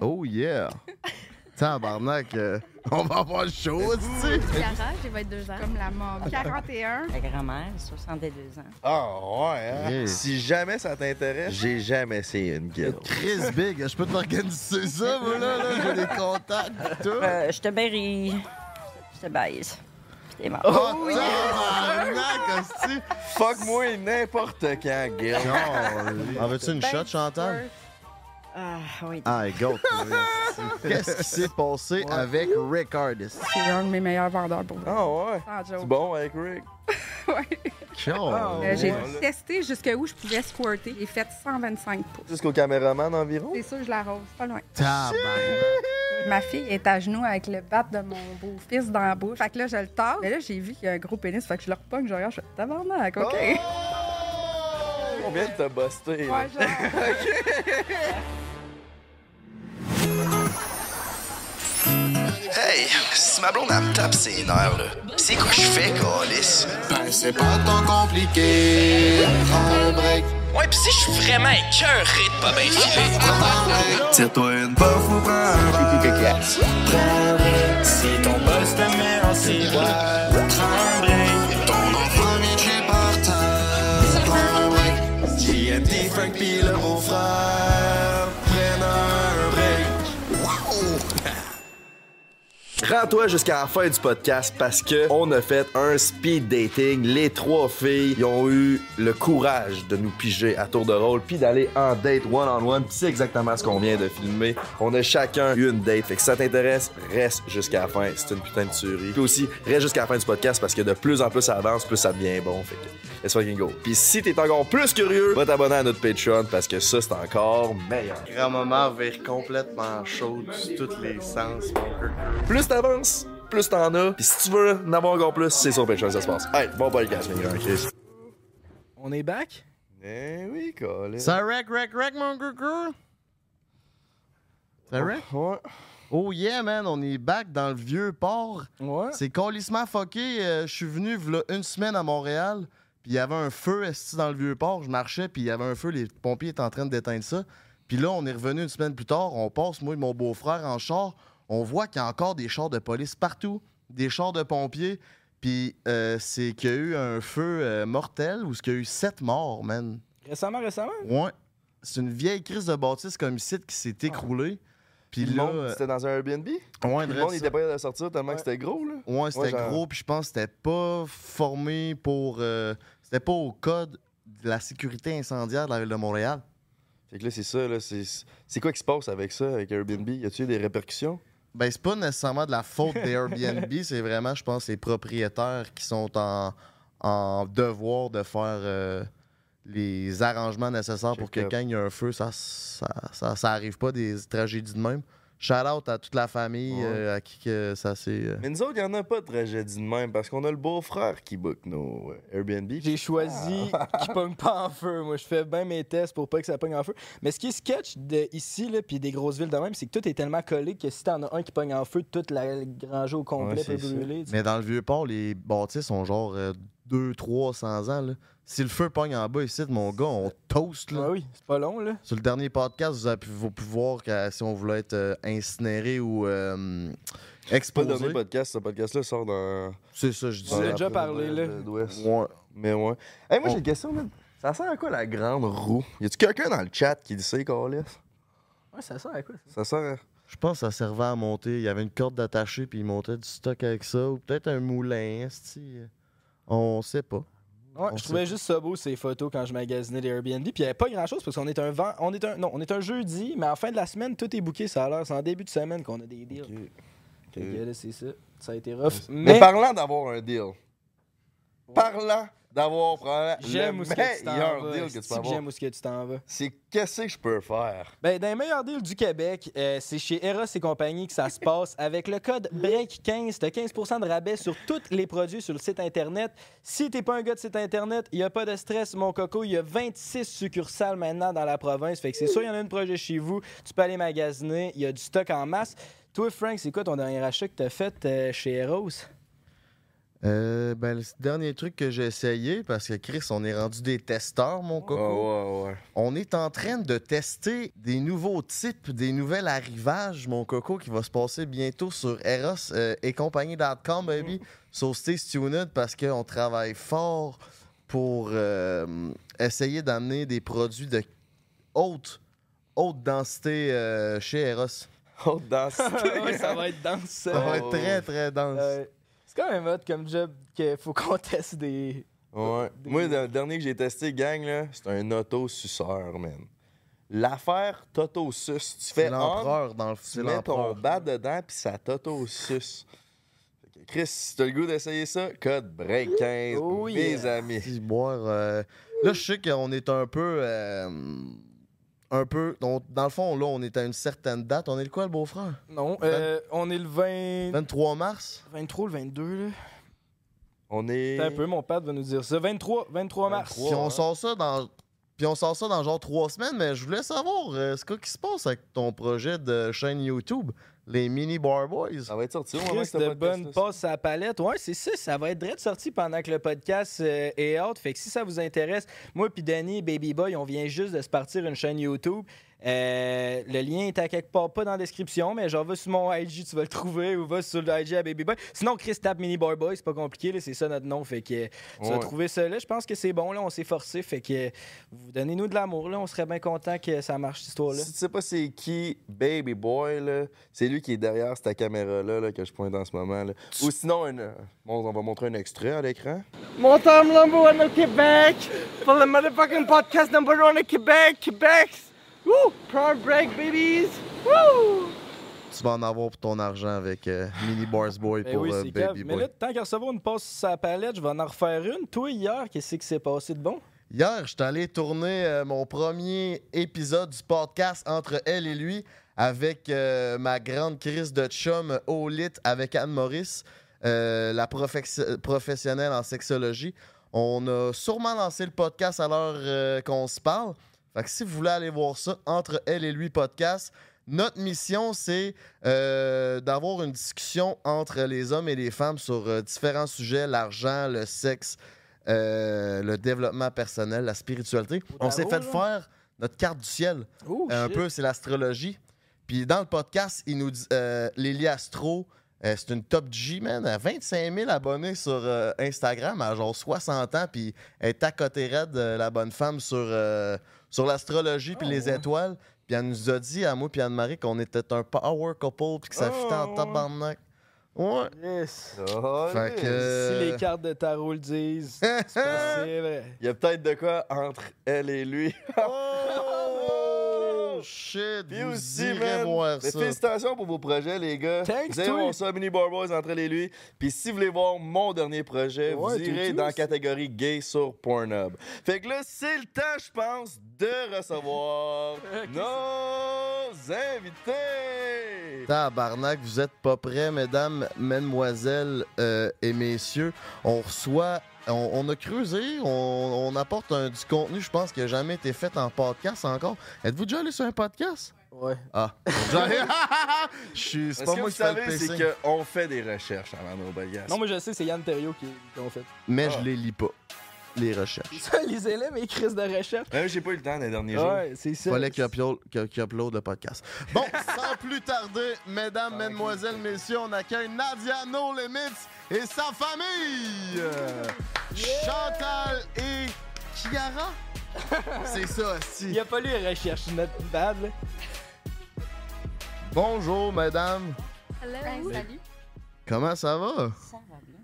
Oh yeah! Tabarnak, euh, on va avoir chaud, tu Garage, il va être deux ans. Comme la mort. 41. Ma grand-mère, 62 ans. Ah, ouais, hein? Yeah. Si jamais ça t'intéresse, j'ai jamais essayé une guilde. Chris Big, je peux t'organiser ça, moi, là, là, j'ai des contacts pis tout. Euh, je te béris. Je te baise. Puis t'es mort. Oh, tabarnak, hostie! Fuck-moi n'importe quand, guilde. En veux-tu Ben, une shot, Chantal? Ah, oui. Ah, go! Qu'est-ce qui s'est passé avec Rick Artist? C'est un de mes meilleurs vendeurs pour moi. Ah, ouais. Sans joke. C'est bon avec Rick. Euh, J'ai Ouais. testé jusqu'où je pouvais squirter. J'ai fait 125 pouces. Jusqu'au caméraman environ. C'est sûr, je la rose, pas loin. Tabarnak! Ma fille est à genoux avec le bat de mon beau-fils dans la bouche. Fait que là, je le tasse. Mais là, j'ai vu qu'il y a un gros pénis. Fait que je le repogne, je regarde, je fais tabarnak, Oh! OK. Combien de t'as busté? là? Ouais, genre, Hey, si ma blonde elle me tape ses nerfs, là, c'est quoi je fais, Calis? Ben, c'est pas tant compliqué. Prends un break. Ouais, pis si je suis vraiment écœuré de pas bien filer. Tire-toi une pof ou prends un break. Si ton boss te met en silhouette, Ton nom premier j'ai par terre. Prends un break. JMD, Frank pis le beau frère. Prenne un break. Rends-toi jusqu'à la fin du podcast parce que on a fait un speed dating. Les trois filles ils ont eu le courage de nous piger à tour de rôle puis d'aller en date one-on-one. Puis C'est exactement ce qu'on vient de filmer. On a chacun eu une date. Fait que si ça t'intéresse, reste jusqu'à la fin. C'est une putain de tuerie. Puis aussi, reste jusqu'à la fin du podcast parce que de plus en plus ça avance, plus ça devient bon. Fait que let's fucking go. Puis si t'es encore plus curieux, va t'abonner à notre Patreon parce que ça, c'est encore meilleur. Grand-maman vire complètement chaude de tous les sens. Plus t'avances, plus t'en as. Puis si tu veux en avoir encore plus, c'est ben, sur Patreon, ça se passe. Hey, bon podcast, mes grands Chris. On est back? Eh oui, Colin. Ça rec, rec, rec, mon gurgur! Ça rec? Ouais. Oh yeah, man, on est back dans le vieux port. Ouais. C'est colissement fucké. euh, je suis venu v'là une semaine à Montréal, puis il y avait un feu esti dans le vieux port. Je marchais, puis il y avait un feu. Les pompiers étaient en train d'éteindre ça. Puis là, on est revenu une semaine plus tard. On passe, moi et mon beau-frère, en char. On voit qu'il y a encore des chars de police partout, des chars de pompiers. Puis euh, c'est qu'il y a eu un feu euh, mortel où ce qu'il y a eu sept morts, man. Récemment, récemment? Ouais. C'est une vieille crise de bâtisse comme ici qui s'est écroulée. Puis Ah. Le là, monde, euh, c'était dans un Airbnb. ouais, Le dresse monde ça. était pas capable de sortir tellement que c'était gros, là. Ouais, c'était genre- gros, puis je pense que c'était pas formé pour. euh, c'était pas au code de la sécurité incendiaire de la ville de Montréal. Fait que là, c'est ça, là. C'est c'est quoi qui se passe avec ça, avec Airbnb? Y a-tu des répercussions? Ben, c'est pas nécessairement de la faute des Airbnb, c'est vraiment, je pense, les propriétaires qui sont en, en devoir de faire euh, les arrangements nécessaires pour que Check-up. quand il y a un feu, ça, ça, ça, ça arrive pas des tragédies de même. Shout out à toute la famille Ouais. euh, à qui que ça s'est. euh, Mais nous autres, y en a pas de tragédie de même parce qu'on a le beau-frère qui book nos euh, Airbnb. J'ai choisi qui pogne pas en feu. Moi, je fais bien mes tests pour pas que ça pogne en feu. Mais ce qui est sketch de ici, là, puis des grosses villes de même, c'est que tout est tellement collé que si t'en as un qui pogne en feu, toute la grangée au complet Ouais, peut c'est ça. brûler. tu sais. Mais dans le vieux port, les bâtisses ont genre euh, 200-300 ans. Là. Si le feu pogne en bas ici, mon gars, on toast. Là. Ah oui, c'est pas long, là. Sur le dernier podcast, vous avez pu, vous pu voir que si on voulait être euh, incinéré ou euh, pas le exposé. dernier podcast. Ce podcast-là sort dans. C'est ça, je On dans a disais. la déjà prison parlé, de- là. de- d'Ouest. Ouais. Mais ouais. Hey, On- moi, Oh. j'ai une question, man. Ça sert à quoi la grande roue? Y a-tu quelqu'un dans le chat qui le sait, Carlis? Ouais, ça sert à quoi? Ça sert à. Je pense que ça servait à monter. Il y avait une corde d'attaché puis il montait du stock avec ça. Ou peut-être un moulin, esti. On sait pas. Ouais, On je trouvais juste ça beau ces photos quand je magasinais les Airbnb, puis il n'y avait pas grand chose parce qu'on est un vent, on est un non, on est un jeudi, mais en fin de la semaine tout est booké, ça a l'air, c'est en début de semaine qu'on a des deals. Fait que là, c'est ça, ça a été rough. Mais, Mais, Oh. parlant d'avoir un deal. Parlant d'avoir probablement j'aime où le ce que tu t'en meilleur vas. deal que tu esti peux que avoir. J'aime où ce que tu t'en vas. C'est qu'est-ce que je peux faire? Ben, dans les meilleurs deals du Québec, euh, c'est chez Eros et compagnie que ça se passe. Avec le code BREAK15, t'as 15 de rabais sur tous les produits sur le site Internet. Si t'es pas un gars de site Internet, il n'y a pas de stress, mon coco. Il y a 26 succursales maintenant dans la province. Fait que c'est sûr, il y en a une projet chez vous. Tu peux aller magasiner. Il y a du stock en masse. Toi, Frank, c'est quoi ton dernier achat que t'as fait euh, chez Eros? Euh, ben, le dernier truc que j'ai essayé, parce que Chris, on est rendu des testeurs, mon coco. Oh, ouais, ouais. On est en train de tester des nouveaux types, des nouvelles arrivages, mon coco, qui va se passer bientôt sur Eros euh, et Mhm. compagnie.com, baby. So stay tuned parce qu'on travaille fort pour euh, essayer d'amener des produits de haute, haute densité euh, chez Eros. Oh, dans Ah Ouais, ça va être dense. Oh. Ça va être très, très dense. Euh, c'est quand même hot comme job qu'il faut qu'on teste des. Ouais. Moi, le dernier que j'ai testé, gang, là, c'est un auto-suceur, man. L'affaire t'auto-suce. Tu c'est fais on, l'empereur dans le tu C'est mets ton l'empereur. bas dedans, puis ça t'auto-suce. Fait que, Chris, si t'as le goût d'essayer ça, code break 15, Oh, mes yes. amis. Puis boire, euh, Là, je sais qu'on est un peu. euh, un peu. on- dans le fond, là, on est à une certaine date. On est le quoi, le beau-frère Non, euh, Ben. on est le 20. 23 mars 23 le 22, là. On est. Attends Un peu, mon père va nous dire ça. 23, 23 mars. Puis on sort ça dans. Puis on sort ça dans genre trois semaines, mais je voulais savoir euh, ce qui se passe avec ton projet de chaîne YouTube, les Mini Bar Boys. Ah. Ça va être sorti au moment que Chris ce de podcast, bonne là, passe à la palette. Ouais, c'est ça. Ça va être direct sorti pendant que le podcast euh, est out. Fait que si ça vous intéresse, moi puis Danny, Baby Boy, on vient juste de se partir une chaîne YouTube. Euh, le lien est à quelque part pas dans la description, mais genre va sur mon IG, tu vas le trouver, ou va sur le IG à Baby Boy. Sinon, Chris tape Mini Boy Boy, c'est pas compliqué, là, c'est ça notre nom. Fait que euh, tu vas Ouais. trouver ça là. Je pense que c'est bon, là, on s'est forcé. Fait que euh, vous donnez-nous de l'amour, là. On serait bien content que ça marche, cette histoire-là. Si tu sais pas c'est qui, Baby Boy, là, c'est lui qui est derrière cette caméra-là là, que je pointe en ce moment. là. Ou sinon, un, euh, bon, on va montrer un extrait à l'écran. Mon Tom Lambeau en Québec pour le motherfucking podcast number one au Québec, Québec. Woo! Proud break, babies! Woo! Tu vas en avoir pour ton argent avec euh, Mini Bars Boy Ben pour oui, euh, c'est cave. Baby Mais Boy. là, tant qu'à recevoir une passe sur sa palette, je vais en refaire une. Toi, hier, qu'est-ce qui s'est passé de bon? Hier, je suis allé tourner euh, mon premier épisode du podcast entre elle et lui avec euh, ma grande crise de chum au lit avec Anne Maurice, euh, la profex- professionnelle en sexologie. On a sûrement lancé le podcast à l'heure euh, qu'on se parle. Fait que si vous voulez aller voir ça, entre elle et lui podcast, notre mission, c'est euh, d'avoir une discussion entre les hommes et les femmes sur euh, différents sujets, l'argent, le sexe, euh, le développement personnel, la spiritualité. On s'est fait tarot, là. faire notre carte du ciel. Oh, Oh, un peu, c'est l'astrologie. Puis dans le podcast, il nous dit euh, Lily Astro, euh, c'est une top G, man. Elle a 25 000 abonnés sur euh, Instagram, elle a genre 60 ans, puis elle est à côté raide, euh, la bonne femme, sur, euh, sur l'astrologie, Oh, puis Ah les ouais. étoiles. Puis elle nous a dit, à moi puis Anne-Marie, qu'on était un power couple, puis que ça Ah fitait en Oh. ouais. tabarnak. Ouais. Yes. Fait que, Si euh, les cartes de tarot le disent, c'est possible. Il y a peut-être de quoi entre elle et lui. Oh shit, Puis vous aussi, irez man, voir mais ça. félicitations pour vos projets, les gars. Thanks, vous allez toi. voir ça, Mini Barboys, entre elle et lui. Puis si vous voulez voir mon dernier projet, Ouais, vous t'es irez cute, dans la ça. catégorie gay sur Pornhub. Fait que là, c'est le temps, je pense, de recevoir nos invités. Tabarnak, vous êtes pas prêts, mesdames, mesdemoiselles euh, et messieurs. On reçoit, on, on a creusé, on, on apporte un- du contenu, je pense, qui a jamais été fait en podcast encore. Êtes-vous déjà allé sur un podcast? Ouais. Ah, J'arrive- je suis, c'est Ce pas que moi vous qui fais le savez, pacing, c'est qu'on fait des recherches avant nos podcasts. Non, mais je sais, c'est Yann Thériault qui, qui ont fait. mais Ah. je les lis pas, les recherches. Ça, les élèves et crises de recherche. Même j'ai pas eu le temps dans les derniers jours. Ouais, c'est ça. Fallait qu'il upload, qu'il- qu'il upload le podcast. Bon, sans plus tarder, mesdames, Tranquille, mesdemoiselles, tranquille. messieurs, on accueille Nadia No Limits et sa famille. Euh, Chantal et Chiara. C'est ça, Il aussi. a pas lu les recherches, notre bad. là. Bonjour, mesdames. salut. Comment ça va? Ça va bien.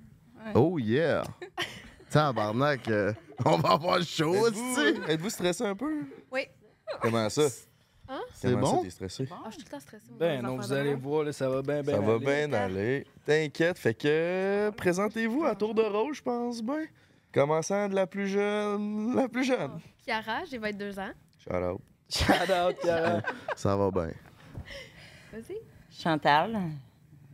Oh, yeah. Tabarnak, euh, on va avoir chaud, Êtes-vous aussi. êtes-vous stressé un peu? Oui. Comment ça? Hein? C'est Comment ça, bon? t'es stressé? Ah, je suis tout le temps stressée. moi, Ben les non, affaires vous de allez même. voir, là, ça va Ben bien, bien. ça va aller. bien aller. T'inquiète, fait que présentez-vous à tour de rôle, je pense bien. Commençant de la plus jeune, la plus jeune. Oh, Chiara, j'ai 22 ans. Shout out. Shout out, Cara. Ça va bien. Vas-y. Chantal,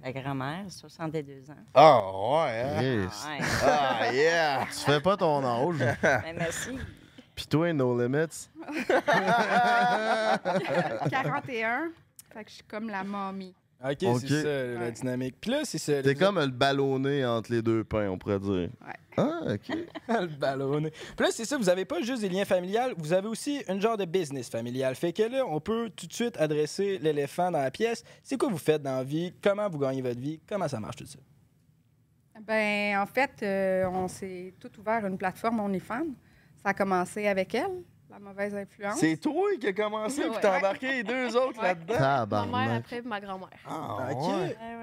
la grand-mère, 62 ans. Ah ouais. hein? Yes. Ouais. Ah yeah. Tu fais pas ton âge. Ben, merci. Pis toi, No Limits. 41. Fait que je suis comme la mamie. OK, Ok. c'est ça, la dynamique. Puis là, c'est ça. T'es comme le ballonné entre les deux pains, on pourrait dire. Ah, OK. le ballonné. Puis là, c'est ça, vous avez pas juste des liens familiales, vous avez aussi une genre de business familial. Fait que là, on peut tout de suite adresser l'éléphant dans la pièce. C'est quoi vous faites dans la vie? Comment vous gagnez votre vie? Comment ça marche tout ça? Ben, en fait, euh, on s'est tout ouvert une plateforme OnlyFans. Ça a commencé avec elle, la mauvaise influence. C'est toi qui as commencé, puis t'as Ouais. embarqué les deux autres Ouais. là-dedans. Ma mère Tabarnak. après ma grand-mère. Ah, OK.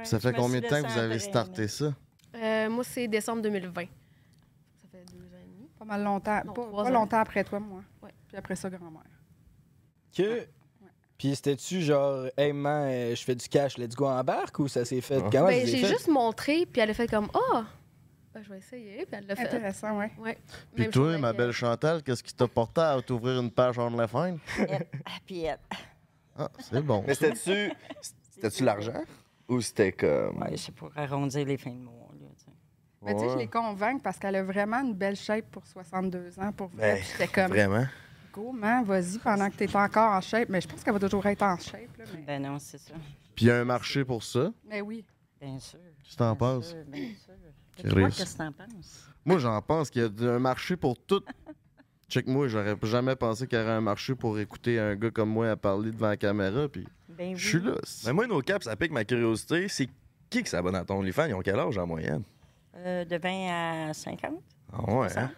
Ça fait combien de temps que vous avez starté ça? Euh, moi, c'est décembre 2020. Ça fait deux ans et demi. Pas mal longtemps. Non, pas trois pas ans. longtemps après toi, moi. Ouais. Puis après ça, grand-mère. Que. Puis c'était-tu genre, hey man, euh, je fais du cash, let's go en barque ou ça s'est fait? Ah. Comment Ben, ça s'est j'ai Ah, fait? juste montré, puis elle a fait comme Ah, ben, je vais essayer, puis elle l'a fait. Intéressant, ouais. Ouais. Puis Même toi, chose ma avec, euh, belle Chantal, qu'est-ce qui t'a porté à t'ouvrir une page OnlyFans? Puis, euh, Ah, c'est bon. Mais c'était-tu c'était-tu l'argent? Ou c'était comme. ouais, c'est pour arrondir les fins de mois. Là, tu sais. Mais tu sais, je Ouais. les convainc parce qu'elle a vraiment une belle shape pour 62 ans. Pour vrai. Ben, Puis j'étais comme, Vraiment? go, man, vas-y pendant que t'es encore en shape. Mais je pense qu'elle va toujours être en shape. Là, mais... Ben non, c'est ça. Puis il y a un marché pour ça. mais oui. Bien sûr. Tu t'en bien passes? sûr, Bien sûr. Fait que Chris. Toi, qu'est-ce que t'en penses? Moi, j'en pense qu'il y a un marché pour tout. Check-moi, j'aurais jamais pensé qu'il y aurait un marché pour écouter un gars comme moi à parler devant la caméra. Puis Ben oui. je suis là. Mais moi, nos caps, ça pique ma curiosité. C'est qui qui s'abonne à ton OnlyFans? Ils ont quel âge en moyenne? Euh, de 20 à 50. Ah ouais, Ça. hein?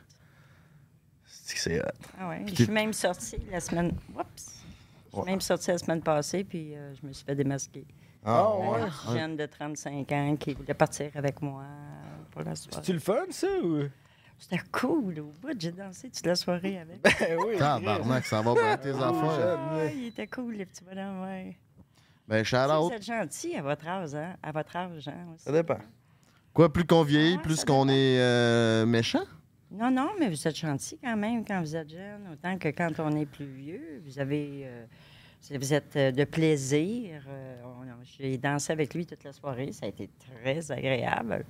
C'est que c'est hot. Ah ouais. Puis Je suis t'es- même sortie la semaine. Oups. Je suis même sortie la semaine passée, puis euh, je me suis fait démasquer. Ah Ah ouais. Une petite jeune de 35 ans qui voulait partir avec moi pour la soirée. C'est-tu le fun, ça? Ou... C'était cool. Au bout, j'ai dansé toute la soirée avec. Ben oui. Tabarnak, ça va bien tes affaires. Ah, il était cool, le petit bonhomme, ouais. Ben, shout Tu sais, out. Vous êtes gentil à votre âge, hein? À votre âge, hein? aussi. Ça dépend. Quoi, plus qu'on vieillit, Ouais, plus ça qu'on est euh, méchant? Non, non, mais vous êtes gentil quand même quand vous êtes jeune, autant que quand on est plus vieux. Vous avez. euh, vous êtes euh, de plaisir. Euh, on- J'ai dansé avec lui toute la soirée. Ça a été très agréable.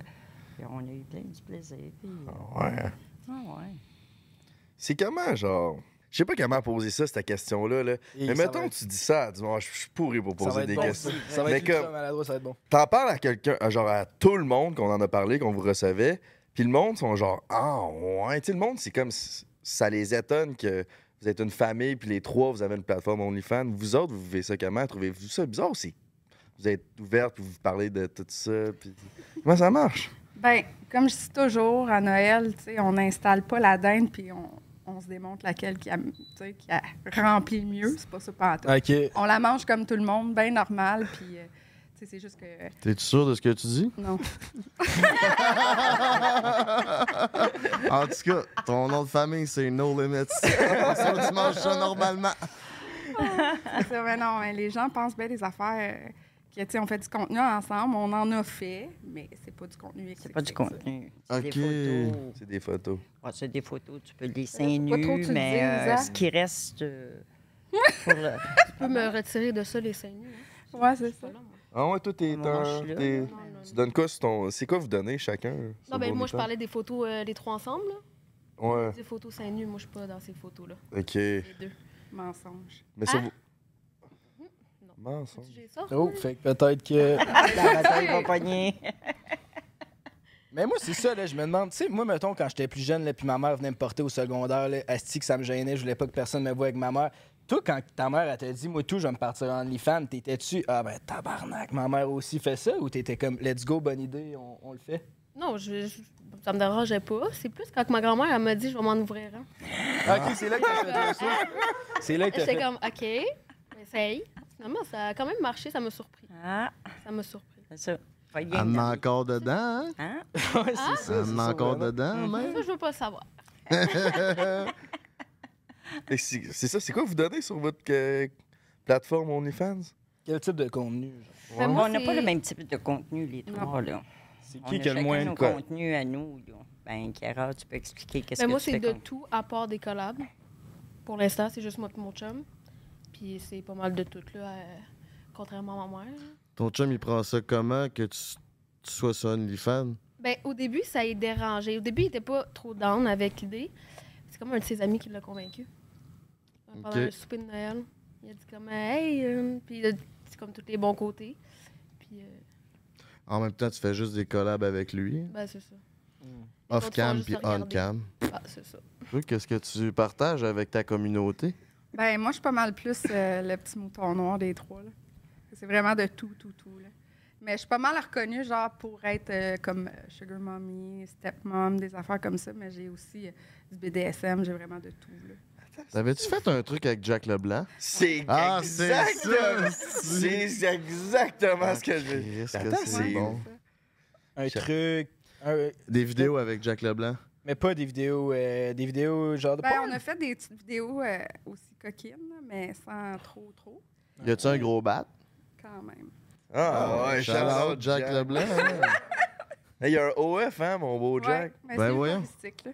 Puis on a eu plein de plaisir. puis, euh, Ouais. ah ouais. C'est comment, genre. Je sais pas comment poser ça, cette question-là. là. Et Mais ça mettons va que être- tu dis ça, dis moi, je suis pourri pour ça va poser être des bon, questions. ça. Ça va Mais être ultra comme- maladroit, ça va être bon. T'en parles à quelqu'un, à genre à tout le monde qu'on en a parlé, qu'on vous recevait, puis le monde sont genre ah ouais, tu sais le monde c'est comme s- ça les étonne que vous êtes une famille puis les trois vous avez une plateforme OnlyFans, vous autres vous vivez ça comment Trouvez-vous ça bizarre aussi Vous êtes ouverte puis vous parlez de tout ça puis comment ça marche Ben, comme je dis toujours, à Noël, tu sais, on n'installe pas la dinde, puis on, on se démontre laquelle qui a, tu sais, qui a rempli le mieux. C'est pas ça, pas en tout. OK. On la mange comme tout le monde, bien normal, puis euh, tu sais, c'est juste que... euh, T'es-tu sûr de ce que tu dis? non. Ah, En tout cas, ton nom de famille, c'est No Limits. Ça, tu manges ça normalement. Ah, C'est ça, mais non, mais les gens pensent bien des affaires... euh, que, tu sais, on fait du contenu ensemble, on en a fait, mais c'est pas du contenu. C'est pas du exclusif. contenu. OK. C'est des photos. C'est des photos. Ouais, c'est des photos, tu peux les faut seins pas trop que nus, tu le mais euh, dises, hein? ce qui reste euh, pour le- Je peux me retirer de ça, les seins nus. hein. Ouais, c'est ça. Voilà, moi. Ah ouais, toi t'es Moi, je un suis là. t'es- Non, non, non. tu donnes quoi sur ton c'est quoi vous donnez chacun sur Non, ben vos moi, je OnlyFans? parlais des photos, euh, les trois ensemble. Là. Ouais, Des photos seins nus, moi, je suis pas dans ces photos-là. OK. Les deux. Mensonge. Mais ça Ah! vous Non. Mince, hein. J'ai ça? Oh, fait que peut-être que. la bataille va pogner. Mais moi, c'est ça, là, je me demande, tu sais, moi, mettons, quand j'étais plus jeune, là, puis ma mère venait me porter au secondaire, là, asti que ça me gênait, je voulais pas que personne me voie avec ma mère. Toi, quand ta mère, elle t'a dit, moi, tout, je vais me partir en OnlyFans, t'étais-tu, ah ben, tabarnak, ma mère aussi fait ça, ou t'étais comme, let's go, bonne idée, on, on le fait? Non, je, je- ça me dérangeait pas. C'est plus quand ma grand-mère elle m'a dit je vais m'en ouvrir hein. un. Ah, Ok, c'est là que t'as fait ça. C'est là que t'as J'étais fait. comme OK, essaye. Finalement, ça a quand même marché, ça m'a surpris. Ah, Ça m'a surpris. c'est ça. Faut rien Elle en a demander. encore dedans, hein? Hein? Ouais, Ah, c'est ça, Elle c'est en ça, a encore vraiment. dedans, Ça, je veux pas le savoir. même. Et C'est c'est ça, c'est quoi vous donnez sur votre euh, plateforme OnlyFans? Quel type de contenu? genre? Mais moi, on n'a c'est- pas le même type de contenu, les Ben, Non. trois, là. C'est On qui a qui a le chacun moins nos quoi? contenus à nous, là. Ben, Chiara, tu peux expliquer qu'est-ce Mais que moi, tu c'est fais de comme- tout à part des collabs. Pour l'instant, c'est juste moi et mon chum. Puis c'est pas mal de tout, là. euh, contrairement à ma mère. Ton chum, il prend ça comment que tu, tu sois sur OnlyFans? Ben, au début, ça a dérangé. Au début, il était pas trop down avec l'idée. C'est comme un de ses amis qui l'a convaincu. Pendant Ok. le souper de Noël, il a dit comme Hey, euh, puis il a dit comme tous les bons côtés. Puis, euh, En même temps, tu fais juste des collabs avec lui, ben, c'est ça. autres font off-cam juste puis regarder. on-cam. Ah, c'est ça. Toi, Qu'est-ce que tu partages avec ta communauté? Ben, moi, je suis pas mal plus euh, le petit mouton noir des trois. là. C'est vraiment de tout, tout, tout. là. Mais je suis pas mal reconnue, genre, pour être euh, comme euh, Sugar Mommy, Step Mom, des affaires comme ça, mais j'ai aussi euh, du BDSM, j'ai vraiment de tout. là. T'avais-tu fait un truc avec Jack Leblanc? C'est Ah, c'est ça! exactement, c'est exactement ce que je Ah, veux. Qu'est-ce que Attends, c'est c'est- bon? Un truc. un- Des vidéos avec Jack Leblanc. mais pas des vidéos. euh, des vidéos genre de. Ben, porn. on a fait des petites vidéos euh, aussi coquines, là, mais sans trop, trop, Y a-tu un gros bat? quand même. Ah, ouais, Shout out Jack Leblanc. hein? Il y a un OF, hein, mon beau Ouais, Jack. mais Ben, c'est voyons. humoristique, là.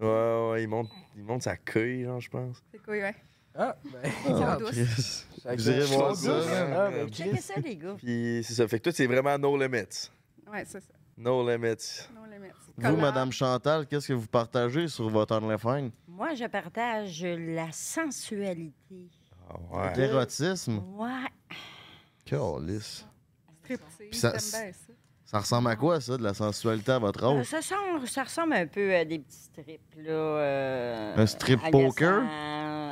Ouais, ouais, il monte, il monte sa queue, genre, je pense. C'est cool, ouais. Ah, ben. Ah, Chris. chacun- Vous irez voir Ils sont douces. ça. Ah, ben, Checkez Chris. ça, les gars. Puis c'est ça. Fait que toi, c'est vraiment no limits. Ouais, c'est ça. No limits. Non, les mettre. Vous, Collab. Madame Chantal, qu'est-ce que vous partagez sur votre OnlyFans? Moi, je partage la sensualité. Ah, ouais. L'érotisme? Ouais. Calisse. Striptease, Puis ça- j'aime bien ça. Ça ressemble à quoi, ça, de la sensualité à votre Euh, âge? Ça, sent- ça ressemble un peu à des petits strips, là. euh, Un strip agaçant, poker?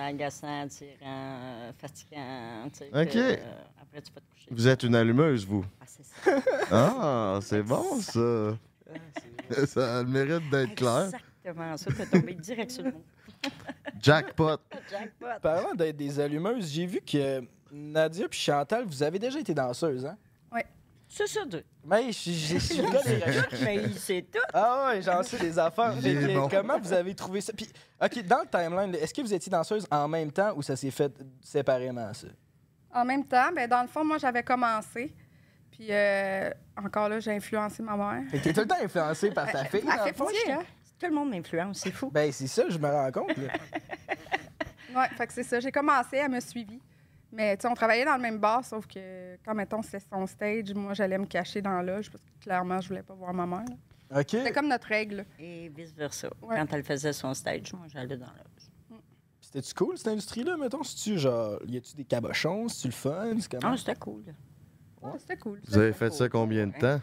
Agaçant, tirant, fatigant, euh, tu sais. Ok. que, euh, après, tu vas te coucher. Vous êtes une allumeuse, vous. Ah, c'est ça. Ah, c'est bon, ça. Ça a le mérite d'être clair. Exactement ça. T'es tombé direct sur le mot. Jackpot. Jackpot. Parlant d'être des allumeuses, j'ai vu que Nadia puis Chantal, vous avez déjà été danseuses, hein? C'est ça, deux. Mais j'ai j'ai su le gars des recherches. Mais il sait tout. Ah ouais, j'en sais des affaires. Il Fait est que bon. Comment vous avez trouvé ça? Puis, OK, dans le timeline, est-ce que vous étiez danseuse en même temps ou ça s'est fait séparément, ça? En même temps, ben, dans le fond, moi, j'avais commencé. Puis euh, encore là, j'ai influencé ma mère. Fait que t'es tout le temps influencé par ta fille, dans Elle le fait fond. pitié, hein? Tout le monde m'influence, c'est fou. Ben, c'est ça, je me rends compte. là. Ouais, fait que c'est ça. J'ai commencé, elle me suivit. Mais tu sais, on travaillait dans le même bar, sauf que quand, mettons, c'était son stage, moi, j'allais me cacher dans la loge parce que clairement, je voulais pas voir ma mère. là. OK. C'était comme notre règle. Et vice-versa. Ouais. Quand elle faisait son stage, moi, j'allais dans l'autre. C'était-tu cool, cette industrie-là, mettons? Si tu genre, y a-tu des cabochons? Si tu le fun? C'est Ah, comment? c'était cool. Ouais, C'était cool. Vous avez fait ça combien de temps?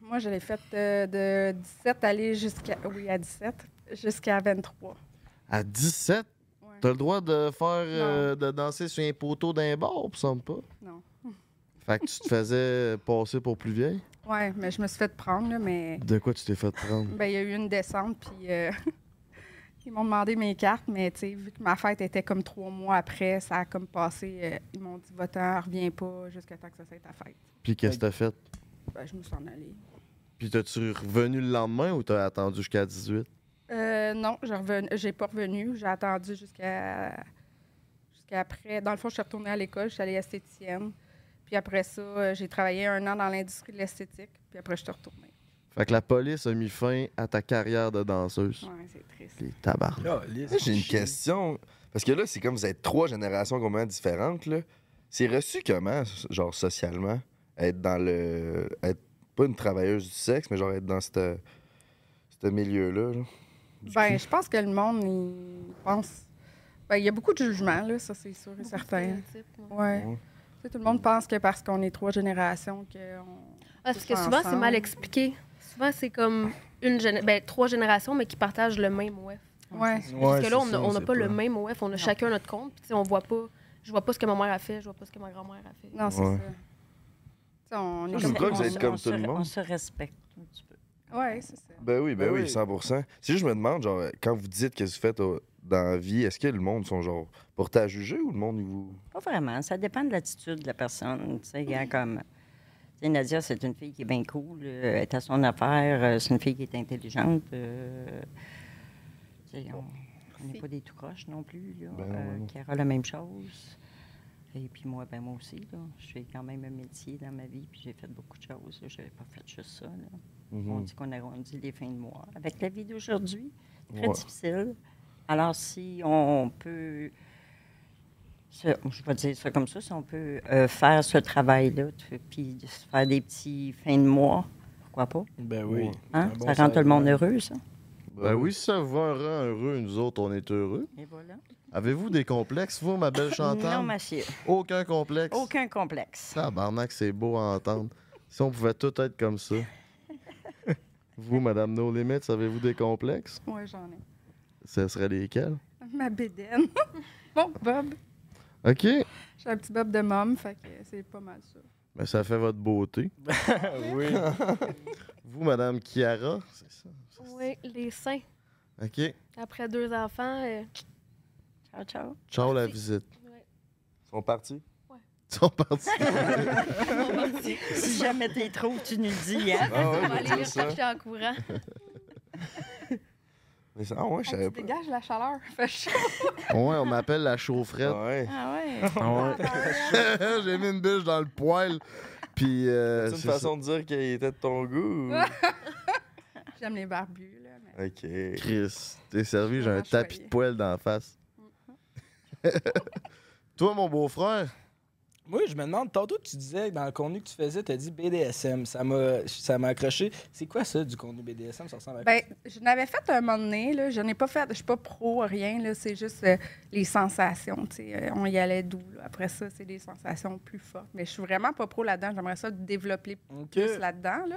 Moi, je l'ai faite euh, de 17 aller jusqu'à. Oui, à 17, jusqu'à 23. À 17, Ouais. t'as le droit de faire euh, de danser sur un poteau d'un bar, me semble pas. Non. Fait que tu te faisais passer pour plus vieille. Ouais, mais je me suis fait prendre, là, mais. De quoi tu t'es fait prendre? Ben, il y a eu une descente, puis euh, ils m'ont demandé mes cartes, mais tu sais, vu que ma fête était comme trois mois après, ça a comme passé. euh, ils m'ont dit, va-t'en, reviens pas jusqu'à temps que ça soit ta fête. Puis qu'est-ce que t'as fait? Ben, je me suis en allée. Puis t'as-tu revenu le lendemain ou t'as attendu jusqu'à 18? Euh, non, je reven- j'ai pas revenu. J'ai attendu jusqu'à. Jusqu'à après. Dans le fond, je suis retournée à l'école, je suis allée esthéticienne. Puis après ça, euh, j'ai travaillé un an dans l'industrie de l'esthétique, puis après, je suis retournée. Fait que la police a mis fin à ta carrière de danseuse. Ouais, c'est triste. Les tabarnes. Ah, lisse, Là, J'ai une chier. question. Parce que là, c'est comme vous êtes trois générations complètement différentes. Là. C'est reçu comment, genre socialement, être dans le. être pas une travailleuse du sexe, mais genre être dans cette. ce milieu-là. là. Du Ben, coup, je pense que le monde, il pense. Ben, il y a beaucoup de jugements, là, ça, c'est sûr et Beaucoup de certain. stéréotypes, ouais. Ouais. Ouais. Tu sais, Tout le monde pense que parce qu'on est trois générations, qu'on. Ah, parce que souvent, c'est mal expliqué. Souvent, c'est comme une géné- ben, trois générations, mais qui partagent le même OF. Ouais. parce que Ouais, là, on c'est n'a ça, on n'a sait pas, le même OF, on a chacun notre compte. Puis, tu sais, on voit pas. Je vois pas ce que ma mère a fait, je vois pas ce que ma grand-mère a fait. Non, c'est Ouais. ça. Tu sais, on est Je comme- crois que vous On êtes se- comme on tout se- le monde. On se respecte un petit peu. Ouais, c'est ça. Ben oui, ben, Ben oui, oui. 100%. Si je me demande, genre, quand vous dites que vous faites euh, dans la vie, est-ce que le monde sont, genre, portés à juger ou le monde, ils vous. Pas vraiment. Ça dépend de l'attitude de la personne. Tu sais, hein, comme. tu sais, Nadia, c'est une fille qui est bien cool, euh, elle est à son affaire, euh, c'est une fille qui est intelligente. euh, tu sais, on- on n'est Merci. pas des tout croches non plus. Là. Ben non, ben Euh, non. Cara, la même chose. Et puis moi, ben moi aussi, là, je fais quand même un métier dans ma vie, puis j'ai fait beaucoup de choses. Je n'avais pas fait juste ça. là. Mhm. On dit qu'on arrondit les fins de mois. Avec la vie d'aujourd'hui, c'est très Ouais. difficile. Alors, si on peut, se- je vais dire ça comme ça, si on peut euh, faire ce travail-là, tu- puis de se faire des petits fins de mois, pourquoi pas? Ben oui. Hein? Un bon ça rend tout le monde salaire. Ben heureux, ça. Ben oui, si ça vous rend heureux, nous autres, on est heureux. Et voilà. Avez-vous des complexes, vous, ma belle chanteuse? Non, monsieur. Aucun complexe. Aucun complexe. Tabarnak, c'est beau à entendre. Si on pouvait tout être comme ça. vous, Madame No Limits, avez-vous des complexes? Oui, j'en ai. Ce serait lesquels? Ma bédaine. bon, Bob. OK. J'ai un petit Bob de môme, fait que c'est pas mal ça. Ben, ça fait votre beauté. oui. vous, Madame Chiara, c'est ça? Oui, les seins. OK. Après deux enfants. euh, Ciao, ciao. Ciao, la visite. Ils sont partis? Ils sont partis. si jamais tu les trouves, tu nous le dis, hein? Ah ouais, on je va vais aller les dire ça. chercher en courant. Mais ça- Ah ouais, je On savais se pas. dégage la chaleur. Fait chaud. ouais, on m'appelle la chaufferette. Ouais. Ah ouais. Ah ouais. J'ai mis une bûche dans le poêle. Puis. euh, C'est une c'est ça. façon de dire qu'il était de ton goût. J'aime les barbus, là. Mais... ok. Chris, t'es servi, j'ai un Dommage tapis de choyé. poêle dans la face. Toi, mon beau-frère, Moi, je me demande, tantôt, tu disais, dans le contenu que tu faisais, tu as dit BDSM. Ça m'a ça m'a accroché. C'est quoi ça, du contenu BDSM? Ça ressemble à quoi? Ben, je n'avais fait un moment donné, là. Je n'ai pas fait, je suis pas pro, rien, là. C'est juste euh, les sensations, tu sais. Euh, On y allait doux, là. Après ça, c'est des sensations plus fortes. Mais je suis vraiment pas pro là-dedans. J'aimerais ça développer OK. plus là-dedans, là.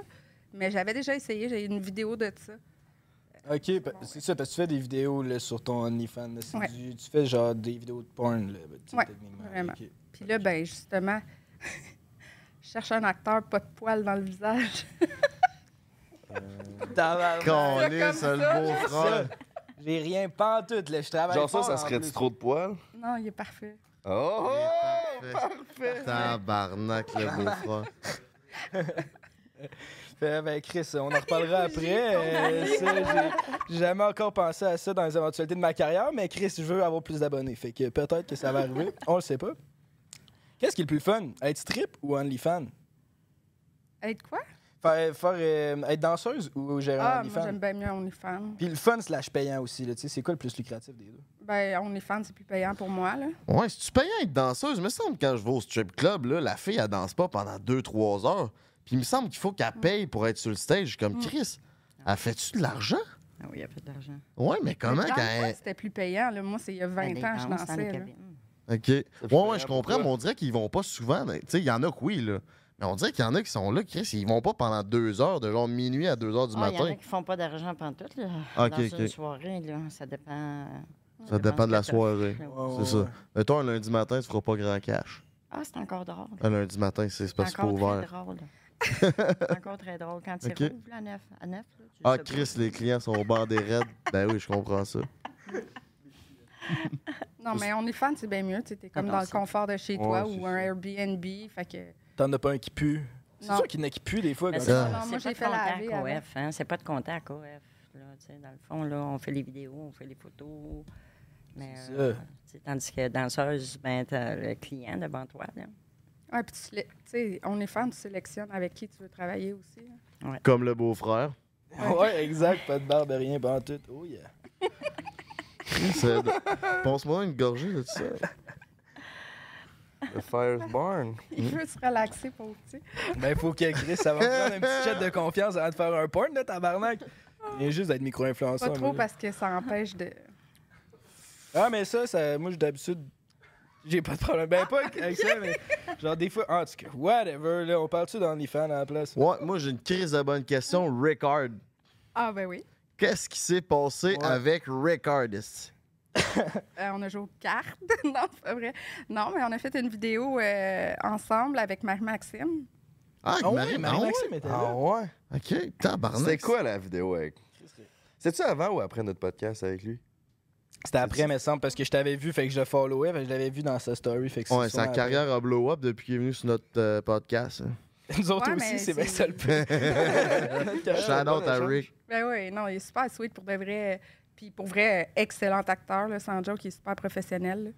Mais j'avais déjà essayé, j'ai une vidéo de ça. OK, pa- c'est ça, parce que tu fais des vidéos là, sur ton OnlyFans. là, c'est Ouais. du- tu fais genre des vidéos de porn, là, ben, tu sais, Ouais, techniquement. vraiment. OK. Puis là, ben justement, je cherche un acteur pas de poils dans le visage. Tabarnak. quand on Ouais, est, comme c'est ça, le beau-frère. J'ai rien pantoute, là, je travaille Genre ça, ça fort, en serait-tu plus. trop de poils? non, il est parfait. Oh! Tabarnak, le beau-frère. Fait, ben, Chris, on en reparlera après. Euh, ça, j'ai- j'ai jamais encore pensé à ça dans les éventualités de ma carrière, mais Chris, je veux avoir plus d'abonnés. Fait que peut-être que ça va arriver. On le sait pas. Qu'est-ce qui est le plus fun? Être strip ou OnlyFans? Être quoi? Faire, faire, euh, être danseuse ou gérer Ah, moi, OnlyFans? j'aime bien mieux OnlyFans. Puis le fun slash payant aussi, là, tu sais, c'est quoi le plus lucratif des deux? Ben, OnlyFans, c'est plus payant pour moi, là. Ouais, si tu payes à être danseuse, me semble que quand je vais au strip club, là, la fille, elle danse pas pendant 2-3 heures. Puis il me semble qu'il faut qu'elle paye pour être sur le stage. Je suis Comme Chris, elle fait-tu de l'argent? Ah oui, il n'y a pas d'argent. Ouais, mais comment Mais dans quand le temps, elle. C'était plus payant, là. Moi, c'est il y a 20 Les ans, je danses dans les dansais, là. cabines. OK. Ouais, ouais, je comprends, pourquoi? mais on dirait qu'ils vont pas souvent. mais, Tu sais, il y en a que oui, là. Mais on dirait qu'il y en a qui sont là, Chris, ils vont pas pendant 2 heures, de genre minuit à 2 heures du Ah, Il y en matin. a qui font pas d'argent pantoute, là. Ok, dans une ok. soirée, là. Ça dépend. euh, Ça dépend de la soirée. Ouais, C'est ça. ouais. Mettons, un lundi matin, tu feras pas grand cash. Ah, c'est encore drôle. Un lundi matin, c'est c'est C'est parce que c'est pas encore très ouvert. drôle. C'est encore très drôle. Quand tu Ok. rouvres, là, à neuf, à neuf, là, tu Ah, sais pas. Chris, les clients sont au bord des raids. Ben oui, je comprends ça. Non, mais OnlyFans, c'est bien mieux. Tu es comme Ah, dans le c'est- confort de chez toi Ouais, ou c'est un ça. Airbnb. Fait que. T'en as pas un qui pue. C'est Non. Ben, sûr qu'il y en a qui pue des fois. Mais quand c'est Ah. pas- Non, moi, c'est j'ai pas de fait contact laver avant. OF, hein. C'est pas de contact OF. Là, tu sais, dans le fond, là, on fait les vidéos, on fait les photos. Mais, C'est euh, ça. tu sais, tandis que danseuse, ben, t'as le client devant toi. Là. Ouais, puis tu sé- tu sais, OnlyFans, tu sélectionnes avec qui tu veux travailler aussi. hein. là. Comme le beau-frère. Ouais, exact, pas de barbe, rien, pas en tout. Oh yeah. C'est- Pense-moi une gorgée de ça. Le Fire Barn. Il veut se relaxer pour, tu sais. Ben, faut que Chris, ça va me prendre un petit chat de confiance avant de faire un porn, là, tabarnak. Il vient juste d'être Pas micro-influenceur. trop moi, là. parce que ça empêche de. Ah, mais ça, ça moi, j'ai d'habitude. J'ai pas de problème. Ben, pas avec ça, mais. Genre, des fois, en tout cas, whatever, là, on parle-tu dans les fans à la place? Ouais, moi, j'ai une crise de bonne question. Ricard. Ah, ben oui. Qu'est-ce qui s'est passé Ouais. avec Ricard? Euh, on a joué aux cartes. non, c'est pas vrai. Non, mais on a fait une vidéo euh, ensemble avec Marie-Maxime. Ah, Ah ouais, Marie, ah ouais. Marie-Maxime était là. ouais? OK, tabarnak. C'était quoi la vidéo avec? C'était-tu avant ou après notre podcast avec lui? C'était après, me semble, parce que je t'avais vu, fait que je le followais, fait que je l'avais vu dans sa story, fait que c'est Ouais, sûrement sa après. carrière a blow up depuis qu'il est venu sur notre euh, podcast. hein. Nous autres Ouais, Oh, aussi, mais c'est bien c'est- ça le plus. Shout out à échange. Rick. Ben oui, non, il est super sweet pour de vrai. Puis pour vrai, euh, excellent acteur, là, sans joke, il est super professionnel. là.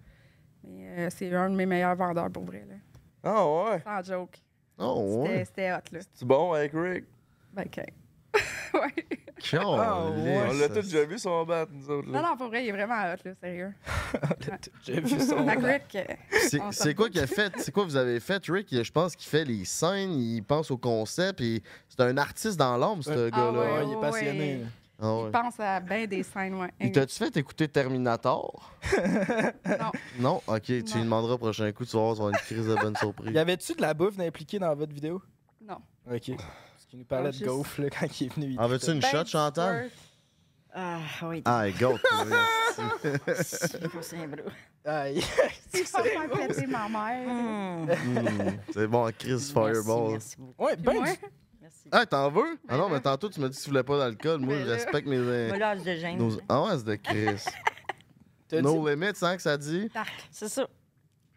Mais euh, c'est un de mes meilleurs vendeurs pour vrai, là. Ah ouais? Sans joke. Oh, C'était- ouais. C'était hot, là. C'est bon avec Rick? Ben, OK. ouais. Ah, ouais. On l'a tous déjà vu son bat, nous autres. Non, Là. non, pour vrai, il est vraiment hot, là, sérieux. J'ai vu son. Fait que Rick, euh, C'est- On C'est s'en quoi qu'il a fait? C'est quoi vous avez fait, Rick? Je pense qu'il fait les scènes, il pense au concept, et c'est un artiste dans l'ombre, ce Ouais. gars-là. ouais. Ouais, il est passionné. Ah ouais. Il pense à ben des scènes, ouais. Il t'a-tu fait écouter Terminator? Non. Non? OK, tu lui demanderas prochain coup, tu vas voir, ça va être une crise de bonne surprise. Y avait-tu de la bouffe impliquée dans votre vidéo? Non. OK. Parce qu'il nous parlait Non, de juste- gaufre là, quand il est venu. il En veux-tu était- une Ben shot, Ben Chantal? Ah, oui. Ah, go! Faut Saint-Brou. Aïe. Tu vas faire péter ma Mm. mère. Hum. Hmm, C'est bon, Chris Fireball. Merci, merci beaucoup. Ouais, ben, Moi, du- Ah, t'en veux? Ah non, mais tantôt, tu m'as dit que tu voulais pas d'alcool. Moi, Mais je là- respecte mes. euh, Moi, l'âge de gêne. nos- Ah ouais, c'est de Chris. t'as dit- No limits, hein, que ça dit? C'est ça.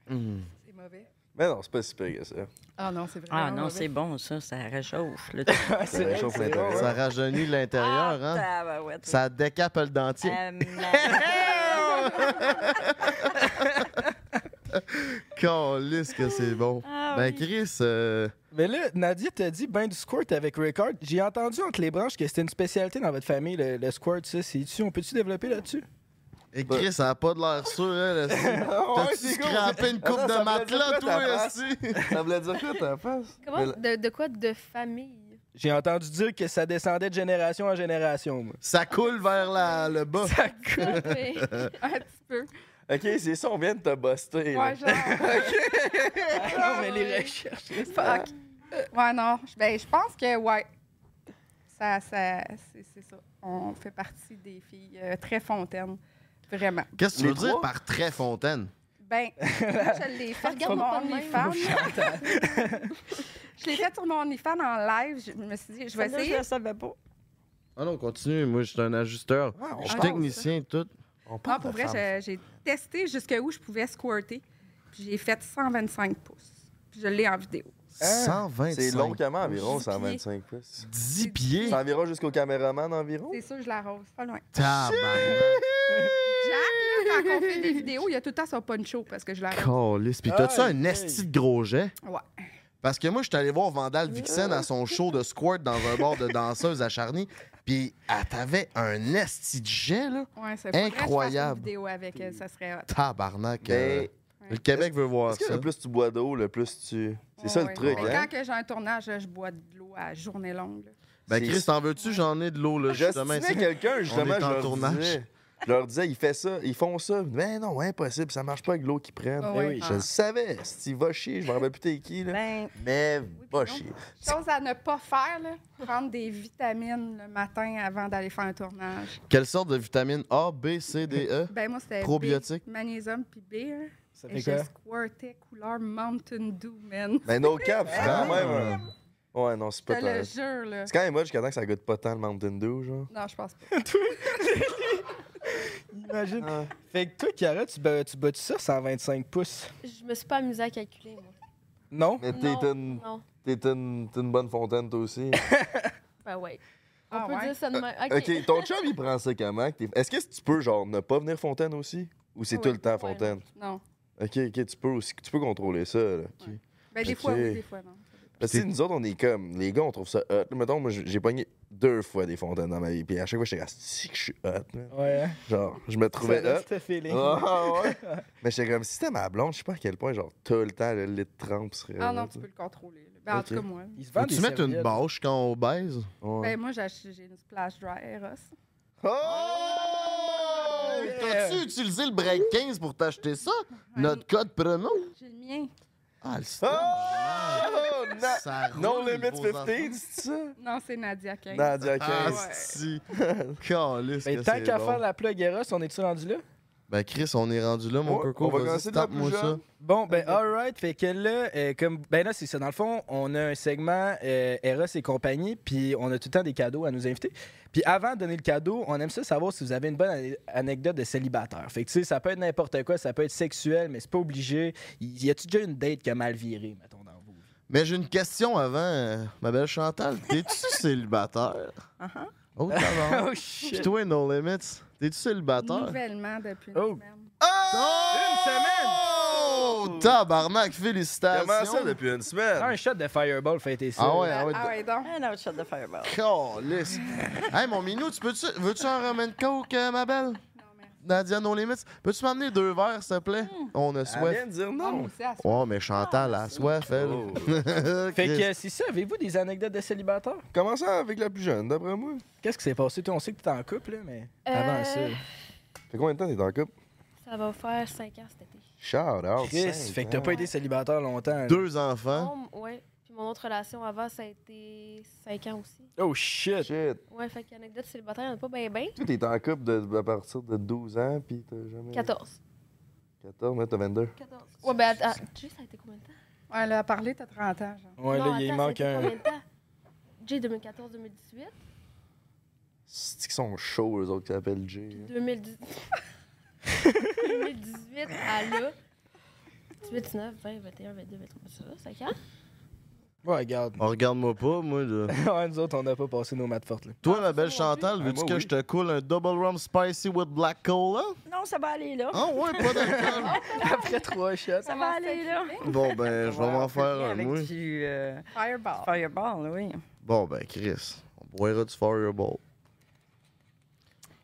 Hmm. c'est mauvais. Mais non, c'est pas si pire que ça. Ah non, c'est vraiment Ah non, mauvais. c'est bon, ça. Ça réchauffe. Là. Ah, c'est vrai, réchauffe c'est l'intérieur. vrai. Ça rajeunit l'intérieur, hein? Ah, tabarouette. Ça décape le dentier. Euh, ma- Calisse que c'est bon. Ah Ben, oui. Chris, euh, Mais ben là, Nadia t'a dit ben du squirt avec Ricard. J'ai entendu entre les branches que c'était une spécialité dans votre famille, le, le squirt, ça. C'est-tu, on peut-tu développer là-dessus? et Chris, ça a pas de l'air sûr, hein? le- Ah T'as-tu scrappé une coupe Attends, Ah ça de me l'a dit matelas, quoi, ta toi, face? esti? Ça voulait dire quoi, ta face? Comment? De, de quoi? De famille? J'ai entendu dire que ça descendait de génération en génération, moi. Ça coule vers la- le bas. Ok. Un petit peu. Ok, c'est ça, on vient de te buster. là. Ouais, genre. Ah, non, mais les recherches. Fuck. Ouais, non. Je- Ben, je pense que, ouais. Ça, ça, c'est c'est ça. On fait partie des filles euh, très fontaines. Vraiment. Qu'est-ce que tu Les veux dire trois? par très fontaine? Ben, moi, je l'ai fait sur Regarde-moi mon pas de même. OnlyFans. je l'ai fait sur mon OnlyFans en live. Je me suis dit, je vais Celle-là, Je essayer. la savais pas. Ah non, continue. Moi, je suis un ajusteur. Ah, on je suis parle, technicien et tout. On Non, parle pour de vrai, je- femmes. j'ai testé jusqu'où je pouvais squirter. Puis j'ai fait 125 pouces. Puis je l'ai en vidéo. Hein? 125. C'est long comment environ, Dix pieds. 125 pouces? 10 pieds. C'est environ jusqu'au caméraman environ? C'est sûr, je l'arrose. Oh. Pas loin. Ah, Tabarnak. Jack, là, quand on fait des vidéos, il y a tout le temps son poncho parce que je l'arrose. Calisse. Puis t'as-tu Ah, un ok. esti de gros jet? Ouais. Parce que moi, je suis allé voir Vandal Vixen à son show de squirt dans un bar de danseuse à Charny. Puis elle t'avait un esti de jet, là. Ouais, c'est faudrait que je fasse Incroyable. une vidéo avec elle, ça serait hot. Tabarnak. euh, Mais Le Québec veut voir Ben, est-ce que ça. le plus tu bois d'eau, le plus tu. C'est ça le Ouais. truc, Mais hein? Quand que j'ai un tournage, là, je bois de l'eau à journée longue. là. Ben, Chris, t'en veux-tu? J'en ai de l'eau, là, justement. J'estimais ici. quelqu'un, justement, est je en leur tournage. disais. Je leur disais, ils font ça, ils font ça. Mais non, impossible, ça marche pas avec l'eau qu'ils prennent. Ah Eh ouais. oui, je Ah. le savais. Si va chier, je me rappelle plus t'es qui, là. Ben, Mais va non. chier. Chose à ne pas faire, là, prendre des vitamines le matin avant d'aller faire un tournage. Quelle sorte de vitamine A, B, C, D, E? Ben moi, c'était B, Probiotique. magnésium puis B. hein. Ça Et fait je quoi? squirtais couleur Mountain Dew, man. Mais Ben, no cap, c'est Ah. quand même. un- Ouais, non, c'est Je pas te le tant. jure, là. C'est quand même moi jusqu'à temps que ça goûte pas tant le Mountain Dew, genre. Non, je pense pas. Imagine. Ah. Fait que toi, Cara, tu, bats- tu bats-tu ça 125 pouces? Je me suis pas amusée à calculer, moi. Non? Mais non, t'es une, non. t'es une, t'es une bonne fontaine, toi aussi. Ben ouais. On Ah peut ouais? dire ça de même. OK. OK, ton chum, il prend ça comment? que t'es- Est-ce que tu peux, genre, ne pas venir Fontaine aussi? Ou c'est Ouais, tout le temps ouais, Fontaine? Non. OK, OK, tu peux aussi, tu peux contrôler ça, là. OK. Ben des Ok. fois, oui, des fois, non. Parce que tu sais, nous autres, on est comme, les gars, on trouve ça hot. Mettons, moi, j'ai j'ai pogné deux fois des fontaines dans ma vie. Puis à chaque fois, je suis si que je suis hot. man. Ouais. hein? Genre, je me Ça trouvais donne hot. ce feeling. Ah, ouais. Mais j'étais comme, si c'était ma blonde, je sais pas à quel point, genre, tout le temps, le lit de trempe serait. Ah là, non, tu peux le contrôler. là. Ben en euh, Ok. tout cas, moi. Ils se vendent Veux-tu des mettre une serviettes. bâche quand on baise? Ouais. Ben moi, j'ai acheté- j'ai une splash dry Eros. Ah, Oh! Yeah! T'as-tu utilisé le break 15 pour t'acheter ça? Notre code promo? J'ai le mien. Ah, le Oh! na- Ça Non roule, Limit vos 15, enfants. c'est ça? Non, c'est Nadia 15. Nadia 15. Ah, ouais. si. Calisse Mais que tant c'est qu'à bon. faire la plug Eros, on est-tu rendu là? Ben, Chris, on est rendu là, mon Ouais, coco. Oh, on va Vas-y, commencer de la tape-moi plus ça. jeune. Bon, ben, alright. Fait que là, euh, comme. Ben là, c'est ça. Dans le fond, on a un segment euh, Eros et compagnie, puis on a tout le temps des cadeaux à nous inviter. Puis avant de donner le cadeau, on aime ça savoir si vous avez une bonne ane- anecdote de célibataire. Fait que, tu sais, ça peut être n'importe quoi, ça peut être sexuel, mais c'est pas obligé. Y y a-tu déjà une date qui a mal viré, mettons, dans vous? Mais j'ai une question avant, euh, ma belle Chantal. T'es-tu célibataire? Uh-huh. Oh, Ah t'as Oh, Pis shit! toi, No Limits, t'es-tu célibataire? Nouvellement depuis une Oh. semaine. Oh! Une semaine! Tabarnak, félicitations! Comment ça depuis une semaine? Un shot de fireball, fêtez ça. Ah ouais, Ah, ah ouais. ah ouais, donc. un autre shot de fireball. Calisse. hey, mon minou, tu peux-tu, veux-tu un Roman Coke, euh, ma belle? Non, merci. Nadia No Limits, peux-tu m'amener deux verres, s'il te plaît? On a soif. vient de dire non. Ah, moi aussi, à ce Ouais, mais Chantal a soif, elle. Fait que euh, c'est ça, avez-vous des anecdotes de célibataire? Commençons avec la plus jeune, d'après moi. Qu'est-ce qui s'est passé? Toi, on sait que t'es en couple, là, mais Euh, avant ça. Fait combien de temps t'es en couple? Ça va faire 5 ans cet été. Shout out. Chris, cinq fait que t'as ans. pas été célibataire longtemps. là. Deux Hein? enfants. Non, Oh, ouais. Puis mon autre relation avant, ça a été 5 ans aussi. Oh shit! Shit. Ouais, fait qu'anecdote célibataire, il n'y en a pas bien, bien. Toi, t'es en couple de, à partir de 12 ans, puis t'as jamais. 14. 14, mais t'as 22. 14. Ouais, ben attends. Jay, ça a été combien de temps? temps. Ouais, elle a parlé, t'as 30 ans, genre. Ouais, Non, là, il attends, ça a manque été un. Combien de temps? Jay, 2014-2018. C'est qu'ils sont chauds, eux autres, qui s'appellent Jay. hein. 2010 2018 à Ah, là. 18, 19, 20, 21, 22, 23, ça, 5 ans. Ouais, regarde. On Oh, regarde-moi pas, moi. là. ouais, nous autres, on n'a pas passé nos maths fortes, là. Toi, ma belle Chantal, veux-tu moi, que oui. je te coule un double rum spicy with black cola? Non, ça va aller là. Ah ouais, pas d'alcool. Après trois shots. Ça va aller là. bon, ben, je vais m'en faire un, avec moi. du euh, Fireball. Fireball, oui. Bon, ben, Chris, on boira du Fireball.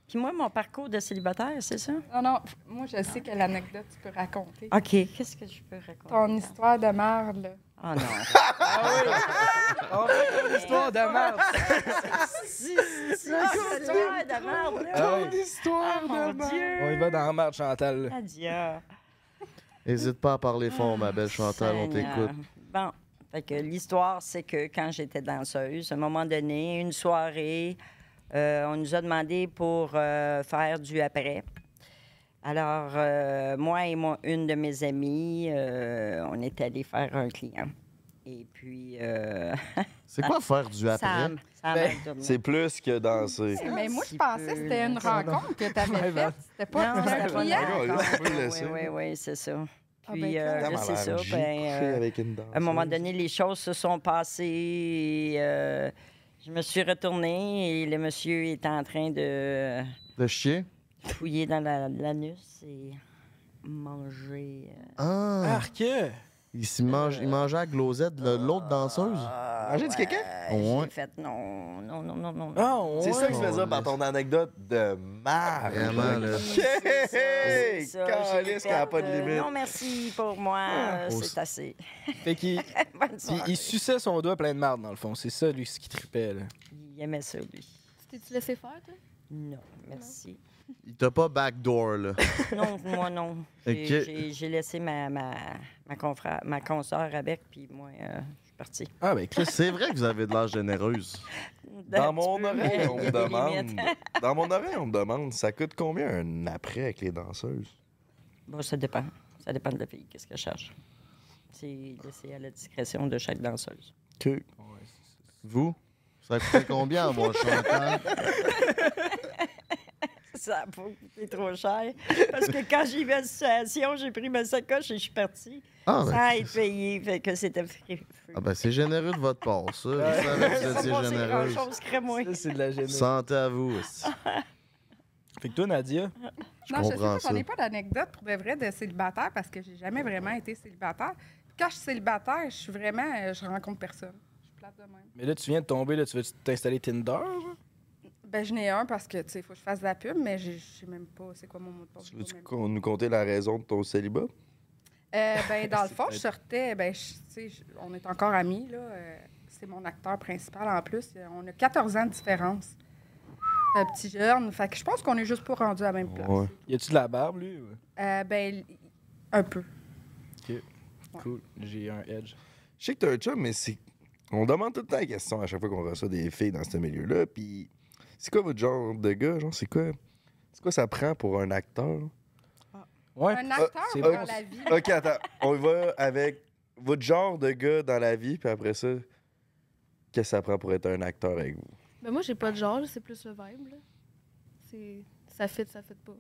Puis moi, mon parcours de célibataire, c'est ça? Non, non, moi, je sais quelle anecdote tu peux raconter. OK. Qu'est-ce que je peux raconter? Ton histoire de merde, là. Ah non. On fait une histoire de merde. histoire de merde, là. Ah oui. Ah, mon Dieu. On y va dans la merde, Chantal. là. Adieu. Hésite pas à parler fort, ma belle Chantal, on Seigneur. t'écoute. Bon, fait que l'histoire, c'est que quand j'étais danseuse, à un moment donné, une soirée, euh, on nous a demandé pour euh, faire du après. Alors, euh, moi et moi, une de mes amies, euh, on est allés faire un client. Et puis, euh, C'est quoi faire du ça a- après? ça a Ben, mal tourné. C'est plus que danser. Mais moi, je petit pensais que peu, c'était une là. rencontre que t'avais ben. faite. C'était pas Non, un c'était pas client. Ah, d'accord. d'accord. On peut le laisser. Oui, oui, oui, c'est ça. Ah, Puis, ben, euh, T'as là, c'est ça. malade, j'ai ben, couché euh, avec une À un moment danseuse. donné, les choses se sont passées. et, euh, je me suis retournée et le monsieur était en train de De chier? fouiller dans la- l'anus et manger. euh, Ah! Arc! euh, Il, s'y mange, il mangeait à glosette de l'autre danseuse? Manger du caca? ah, J'ai Ouais. fait non, non, non, non, non. Ah, ouais. C'est ça que je veux dire Ouais. par ton anecdote de marre. Vraiment, euh. là. C'est Hey, ça, j'ai calisse fait, qu'elle a pas de euh, limite. Ah. Non, merci pour moi. euh, Oh, c'est c'est- assez. Fait qu'il Bonne il, soirée. il suçait son doigt plein de marde, dans le fond. C'est ça, lui, ce qui tripait, là. Il aimait ça, lui. Tu t'es-tu laissé faire, toi? Non, merci. Il t'a pas backdoor, là. Non, moi, non. J'ai- Ok. J'ai j'ai laissé ma, ma, ma, confrère, ma consoeur avec, puis moi, euh, je suis partie. Ah, ben, Chris. C'est vrai que vous avez de l'âge généreuse. Un Dans mon petit peu, mais oreille, on il y me a des limites. demande. Dans mon oreille, on me demande, ça coûte combien un après avec les danseuses? Bon, ça dépend. Ça dépend de la fille, qu'est-ce qu'elle cherche. C'est laissé à la discrétion de chaque danseuse. Que? Vous? Ça coûtait combien, moi, Chantal? Ça a pas coûté trop cher. Parce que quand j'ai eu ma situation, j'ai pris ma sacoche et je suis partie. Ah, Sans ben, être payée. Fait que c'était free. free. ah, ben, c'est généreux de votre part, ça. Vous savez que vous étiez généreuse. chose, crée-moi. Ça, c'est de la gêne. Santé à vous aussi. Fait que toi, Nadia, Je non, je sais comprends pas, j'en ai ça. pas d'anecdote pour de vrai de célibataire parce que j'ai jamais vraiment été célibataire. Puis quand je suis célibataire, je suis vraiment, euh, je rencontre personne. Je suis plate de même. mais là, tu viens de tomber, là, tu veux t'installer Tinder? Ben, je n'ai un parce que, tu sais, il faut que je fasse de la pub, mais je je sais même pas c'est quoi mon mot de passe. Tu je sais veux-tu pas même. qu'on- nous conter la raison de ton célibat? Euh, ben, dans le fond, C'est je sortais, ben, je- tu sais, je- on est encore amis, là. euh, c'est mon acteur principal en plus. Euh, On a 14 ans de différence. C'est un petit jeune. Fait que je pense qu'on est juste pas rendu à la même place. Ouais. Y a-tu de la barbe, lui? ou- Euh, ben, l- un peu. Ouais. Cool, j'ai un edge. Je sais que t'es un chum, mais c'est. On demande tout le temps la question à chaque fois qu'on reçoit des filles dans ce milieu-là. Puis, c'est quoi votre genre de gars? Genre, c'est quoi. C'est quoi ça prend pour un acteur? Ouais. Euh, Un acteur c'est dans bon, la vie. Ok, attends. On y va avec votre genre de gars dans la vie, puis après ça, qu'est-ce que ça prend pour être un acteur avec vous? Ben, moi, j'ai pas de genre, là, c'est plus le vibe, là. C'est. Ça fit, ça fit pas.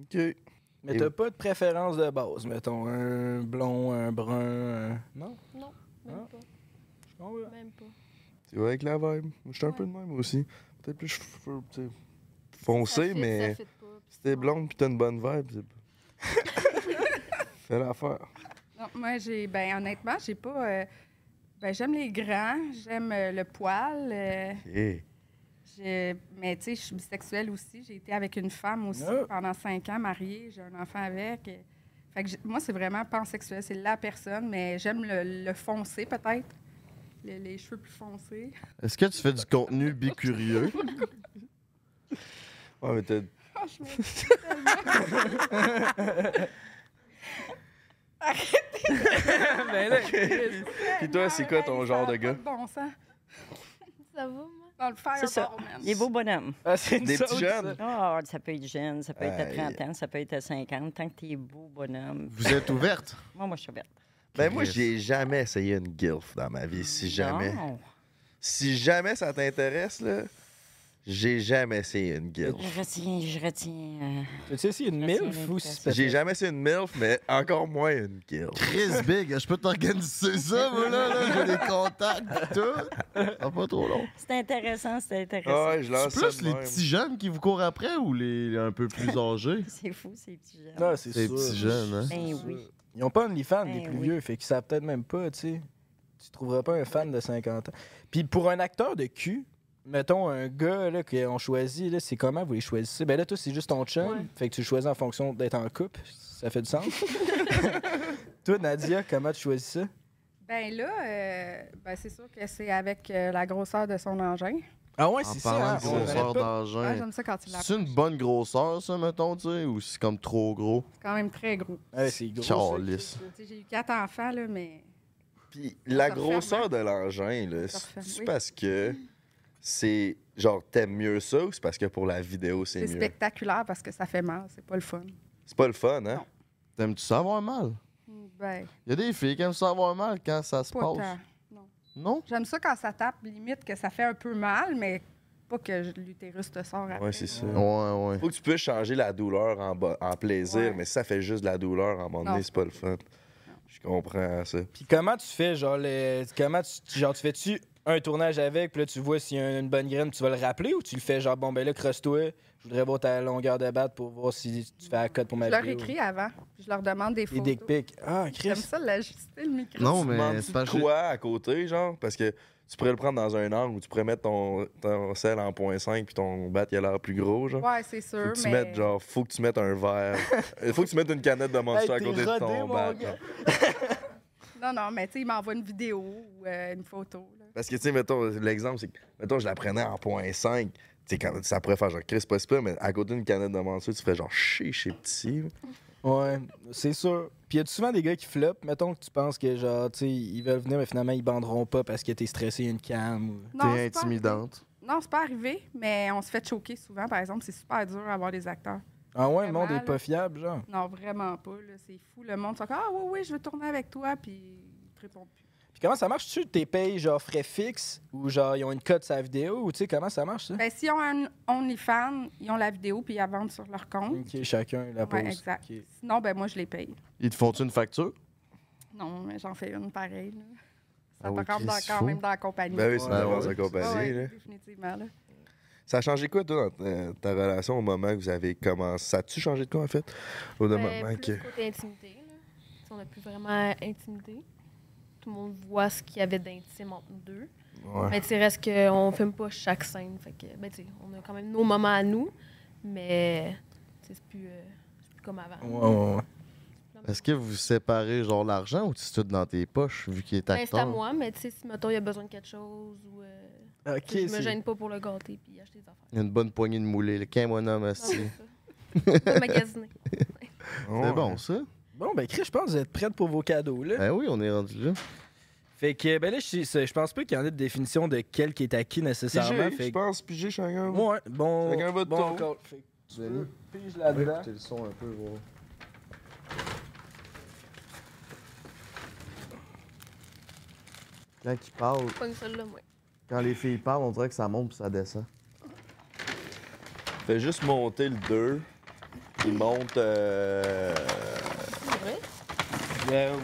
Ok. Mais Et t'as vous- pas de préférence de base, mettons, un blond, un brun, un... Non? Ah. Non, même Je comprends pas. pas. Même pas. Tu vois, avec la vibe. Moi, j'étais un peu de même aussi. Peut-être plus cheveux, tu sais, foncé, Ça fit, mais ça fit pas, puis si t'es non. blonde puis t'as une bonne vibe, c'est. Fais l'affaire. Non, moi, j'ai, ben, honnêtement, j'ai pas. euh, ben, j'aime les grands, j'aime euh, le poil, euh, Eh, Je- mais tu sais, je suis bisexuelle aussi. J'ai été avec une femme aussi Ah. pendant cinq ans, mariée. J'ai un enfant avec. Et- Fait que j'ai- moi, c'est vraiment pansexuel. C'est la personne, mais j'aime le, le foncé, peut-être. Le- les cheveux plus foncés. Est-ce que tu fais du contenu bicurieux? Ouais, mais t'as- Franchement, tellement. Ben là, Chris. Puis toi, c'est quoi ton genre de gars? Bon sang. Ça va, moi? Dans le C'est ça. Les beaux bonhommes. Ah, c'est une Des petits sauce, jeunes. ça. Ah, ça peut être jeune, ça peut être à Aïe. 30 ans, ça peut être à 50. Tant que t'es beau bonhomme. Vous êtes ouverte? Moi, moi, je suis verte. Ben moi, j'ai jamais essayé une gilf dans ma vie, si jamais. Si jamais ça t'intéresse, là, j'ai jamais essayé une Je gilf. retiens, je retiens. euh, T'as-tu essayé une Merci, MILF ou l'invitation. si c'est J'ai jamais essayé une milf, mais encore moins une gilf. Chris Big, je peux t'organiser ça, moi, là, là, j'ai des contacts, tout. Ça va pas trop long. C'est intéressant, c'est intéressant. Ah, ouais, je lance C'est plus ça de les même. petits jeunes qui vous courent après ou les un peu plus âgés? C'est fou, ces petits jeunes. Non, c'est Ces sûr. petits jeunes, hein? Ben oui. Ils n'ont pas un fan Ben les plus oui. vieux, fait qu'ils savent peut-être même pas, tu sais. Tu trouveras pas un fan de 50 ans. Puis pour un acteur de cul, mettons un gars là, qu'on choisit, là, c'est comment vous les choisissez? Ben là, toi, c'est juste ton chum, fait que tu le choisis en fonction d'être en couple. Ça fait du sens. toi, Nadia, comment tu choisis ça? Ben là, euh, ben c'est sûr que c'est avec euh, la grosseur de son engin. Ah ouais, En c'est ça. parlant hein, de on grosseur arrête pas. Ah, d'engin. J'aime ça quand tu l'as. C'est une bonne grosseur, ça, mettons, tu sais, ou c'est comme trop gros? C'est quand même très gros. Ah ouais, c'est gros. ça. Charlisse. Tu sais, J'ai eu quatre enfants, là, mais. Puis la Ça referme, grosseur de l'engin, là, Ça referme, c'est oui. parce que c'est genre t'aimes mieux ça ou c'est parce que pour la vidéo c'est C'est mieux? spectaculaire parce que ça fait mal, c'est pas le fun. C'est pas le fun, hein? T'aimes-tu ça avoir mal? Ben, Il y a des filles qui aiment ça avoir mal quand ça se pas passe. tant. Non? J'aime ça quand ça tape, limite que ça fait un peu mal, mais pas que je- l'utérus te sort après. Ouais, c'est ça. Ouais, ouais. Faut que tu puisses changer la douleur en, bo- en plaisir, Ouais. mais si ça fait juste de la douleur en un moment donné, Non. c'est pas le fun. Je comprends ça. Puis comment tu fais, genre, le... comment tu, genre, tu fais-tu un tournage avec, puis là, tu vois s'il y a une bonne graine, tu vas le rappeler ou tu le fais genre, bon, ben là, crosse-toi, je voudrais voir ta longueur de batte pour voir si tu fais la cote pour ma Je leur vidéo. écris avant, puis je leur demande des Les photos. dick pics. Ah, J'aime Chris. ça l'ajuster, le micro. Non, mais c'est Demandes-tu de pas quoi à côté, genre? Parce que tu pourrais le prendre dans un angle où tu pourrais mettre ton, ton sel en point 5 puis ton bat il a l'air plus gros, genre. Ouais, c'est sûr, Faut que tu mais. mettes, genre, faut que tu mettes un verre. Euh, faut que tu mettes une canette de Monster Hey, à t'es côté de rodé, ton mon bat. gars. Non, non, mais tu sais, ils m'envoient une vidéo ou euh, une photo. là. Parce que, tu sais, mettons, l'exemple, c'est que, mettons, je la prenais en point 5. Tu sais, quand- ça pourrait faire genre, Chris, pas si peu, mais à côté d'une canette de Monster, tu ferais genre, chez, chez petit. Ouais, c'est sûr. Puis y a souvent des gars qui floppent, mettons que tu penses que, genre, tu sais, ils veulent venir, mais finalement, ils banderont pas parce que t'es stressé, il y a une cam. Ou... Non, T'es c'est pas- intimidante. Non, c'est pas arrivé, mais on se fait choquer souvent, par exemple. C'est super dur à avoir des acteurs. Ah ouais, le monde Vraiment, est pas là. fiable, genre. Non, vraiment pas. là. C'est fou. Le monde, c'est comme, ah oui, oui, je veux tourner avec toi, puis ils te répondent plus. Puis comment ça marche? Tu t'es payé, genre, frais fixes ou genre, ils ont une cote sur la vidéo ou tu sais, comment ça marche, ça? Ben, s'ils ont un OnlyFans, ils ont la vidéo, puis ils la vendent sur leur compte. Ok, chacun la pose. Ouais, exact. Ok. Sinon, ben, moi, je les paye. Ils te font-tu une facture? Non, mais j'en fais une pareille. là. Ça Ah oui, rentre dans- Chris, quand fou. même dans la compagnie. Ben oui, c'est une Ouais, avance ouais. de compagnie, Ah ouais, là. définitivement. là. Ça a changé quoi, toi, dans ta, ta relation au moment que vous avez commencé? Ça a-tu changé de quoi, en fait? Au Ben, moment que. plus côté intimité, là. Tu sais, on n'a plus vraiment euh, intimité. Tout le monde voit ce qu'il y avait d'intime entre nous deux. Ouais. Mais tu sais, reste qu'on filme pas chaque scène. Fait que, ben, tu sais, on a quand même nos moments à nous, mais tu sais, c'est plus, euh, c'est plus comme avant. Ouais, ouais, ouais. Est-ce que vous séparez, genre, l'argent ou c'est tout dans tes poches, vu qu'il est Ben, c'est à acteur? moi, mais tu sais, si mettons, il y a besoin de quelque chose ou. euh, Ok, tu sais, je me c'est- gêne pas pour le gâter puis acheter des affaires. Il y a une bonne poignée de moulée, le qu'un mon homme, Non, c'est asti. ça. Pas magasiner. C'est bon, ça? Bon, ben, Chris, je pense que vous êtes prête pour vos cadeaux, là. Ben oui, on est rendu là. Fait que, ben là, je, sais- je pense pas qu'il y en ait de définition de quel qui est à qui nécessairement. Pigé, fait je que, pense, pigé chacun. ouais, bon. Chacun votre bon tour. call. Fait que tu peux pige là-dedans. le son un peu, voir. Quand il parle, Pas une seule là, moi. quand les filles parlent, on dirait que ça monte puis ça descend. Fais juste monter le 2. Il monte. Euh... C'est vrai?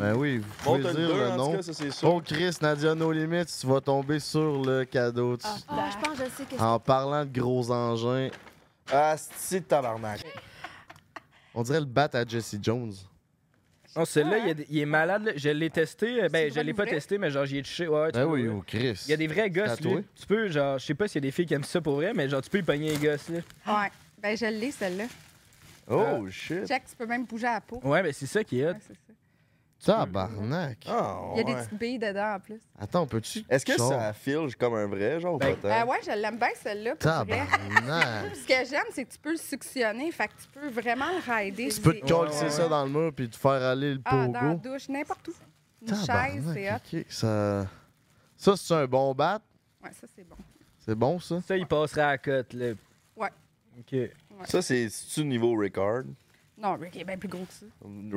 Ben oui, vous pouvez Monte le dire 2, le en tout nom. cas, ça, c'est sûr. Oh Chris, Nadia No Limits, tu vas tomber sur le cadeau. Tu- Ah, je pense que je sais que En parlant de gros engins, Ah, c'est tabarnak. on dirait le bat à Jesse Jones. Non, celui-là, il, y a des- il est malade. là. Je l'ai testé. euh, Ben, C'est je l'ai une pas vraie? testé, mais genre, j'y ai touché. Ouais, tu Ben peux, oui, là. au Chris. Ah. Il y a des vrais gosses, là. Tatoué. Tu peux, genre, je sais pas s'il y a des filles qui aiment ça pour vrai, mais genre, tu peux y pogner les gosses, là. Ouais. Ben, je l'ai, celle-là. Ah. Oh, shit. Check, tu peux même bouger la peau. Ouais, mais c'est ça qui est hot. Ouais, c'est ça. Tabarnak. Il y a des petites billes dedans en plus. Attends, peux-tu. Ah. Est-ce que Genre. ça file comme un vrai, genre, ou Ben, pas Euh, tant? ouais, je l'aime bien celle-là. pour vrai. Tabarnak. Ce que j'aime, c'est que tu peux le suctionner. Fait que tu peux vraiment le rider. tu peux te C'est- casser ouais. ça dans le mur puis te faire aller le Ah, dans la pogo. douche, n'importe où. Une chaise, c'est hot. Tabarnak. ok, Ça, ça c'est un bon bat. Ouais, ça, c'est bon. C'est bon, ça. Ça, il passerait à la cote, là. Ouais. OK. Ça, c'est- c'est-tu niveau Ricard? Non, Rick est bien plus gros que ça.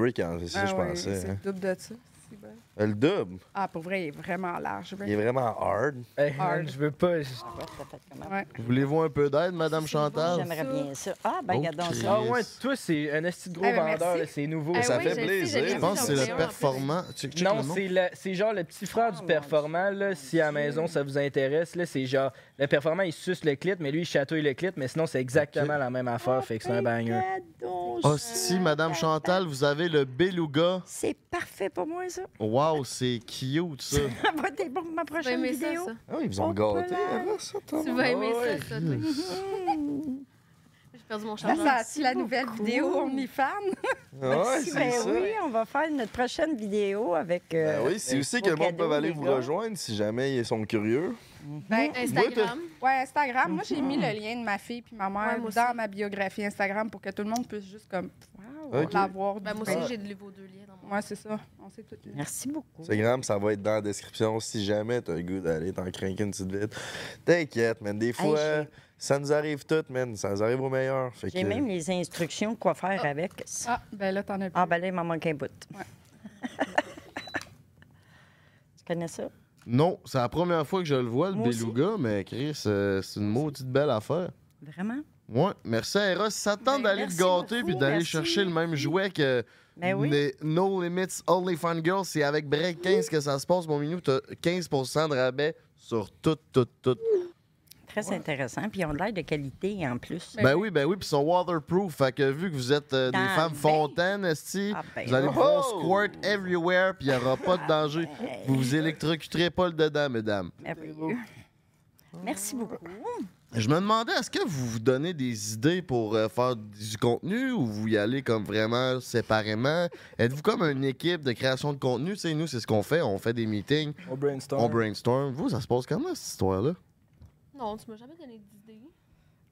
Rick, hein, c'est ça, Ah je ouais, pensais. C'est hein. le double de ça. c'est bon. Euh, Le double, Ah, pour vrai, il est vraiment large. il est vraiment hard. Hey, Hard. man, je veux pas. je- Ah, ouais, t'as fait comment? Ouais. Voulez-vous un peu d'aide, Madame Chantal? J'aimerais bien ça. Ah, ben, Oh, regarde donc ça. Ah Yes. ouais, toi, c'est un esti de gros Eh ben, vendeur, merci. là, c'est nouveau. Eh ça oui, fait je le sais, plaisir. je l'ai Je Je vu pense dans que c'est un, en le plus. performant. Check, check Non, le nom. c'est le- c'est genre le petit frère du mon performant. Dieu. Là, si à la maison ça vous intéresse, là, c'est genre le performant il suce le clit, mais lui il chatouille le clit, mais sinon c'est exactement la même affaire, Ah, fait que c'est un banger. Hostie, Madame Chantal, vous avez le beluga. C'est parfait pour moi, ça. Wow, c'est cute, ça. T'es bon pour ma Tu vas prochaine aimer ça, vidéo. ça. Ah, ils vous ont Oh, gâté. là. avant ça, toi. Tu vas aimer ouais. ça, ça, toi. Hmm. J'ai perdu mon Là, chargeur. ça c'est la nouvelle beaucoup. vidéo OnlyFans. Ah Ouais, c'est Ben ça. oui, on va faire notre prochaine vidéo avec. euh, Ben oui, c'est euh, aussi vos que le monde cadeaux, peut aller les vous gars. rejoindre si jamais ils sont curieux. Ben, Instagram. ouais, Instagram. Moi, j'ai mis le lien de ma fille puis ma Ouais, mère moi dans aussi. ma biographie Instagram pour que tout le monde puisse juste comme wow, Ok. l'avoir. Ben, du moi vin. aussi, j'ai de vos deux liens dans mon. Ouais, c'est ça. On sait tout. Merci beaucoup. C'est grave, ça va être dans la description si jamais t'as le goût d'aller t'en craquer une petite vite. T'inquiète, man. Des fois, j'ai- ça nous arrive tout, man. Ça nous arrive au meilleur. Fait J'ai que- même les instructions de quoi faire avec. Ah, ben là, t'en as plus. Ah, ben là, il m'en manque un bout. tu connais ça? Non, c'est la première fois que je le vois, le Moi aussi. beluga, mais Chris, euh, c'est une maudite belle affaire. Vraiment? Ouais, merci à Eros. Ça tente Ben, d'aller te merci gâter beaucoup, puis d'aller merci. chercher le même jouet que Ben oui. les No Limits Only Fun Girls. C'est avec Break 15 que ça se passe, mon minou. T'as 15% de rabais sur tout, tout, tout. Très intéressant. Puis ils ont de l'air de qualité en plus. Ben oui, ben oui, puis ils sont waterproof. Fait que vu que vous êtes euh, des Dans femmes le fontaines, esti, Ah ben. vous allez pouvoir Oh! squirt everywhere, puis il n'y aura pas de danger. Vous vous électrocuterez pas le dedans, mesdames. Merveilleux. Ah, Merci beaucoup. Je me demandais, est-ce que vous vous donnez des idées pour euh, faire du contenu ou vous y allez comme vraiment séparément? Êtes-vous comme une équipe de création de contenu? Tu sais, nous, c'est ce qu'on fait. On fait des meetings, On brainstorm. on brainstorm. Vous, ça se passe comment, cette histoire-là? Non, tu m'as jamais donné d'idée.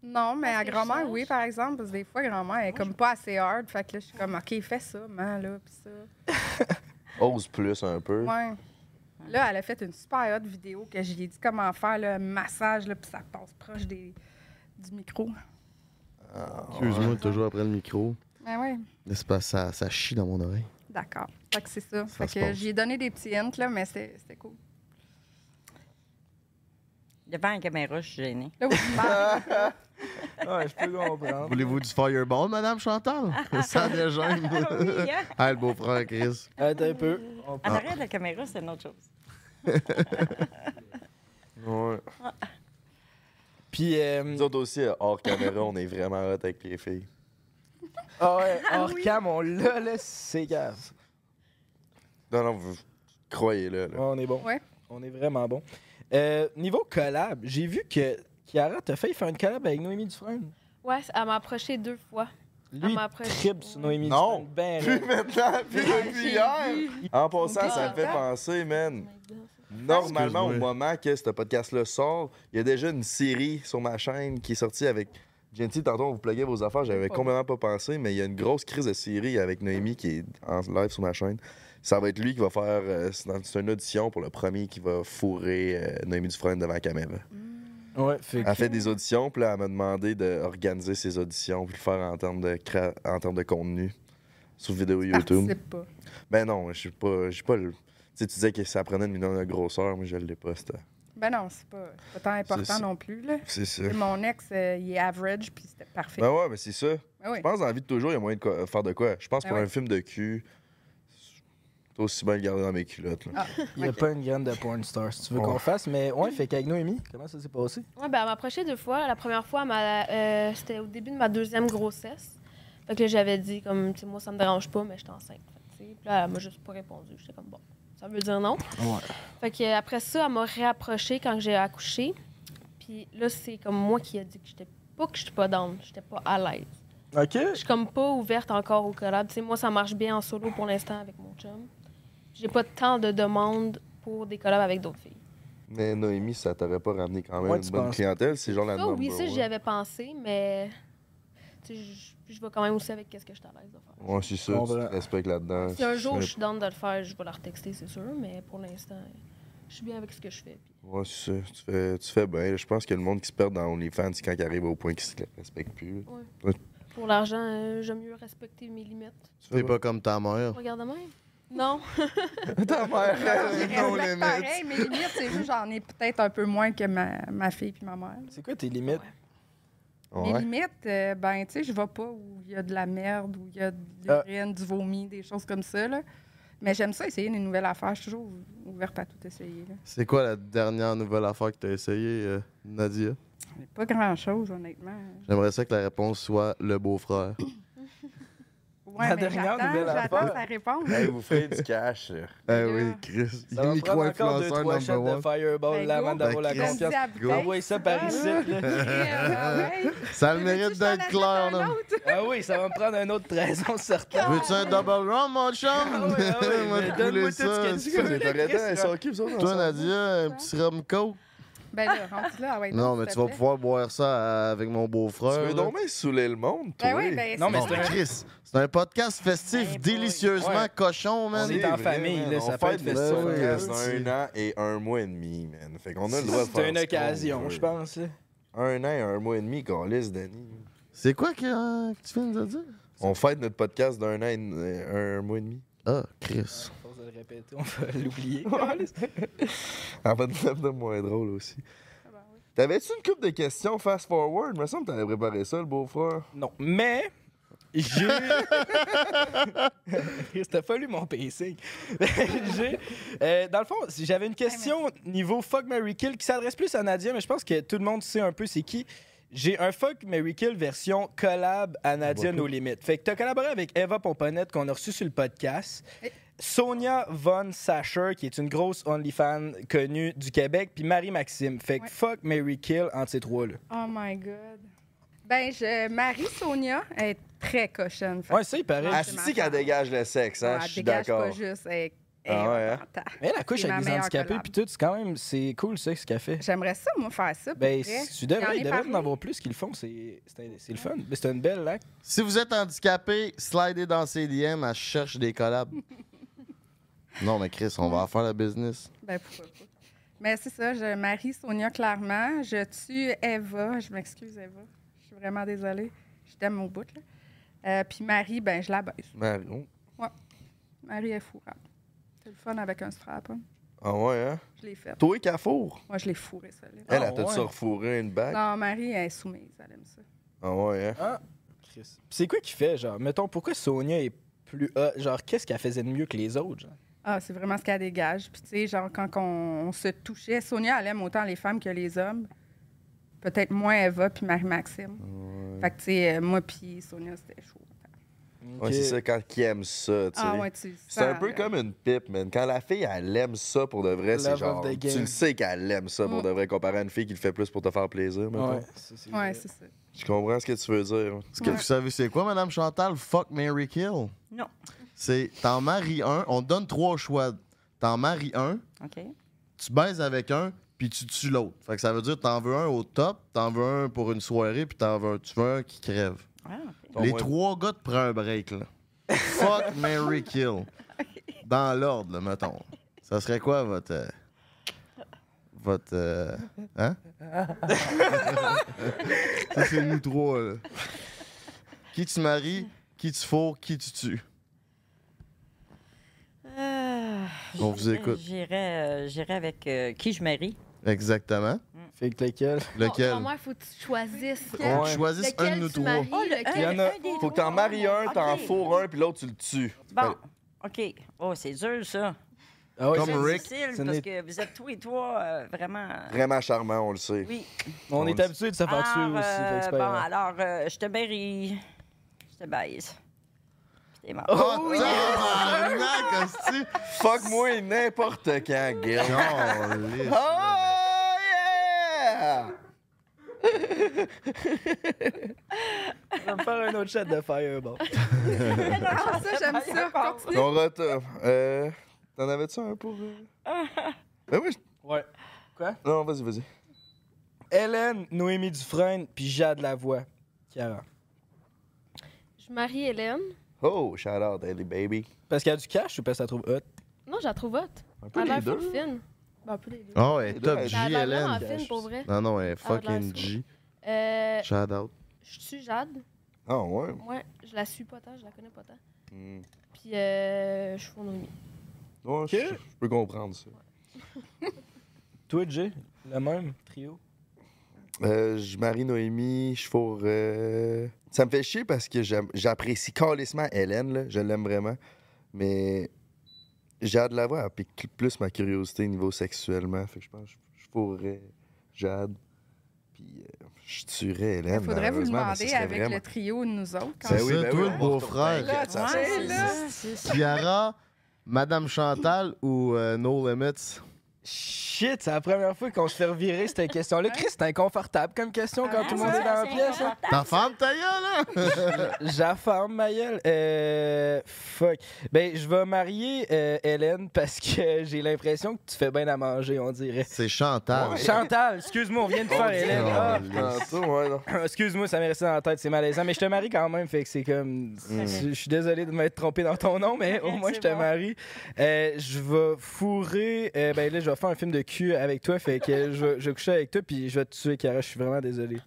Non, mais Parce à que je grand-mère, cherche. oui, par exemple, parce que des fois, grand-mère elle est comme pas assez hard. Fait que là, je suis comme, OK, fais ça, man, là, puis ça. Ose plus un peu. Ouais. Là, elle a fait une super haute vidéo que j'y ai dit comment faire le massage, là, puis ça passe proche des, du micro. Excuse-moi, toujours après le micro. Ben oui, N'est-ce pas, ça, ça chie dans mon oreille. d'accord. Fait que c'est Ça ça. se fait que passe. j'y ai donné des petits hints, là, mais c'était c'était cool. Devant la caméra, je suis gênée. Là, oui, Marc, Ouais, je peux comprendre. Voulez-vous du fireball, Madame Chantal? ça dégêne. oui, hein? ah, le beau-frère Chris. Attends un peu. Ah. On- En arrière de la caméra, c'est une autre chose. Ouais. Puis, euh, Nous autres aussi, euh, hors caméra, on est vraiment hot avec les filles. ah ouais, hors cam, on l'a, là, c'est grave. Non, non, vous croyez-le. Ouais, là. on est bon. Ouais. On est vraiment bon. Euh, niveau collab, j'ai vu que Chiara t'a failli faire une collab avec Noémie Dufresne. Ouais, elle m'a approché deux fois. Lui, m'a il approché. tripe sur Noémie Non. Dufresne. Ben, Plus raide. maintenant, plus depuis hier. En passant, ça me fait penser, man. Normalement, au Excuse-moi. moment que ce podcast-là sort, il y a déjà une série sur ma chaîne qui est sortie avec. Gentil, tantôt, on vous pluguait vos affaires, j'avais complètement pas pensé, mais il y a une grosse crise de série avec Noémie qui est en live sur ma chaîne. Ça va être lui qui va faire. euh, c'est dans- c'est une audition pour le premier qui va fourrer euh, Noémie Dufresne devant la caméra. Ouais, fait que- Elle fait des auditions, puis là, elle m'a demandé d'organiser ses auditions, puis le faire en termes de, créa- en termes de contenu sur vidéo YouTube. participe pas. Ben non, je suis pas. Je suis pas le... Tu sais, tu disais que ça prenait une million de grosseur, mais je l'ai pas, c'était- Ben non, c'est pas, c'est pas tant C'est important ça. non plus, là. C'est ça. Et Mon ex, euh, il est average, puis c'était parfait. Ben ouais, mais c'est ça. Ben oui. Je pense dans la vie de toujours, il y a moyen de quoi- faire de quoi. Je pense Ben pour ouais. un film de cul, c'est aussi bien le garder dans mes culottes. là. Ah, Il n'y a ok. pas une graine de porn star, si tu veux Ouais. qu'on fasse. Mais ouais, fait qu'avec Noémie, comment ça s'est passé? Ouais, ben, elle m'a approché deux fois. La première fois, elle m'a- euh, c'était au début de ma deuxième grossesse. Fait que là, j'avais dit, comme, tu sais, moi, ça me dérange pas, mais je suis enceinte. Fait que, tu sais, puis Là, elle m'a juste pas répondu. J'étais comme, bon, ça veut dire non. Ouais. Fait que, euh, après ça, elle m'a réapproché quand j'ai accouché. Puis là, c'est comme moi qui a dit que j'étais pas que je suis pas down, j'étais pas à l'aise. OK. Je suis comme pas ouverte encore au collab. Tu sais, moi, ça marche bien en solo pour l'instant avec mon chum. J'ai pas tant de demandes pour des collabs avec d'autres filles. Mais Noémie, ça t'aurait pas ramené quand même Ouais, une tu bonne penses. clientèle, c'est genre la Ça, Ah oui, Ah, number ça, one. j'y avais pensé, mais tu sais, je- je vais quand même aussi avec qu'est-ce que je suis à l'aise de faire. Ouais, c'est sûr, Bon, tu voilà. te respectes là-dedans. Si un Ah, C'est jour simple. je suis down de le faire, je vais la retexter, c'est sûr, mais pour l'instant, je suis bien avec ce que je fais. Ouais, c'est ça. Tu fais, tu fais bien. Je pense que le monde qui se perd dans OnlyFans, c'est quand il arrive au point qu'ils se respectent plus. Ouais. Ouais. Pour l'argent, euh, j'aime mieux respecter mes limites. Tu fais pas comme ta mère. Regarde moi Non. Ta Euh, Je respecte pareil, mais limite, c'est juste j'en ai peut-être un peu moins que ma, ma fille puis ma mère. C'est quoi tes limites? Mais Ouais. limite, euh, ben, tu sais, je vais pas où il y a de la merde, où il y a de Euh. l'urine, du vomi, des choses comme ça, là. Mais j'aime ça, essayer des nouvelles affaires. Je suis toujours ou- ouverte à tout essayer, là. C'est quoi la dernière nouvelle affaire que t'as essayé, euh, Nadia? Mais Pas grand-chose, honnêtement. J'aimerais ça que la réponse soit le beau-frère. Ouais, La mais dernière j'attends- nouvelle J'attends affaire. sa réponse. Hey, vous faites du cash. là. Eh oui, oui, Chris. Ça va me prendre encore deux, trois shots de Fireball Ben, là, avant go. d'avoir la Ben, Comme confiance. dit à Bouteille, Envoyez ça par Ah, ici. là. là. Ouais, ouais. Ça a le Veux-tu que mérite je t'en d'être achète clair, un là. autre? Ah oui, ça va me prendre un autre 13 ans certain. Veux-tu un double rum, mon chum? Ah ouais, ah ouais, Moi, mais de couler donne-moi tout ce ça, que tu veux. c'est- Les Toretas, elles sont qui, vous autres? Toi, ensemble? Nadia, un petit rum coke? Ben là, rendu là, ah ouais, Non, donc, mais s'il tu te vas plaît. pouvoir boire ça à- avec mon beau-frère. Tu veux là. donc bien saouler le monde, toi? Ben oui, ben, Non, mais Bon, c'est un- Chris, c'est un podcast festif Hey, boy. délicieusement Ouais. cochon, On man. est en famille, là, ça peut être ça. festif. C'est un an et un mois et demi, man. Fait qu'on a le droit de faire C'est une ce qu'on occasion, veut. je pense. là. Un an et un mois et demi, Gaulis, Danny. C'est quoi que, euh, que tu viens de dire? On fête notre podcast d'un an et euh, un mois et demi. Ah, Chris. À force de le répéter, on va l'oublier. En fait, c'est de moins drôle aussi. T'avais-tu une coupe de questions fast forward? Il me semble que t'avais préparé ça, le beau-frère. non, mais j'ai eu- C'était fallu mon pacing. J'ai- euh, dans le fond, j'avais une question niveau fuck Mary Kill qui s'adresse plus à Nadia, mais je pense que tout le monde sait un peu c'est qui. J'ai un fuck Mary Kill version collab à Nadia No Limites. Fait que t'as collaboré avec Eva Pomponette qu'on a reçu sur le podcast. Et- Sonia Von Sacher, qui est une grosse OnlyFan connue du Québec, puis Marie-Maxime. Fait que Ouais. fuck Mary Kill entre ces trois-là. Oh my God. Ben, je, Marie-Sonia est très cochonne. Fait Ouais, ça, il paraît. Ah, Ah, c'est c'est ma qu'elle femme. dégage le sexe, hein? Ouais, Je suis elle dégage d'accord. pas juste, elle- elle Ah ouais, est hein? contente. Mais elle accouche C'est avec ma des meilleure handicapés, collab. puis tout, c'est quand même, c'est cool ça, ce qu'elle fait. J'aimerais ça, moi, faire ça. pour vrai. Ben, si tu J'en devrais, ai il devrait parlé. en avoir plus qu'ils le font, c'est c'est un- c'est le fun. Mais C'est une belle lac. Si vous êtes handicapé, slidez dans ses DM, elle cherche des collabs. non, mais Chris, on va en faire la business. Ben, pourquoi pas. Mais c'est ça, je marie Sonia clairement. Je tue Eva. Je m'excuse, Eva. Je suis vraiment désolée. Je t'aime au bout, là. Euh, Puis Marie, ben, je la baisse. Marion. Marie est fourrable. C'est le fun avec un strap. hein. Ah ouais, hein? Je l'ai fait. Toi et Cafour. Moi, je l'ai fourré, ça. là. Elle, Ah elle t'a-tu ouais. refourré une bague? Non, Marie, elle est soumise. Elle aime ça. Ah ouais, hein? Puis C'est quoi qui fait, genre, mettons, pourquoi Sonia est plus hot? Genre, qu'est-ce qu'elle faisait de mieux que les autres? genre? Ah, c'est vraiment ce qu'elle dégage. Puis, tu sais, genre, quand on, on se touchait, Sonia, elle aime autant les femmes que les hommes. Peut-être moins Eva puis Marie-Maxime. Fait que, tu sais, euh, moi puis Sonia, c'était chaud. Ouais, c'est ça, quand qui aime ça, tu sais. Ah, ouais, tu le C'est un sens, peu là. comme une pipe, man. Quand la fille, elle aime ça pour de vrai, c'est Love genre. of the Tu game. le sais qu'elle aime ça pour Mm. de vrai, comparé à une fille qui le fait plus pour te faire plaisir, mettons. Ouais, ça, c'est vrai. Ouais, c'est ça. Je comprends ce que tu veux dire. Est-ce que Ouais. vous savez c'est quoi, Madame Chantal? Fuck Mary Kill? Non. C'est t'en maries un, on te donne trois choix. T'en maries un, OK. tu baises avec un, puis tu tues l'autre. Fait que ça veut dire t'en veux un au top, t'en veux un pour une soirée, puis t'en veux un, tu veux un qui crève. Ah, OK. Bon, Les ouais. trois gars te prennent un break, là. Fuck, Mary kill. Dans l'ordre, là, mettons. Ça serait quoi votre. euh, votre. euh, hein? Ça, c'est nous trois, là. Qui tu maries, qui tu fourres, qui tu tues. Euh, On vous écoute. J'irai euh, j'irai avec euh, qui je marie. Exactement. Fait que lequel? Lequel? Pour moi, il faut que tu choisisses. On Ouais. choisisse un de nous tu trois. maries, Oh, le- lequel- Il y en a- des Faut que t'en trois. maries un, t'en OK. fourres un, puis l'autre, tu le tues. Bon, OK. Oh, c'est dur, ça. Ah ouais, Comme C'est c'est- Rick, difficile, ce parce n'est- que vous êtes tous et trois euh, vraiment... Vraiment charmant, on le sait. Oui. on est On- habitué de se Ah, faire tuer Alors, aussi. fait que euh, c'est bon, pas grave. alors, euh, je te marie. Je te baise. Puis t'es mort. Oh, tabarnak, hostie! Fuck moi n'importe quand, Gil. Caliste. Oh yeah! Je vais me faire un autre shot de fireball. Ah, ça, j'aime ça. Continue. On retourne. Euh, T'en avais-tu un pour. euh? ben oui, je- Ouais. non, vas-y, vas-y. Hélène, Noémie Dufresne, puis Jade Lavoie. Cara. Je marie Hélène. Oh, shout out, Ellie Baby. Parce qu'elle a du cash ou parce qu'elle trouve hot? Non, je la trouve hot. Un peu Elle a les l'air full deux. ben, fine. Ben, un peu des deux. Oh, elle est top Elle J, Elle a l'air vraiment Hélène. fine, pour vrai. Non, non, elle est fucking l'air G. Euh, Shout out. je suis Jade. Ah ouais. Moi, je la suis pas tant, je la connais pas tant. Hmm. Puis, euh, je suis pour Noémie. Ouais, je- je peux comprendre ça. Toi, Jay, le même trio. Euh, je marie Noémie, je fourre. euh, Ça me fait chier parce que j'aime- j'apprécie calissement Hélène, là, je l'aime vraiment. Mais Jade Lavoie elle pique plus ma curiosité niveau sexuellement. Fait que je pense que je- je fourrais Jade. Puis euh, je tuerais Hélène. Il faudrait vous malheureusement, mais ce demander serait avec vraiment- le trio de nous autres. quand C'est Ben oui, ça, ben toi, oui, le on va beau-frère. retourner. Regarde, ça, Ouais, c'est- là. C'est ça. Tiara, Madame Chantal ou euh, No Limits? Shit, c'est la première fois qu'on se fait revirer cette question-là. Chris, c'est inconfortable comme question quand Ah, tout le monde est dans la c'est pièce. hein. inconfortable. Ta femme, ta gueule, hein? J'affarme ma gueule. Euh, fuck. Ben, je vais marier euh, Hélène parce que j'ai l'impression que tu fais bien à manger, on dirait. C'est Chantal. Ouais. Chantal, excuse-moi, on vient de faire Hélène. Ah, Tantôt, ouais, non. Excuse-moi, ça m'est resté dans la tête, c'est malaisant, mais je te marie quand même, fait que c'est comme. Mm. Je je suis désolé de m'être trompé dans ton nom, mais au moins je te C'est bon. marie. Euh, je vais fourrer. euh, ben là, je vais faire un film de cul avec toi, fait que je vais, je vais coucher avec toi, puis je vais te tuer, Cara, je suis vraiment désolé.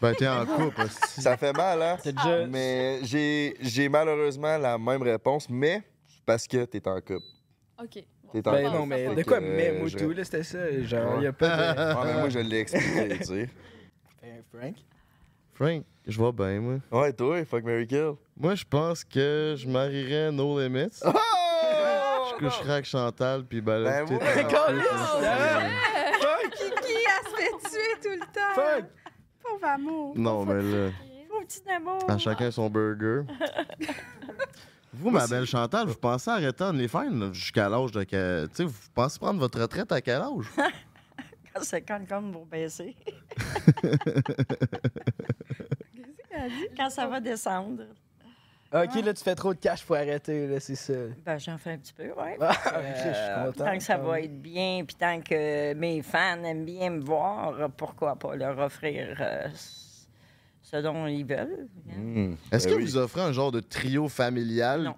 Ben, t'es en couple, hostie. Ça fait mal, hein? C'est déjà. Mais j'ai j'ai malheureusement la même réponse, mais parce que t'es en couple. OK. bon. T'es en Ben couple. non, mais Fait de que, quoi, euh, mais je- Moutou, là, c'était ça. Genre, y a pas de. Ouais, Ah, mais moi, je l'ai expliqué, tu sais. Ben, Frank. Frank, je vois bien, moi. Ouais, toi, fuck Mary Kill. Moi, je pense que je marierais No Limits. Oh! Je coucherais avec Chantal, puis Oh ben là, Ben tout ouais. est- Fuck! Qui elle se fait tuer tout le temps? Fuck! Pauvre amour. Non, mais là, Mon petit amour. à chacun son burger. Vous, ma belle Chantal, vous pensez arrêter OnlyFans jusqu'à l'âge de... que- Tu sais, vous pensez prendre votre retraite à quel âge? Quand Ah, c'est quand comme vont baisser. Quand ça va descendre. Ok, là, tu fais trop de cash pour arrêter, là, c'est ça. Ben, j'en fais un petit peu, ouais. Euh, Ah, ok, je suis content. Tant que ça va être bien, puis tant que mes fans aiment bien me voir, pourquoi pas leur offrir euh, ce- ce dont ils veulent. hein. Est-ce Ben que oui. vous offrez un genre de trio familial? Non.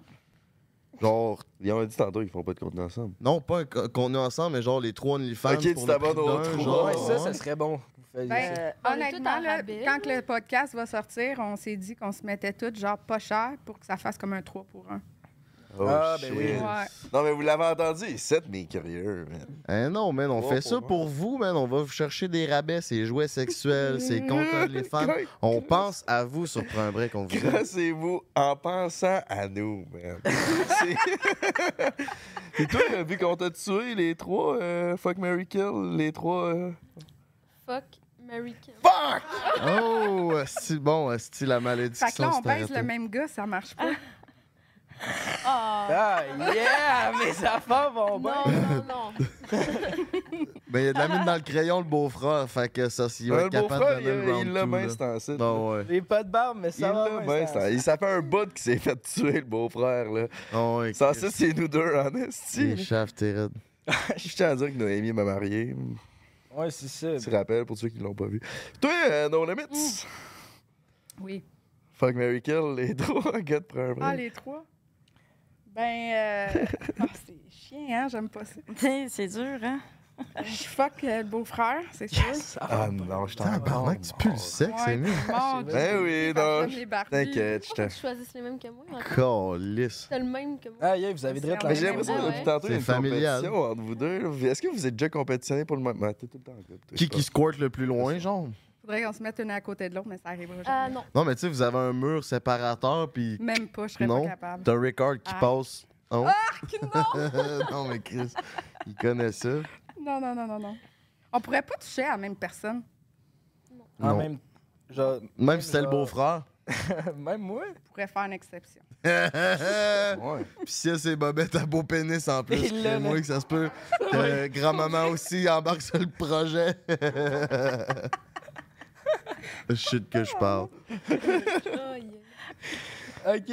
Genre, Ils ont dit tantôt qu'ils font pas de contenu ensemble. non, pas un co- qu'on est ensemble, mais genre les trois OnlyFans. Ok, tu pour le prix t'abonnes aux d'un, trois. genre, Ouais, ça, ouais. ça serait bon. Vous faisiez Ben, ça. Euh, On est tout Honnêtement, en là, rabais, quand que le podcast va sortir, on s'est dit qu'on se mettait tout genre pas cher pour que ça fasse comme un 3 pour 1. Oh, Ah, shit. ben oui. Ouais. Non, mais vous l'avez entendu, c'est mes curieux, man. Eh non, man, on Trois fait pour ça un. pour vous, man. On va vous chercher des rabais, c'est jouets sexuels, c'est contre les fans. On pense à vous sur Prends un break, on vous aime. Grassez-vous en pensant à nous, man. C'est- Et toi, euh, vu qu'on t'a tué, les trois, euh, fuck Mary Kill, les trois. euh, Fuck Mary Kim. Fuck! Oh, si bon, si la malédiction. Fait que là, on s'est baise arrêtée. le même gars, ça marche pas. Ah, Ah, yeah! Mes affaires vont bien. non, non, non. Ben, il y a de la mine dans le crayon, le beau-frère. Fait que ça, s'il va Ouais, être Euh, le capable de beau-frère, donner le il- il l'a round bien, two, c'est en site, là. là. Non, ouais. J'ai pas de barbe, mais Il ça va. l'a bien, c'est en- ça- il- ça fait un bout qui s'est fait tuer, le beau-frère, là. Non, Ah, ouais. Sans ça, c'est nous deux, en esti. Les chefs, t'es raide. Je tiens à dire que Noémie m'a marié. Ouais, c'est ça. Petit rappel pour ceux qui l'ont pas vu. Toi, euh, No Limits. Mm. Oui. Fuck Mary Kill, les trois gars de prendre un break. Ah, les trois? Ben, euh... ah, c'est chiant, hein? J'aime pas ça. T'sais, c'est dur, hein? Je fuck euh, le beau-frère, c'est sûr. Yes! Ah, Ah non, je t'en Tabarnak, tu pues le sexe, Ouais, c'est mieux. mort, Ben Dieu, ça me oui, non, donne les barbus. T'inquiète, je Pourquoi t'en. tu choisissent les mêmes que moi? hein? Calisse. C'est le même que moi. Ah, yeah, vous avez direct la Mais j'ai même. l'impression que Ah ouais. depuis tantôt, il y a une C'est familial. compétition entre vous deux. là. Est-ce que vous êtes déjà compétitionné pour le même. Ah, T'es tout le temps en couple, toi, Qui je qui squirt le plus loin, genre? Faudrait qu'on se mette une à côté de l'autre, mais ça arrivera jamais. Ah, non. Non, mais tu sais, vous avez un mur séparateur, puis Même pas, je serais non, pas capable. t'as Ricard qui Ah. passe. Oh. non! non, mais Chris, il connaît ça. Non, non, non, non, non. On pourrait pas toucher à la même personne. En Non. même. Genre, Même si c'est le genre- beau-frère. Même moi? Je pourrais faire une exception. Puis si elle, c'est Bobette à beau pénis en plus, Il l'a, moi là. que ça se peut. Euh, Grand-maman aussi embarque sur le projet. Je sais de que je parle. OK.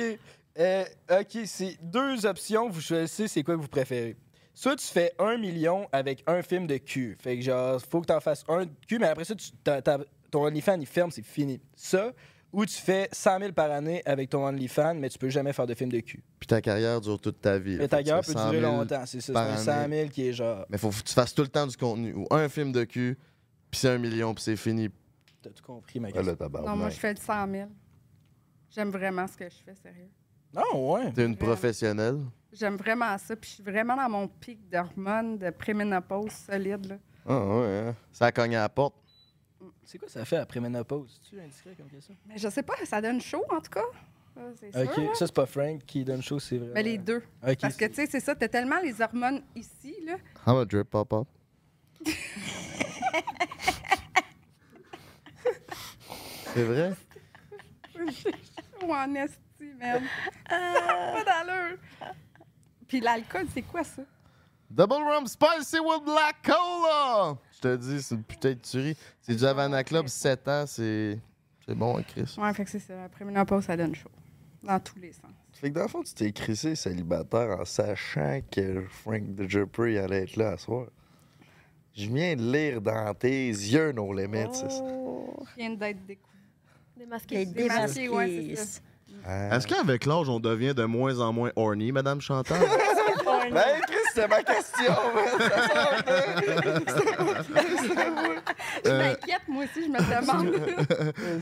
Euh, OK, c'est deux options. Vous choisissez c'est quoi que vous préférez. Soit tu fais un million avec un film de cul. Fait que genre, faut que t'en fasses un de cul, mais après ça, tu, t'as- t'as- ton OnlyFans, il ferme, c'est fini. Ça, ou tu fais 100 000 par année avec ton OnlyFans, mais tu peux jamais faire de film de cul. Puis ta carrière dure toute ta vie. Mais ta gueule peut durer 100 000 longtemps, c'est ça. C'est par un 100 année. 000 qui est genre... Mais faut que tu fasses tout le temps du contenu. Ou un film de cul, puis c'est un million, puis c'est fini. T'as tout compris, ma Ah, là, non, moi, je fais du 100 000. J'aime vraiment ce que je fais, sérieux. Non, ouais. T'es une professionnelle. J'aime vraiment ça. Puis je suis vraiment dans mon pic d'hormones, de préménopause solide. Là. Ah ouais, hein. Ça cogne à la porte. C'est quoi ça fait après ménopause? C'est-tu indiscret comme question? Mais je sais pas, ça donne chaud, en tout cas. Ça, C'est sûr. là. OK, ça, c'est pas Frank qui donne chaud, c'est vrai. Mais Ben, les deux. Ok, Parce que, tu sais, c'est ça, t'as tellement les hormones ici, là. I'm a drip pop up. c'est vrai? Je suis chaud en esti, merde. pas d'allure. Puis l'alcool, c'est quoi ça? Double rum spicy with black cola! Je te dis, c'est une putain de tuerie. C'est du Havana Club, 7 ans, c'est. C'est bon, hein, Chris. Ouais, fait que c'est ça. La préménopause, ça donne chaud. Dans tous les sens. Fait que dans le fond, tu t'es crissé célibataire en sachant que Frank de Jeffrey allait être là à soir. Je viens de lire dans tes yeux nos limites. c'est Oh. ça. Oh, Je viens d'être découvert. Démasqué. Démasqué, ouais, c'est ça. Ah. Est-ce qu'avec l'âge, on devient de moins en moins horny, Madame Chantal? Ben, Chris, c'était ma question. man. Ça semble, hein. Euh, Je m'inquiète, moi aussi, je me demande.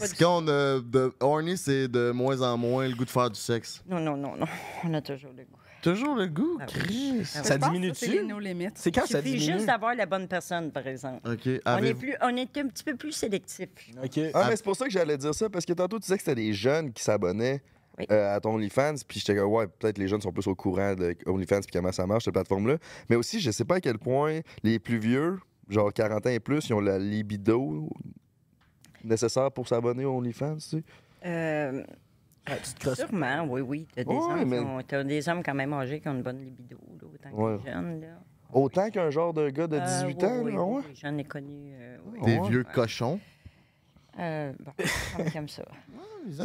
Est-ce Euh, qu'on euh, de horny, c'est de moins en moins le goût de faire du sexe? Non, non, non, non. On a toujours le goût. Toujours le goût, Ah oui. Chris. Ah oui. Ça Je pense que diminue-tu? C'est les nos limites. C'est quand Il ça suffit diminue? juste d'avoir la bonne personne, par exemple. Ok, On est, avez- plus, on est un petit peu plus sélectif. OK. Ah, mais c'est pour ça que j'allais dire ça, parce que tantôt, tu disais que c'était des jeunes qui s'abonnaient Oui. euh, à ton OnlyFans, puis j'étais comme, ouais, peut-être les jeunes sont plus au courant de OnlyFans puis comment ça marche, cette plateforme-là. Mais aussi, je sais pas à quel point les plus vieux, genre 40 ans et plus, ils ont la libido nécessaire pour s'abonner au OnlyFans, tu sais. Euh, Ah, tu te crosses. sûrement, oui, oui. T'as des, Ouais, hommes qui mais- ont- t'as des hommes quand même âgés qui ont une bonne libido, là, autant Ouais. que les jeunes. Là. Autant qu'un genre de gars de 18 Euh, ans, oui, oui, là, oui, ouais. oui, J'en ai connu. euh, oui. Des Ouais. vieux cochons. Euh, bon, on est comme ça.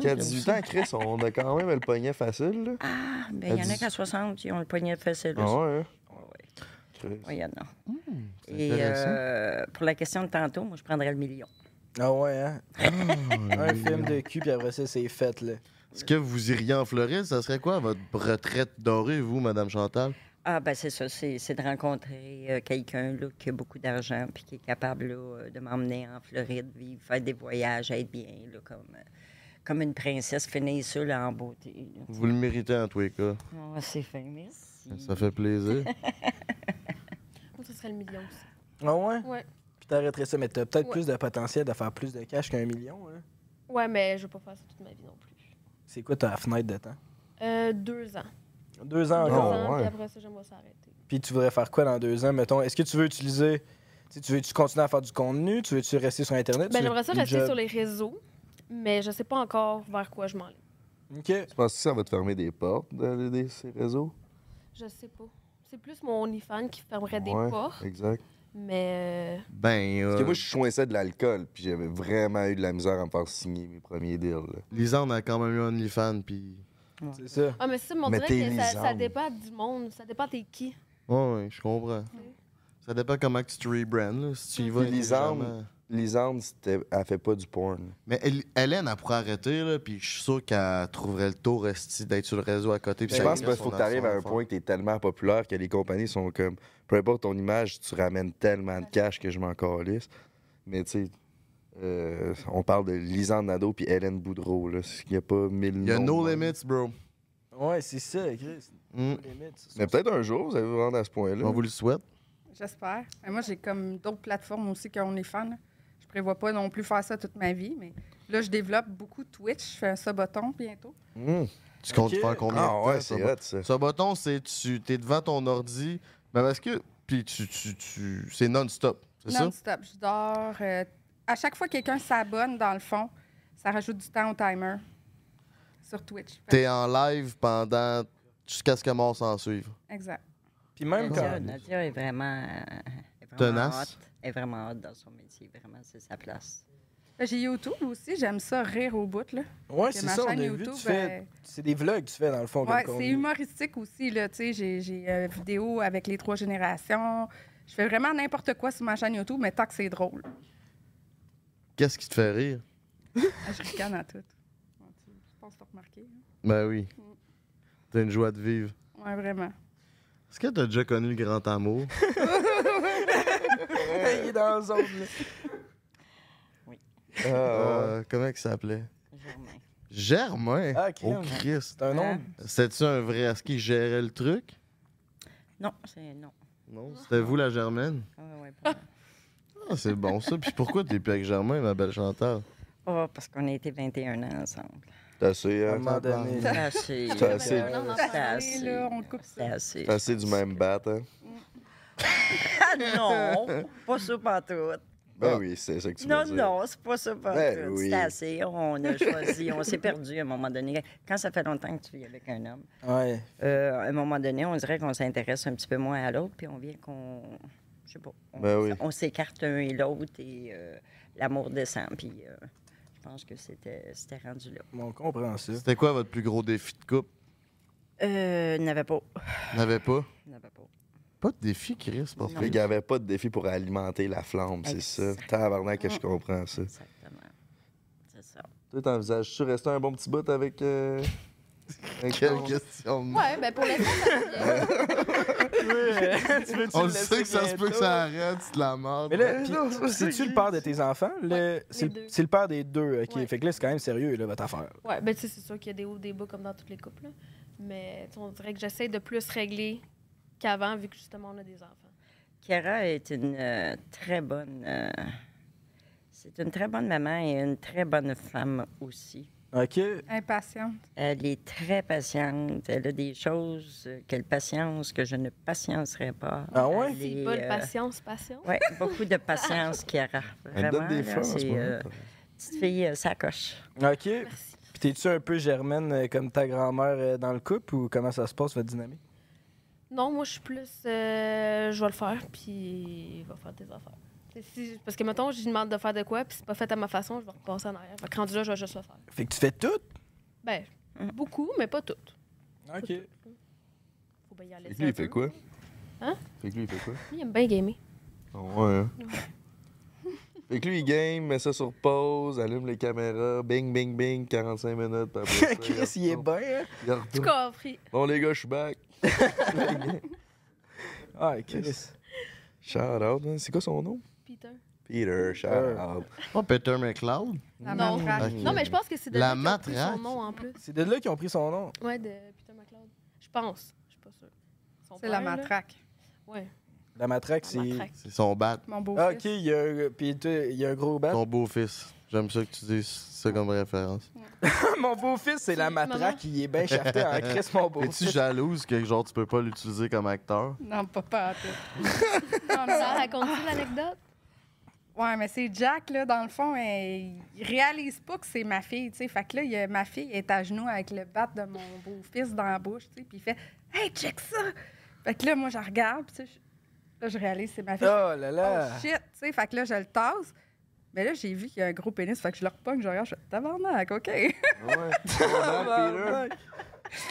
Qu'à 18 ans, Chris, on a quand même le poignet facile, là. Ah, ben, il y en a qu'à 60 qui ont le poignet de fessé. Ah ouais, Hmm, hein? Chris. Oui, il y en a. c'est Et intéressant. euh, pour la question de tantôt, moi, je prendrais le million. Ah ouais, hein? un film de cul, puis après ça, c'est fait, là. Est-ce que vous iriez en Floride? Ça serait quoi votre retraite dorée, vous, Madame Chantal? Ah, ben c'est ça, c'est c'est de rencontrer euh, quelqu'un là, qui a beaucoup d'argent puis qui est capable là, euh, de m'emmener en Floride, vivre, faire des voyages, être bien, là, comme, euh, comme une princesse, finir ça là, en beauté. là. Vous le méritez en tous les cas. Ah, c'est fin, merci. Ça fait plaisir. Moi, ce serait le million aussi. Ah ouais? Ouais. Puis t'arrêterais ça, mais t'as peut-être Ouais. plus de potentiel de faire plus de cash qu'un million, là. Ouais, mais je vais pas faire ça toute ma vie non plus. C'est quoi ta fenêtre de temps? Euh, deux ans. Deux ans Deux encore. ans, Ah, ouais. puis après ça, j'aimerais s'arrêter. Puis tu voudrais faire quoi dans deux ans, mettons? Est-ce que tu veux utiliser... tu sais, Tu veux-tu continuer à faire du contenu? Tu veux-tu rester sur Internet? Ben, Tu veux j'aimerais ça des rester jobs? sur les réseaux, mais je sais pas encore vers quoi je m'en vais. OK. Tu penses que ça va te fermer des portes, d'aller des- ces réseaux? Je sais pas. C'est plus mon OnlyFans qui fermerait Ouais, des portes, Exact. mais euh, Ben, Parce euh, que moi, je choinçais de l'alcool, puis j'avais vraiment eu de la misère à me faire signer mes premiers deals. là. Lisanne a quand même eu un OnlyFans, puis... C'est ça. Ah, mais ça, mais on Mais dirait t'es que ça, lisante. ça dépend du monde. Ça dépend t'es qui. Ouais, ouais, je comprends. Ça dépend comment que tu te rebrandes, là, si tu y vas Puis Lisanne- intelligemment. Lisande, c'était- elle fait pas du porn. Mais Hel- Hélène, elle pourrait arrêter, là, puis je suis sûr qu'elle trouverait le tour esti, d'être sur le réseau à côté. puis Je ça pense irait qu'il Ben, son faut que tu arrives à un enfant. point que tu es tellement populaire que les compagnies sont comme, peu importe ton image, tu ramènes tellement de cash que je m'en calisse. Mais tu sais, euh, on parle de Lisande Nadeau puis Hélène Boudreau. Là. Il n'y a pas mille Il y a noms no de même. limits, bro. Ouais, c'est ça, Chris. Mm. Limite, c'est ça. Mais peut-être un jour, vous allez vous rendre à ce On point-là. vous le souhaite. J'espère. Mais moi, j'ai comme d'autres plateformes aussi qu'on est fan. Je prévois pas non plus faire ça toute ma vie, mais là, je développe beaucoup Twitch. Je fais un saboton bientôt. Mm. Tu comptes Ok. faire combien de Ah temps, ouais, ça, c'est bro? hot, ça. Ce bâton, c'est tu es devant ton ordi, mais parce que puis tu, tu, tu c'est non-stop, c'est ça Non-stop. Je dors. euh, à chaque fois que quelqu'un s'abonne, dans le fond, ça rajoute du temps au timer. sur Twitch. Fait- T'es en live pendant jusqu'à ce que mort s'en suive. Exact. Puis même Nadia, quand- Nadia est vraiment. euh, est vraiment Tenace. hot. Elle est vraiment hot dans son métier. Vraiment, c'est sa place. Ben, J'ai YouTube aussi, j'aime ça rire au bout. Là. Ouais, Que c'est ma ça, on a chaîne vu, YouTube, tu fais... euh, C'est des vlogs que tu fais, dans le fond, Ouais, comme c'est contenu. humoristique aussi. là, tu sais, J'ai j'ai, euh, vidéo avec les trois générations. Je fais vraiment n'importe quoi sur ma chaîne YouTube, mais tant que c'est drôle. Qu'est-ce qui te fait rire? Ah, Je ricane à tout. Mon Dieu, Je pense que t'as remarqué. hein. Ben oui. T'as une joie de vivre. Ouais, vraiment. Est-ce que t'as déjà connu le grand amour? Il est dans la zone, là. Euh, comment il s'appelait? Germain. Germain? Ah, crème. oh Christ! C'est un nom. Hein? C'était-tu un vrai? Est-ce qu'il gérait le truc? Non, c'est. Non. Non, c'était vous la Germaine? Ah, ouais, pas mal. Ah, c'est bon ça. Puis pourquoi t'es plus avec Germain, ma belle chanteur? Oh, parce qu'on a été 21 ans ensemble. T'as assez, À un hein? moment donné. C'est assez. Euh, C'est assez. Non, non, C'est Et assez. là, on coupe ça. C'est assez. T'as assez du même bat, hein? Ah non, pas ça pantoute. Ah. Ben oui, c'est ça que tu Non, veux dire. non, c'est pas ça pantoute. Ben oui. C'est assez. On a choisi, on s'est perdu à un moment donné. Quand ça fait longtemps que tu vis avec un homme, Ouais. euh, à un moment donné, on dirait qu'on s'intéresse un petit peu moins à l'autre, puis on vient qu'on. Je sais pas. On, Ben oui. on s'écarte un et l'autre et euh, l'amour descend. Puis euh, je pense que c'était c'était rendu là. On comprend ça. C'était quoi votre plus gros défi de couple? Euh, n'avait pas. N'avait pas? N'avait pas. Pas de défi, Chris, pour Non. Fait qu'il n'y avait pas de défi pour alimenter la flamme, c'est ça. Exact. Ah. Tabarnak que je comprends ça. Exactement. C'est ça. Toi, t'envisages-tu rester un bon petit bout avec... euh, avec Quelle ton- question de Ouais, ben pour l'instant, ça va bien. On le sait que ça se peut que ça arrête, c'est de la merde. Mais là, puis, c'est-tu le père de tes enfants? Le- Ouais, c'est, les le- deux. c'est le père des deux, OK. Ouais. Fait que là, c'est quand même sérieux, là, votre affaire. Ouais, ben tu sais, c'est sûr qu'il y a des hauts, des bas comme dans toutes les couples. là. Mais tu sais, on dirait que j'essaie de plus régler qu'avant, vu que justement on a des enfants. Kara est une euh, très bonne. euh, c'est une très bonne maman et une très bonne femme aussi. OK. Impatiente. Elle est très patiente. Elle a des choses euh, qu'elle patience que je ne patienterai pas. Ah ouais? Elle C'est est, pas euh, patience, patience. ouais, beaucoup de patience, Kara. Elle Vraiment, donne des là, fleurs en ce c'est, euh, moment. petite fille euh, sacoche. OK. Merci. Puis t'es-tu un peu germaine euh, comme ta grand-mère euh, dans le couple ou comment ça se passe, votre dynamique? Non, moi, je suis plus. euh, je vais le faire, puis va faire tes affaires. Et si- parce que, mettons, je lui demande de faire de quoi, puis c'est pas fait à ma façon, je vais repasser en arrière. Fait que rendu là, je vais juste le faire. Fait que tu fais tout? Ben, beaucoup, mais pas toutes. OK. Faut bien y aller. Fait que lui, il un fait peu. quoi? Hein? Fait que lui, il fait quoi? Lui, il aime bien gamer. Ah ouais, hein? Fait que lui, il game, met ça sur pause, allume les caméras, bing, bing, bing, 45 minutes. puis après ça, Chris, il est Oh. retourne. bien, hein? Il Tu retourne. compris? Bon, les gars, je suis back. Ah, Chris. Shout out, hein. C'est quoi son nom? Peter. Peter, shout out. Pas Peter McLeod? La Non. matraque. Ok. Non, mais je pense que c'est de euh, La là qu'il a pris son matraque. nom en plus. C'est de là qu'ils ont pris son nom. Ouais, de Peter McLeod. Je pense. Je suis pas sûre. Son C'est la père, là. matraque. Ouais, La matraque, la c'est... matraque. C'est son bat. Mon beau Ah, OK, il y a un, puis tu- il y a un gros Hein? bat. Ton beau-fils. J'aime ça que tu dises ça comme référence. mon beau-fils, c'est la Salut, maman. matraque, il est bien shafté en Chris, mon beau-fils. Es-tu jalouse que genre tu peux pas l'utiliser comme acteur? Non, pas pas à tout. Non, mais ça raconte-tu l'anecdote? Ouais, mais c'est Jack, là, dans le fond, elle- il réalise pas que c'est ma fille, tu sais. Fait que là, il y a- ma fille est à genoux avec le bat de mon beau-fils dans la bouche, tu sais, puis il fait « Hey, check ça! » Fait que là, moi, je regarde, puis tu sais, je- là, je réalise que c'est ma Oh fille. là là! Oh shit, tu sais, fait que là, je le tasse. Mais là, j'ai vu qu'il y a un gros pénis, fait que je le repogne, je regarde, je fais « Tabarnak, OK! Ouais, shout Oh, out,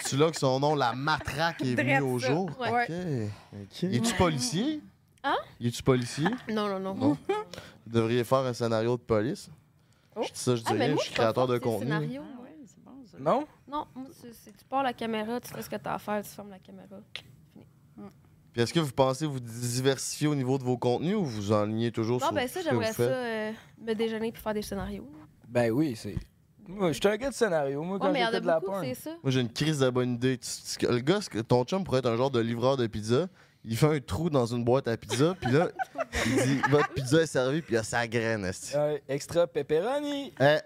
C'est là que son nom, la matraque, est venu Drette au ça. jour? Ouais. OK. Es-tu policier? Hein? Es-tu policier? Non, non, non. Non. Vous devriez faire un scénario de police. Oh. Je dis ça, je dis Ah, mais rien, moi, je suis créateur de contenu. Scénario, Ah ouais, c'est bon, ça. Non? Non, moi, c'est- c'est- tu pars la caméra, tu fais ce que t'as à faire, tu fermes la caméra. Puis est-ce que vous pensez vous diversifier au niveau de vos contenus ou vous enlignez toujours Non, sur ben ça, ce que vous j'aimerais ça, faites? euh, me déjeuner puis faire des scénarios. Ben oui, c'est... Moi, je suis un gars de scénario, moi, Ouais, quand mais il y en j'écoute a de la beaucoup, porn. c'est ça. Moi, j'ai une crise de bonne idée. Tu- tu- Le gars, ce que- ton chum pourrait être un genre de livreur de pizza. Il fait un trou dans une boîte à pizza, puis là, il dit Votre pizza est servie, puis il y a sa graine. esti. Ouais, extra pepperoni! Eh,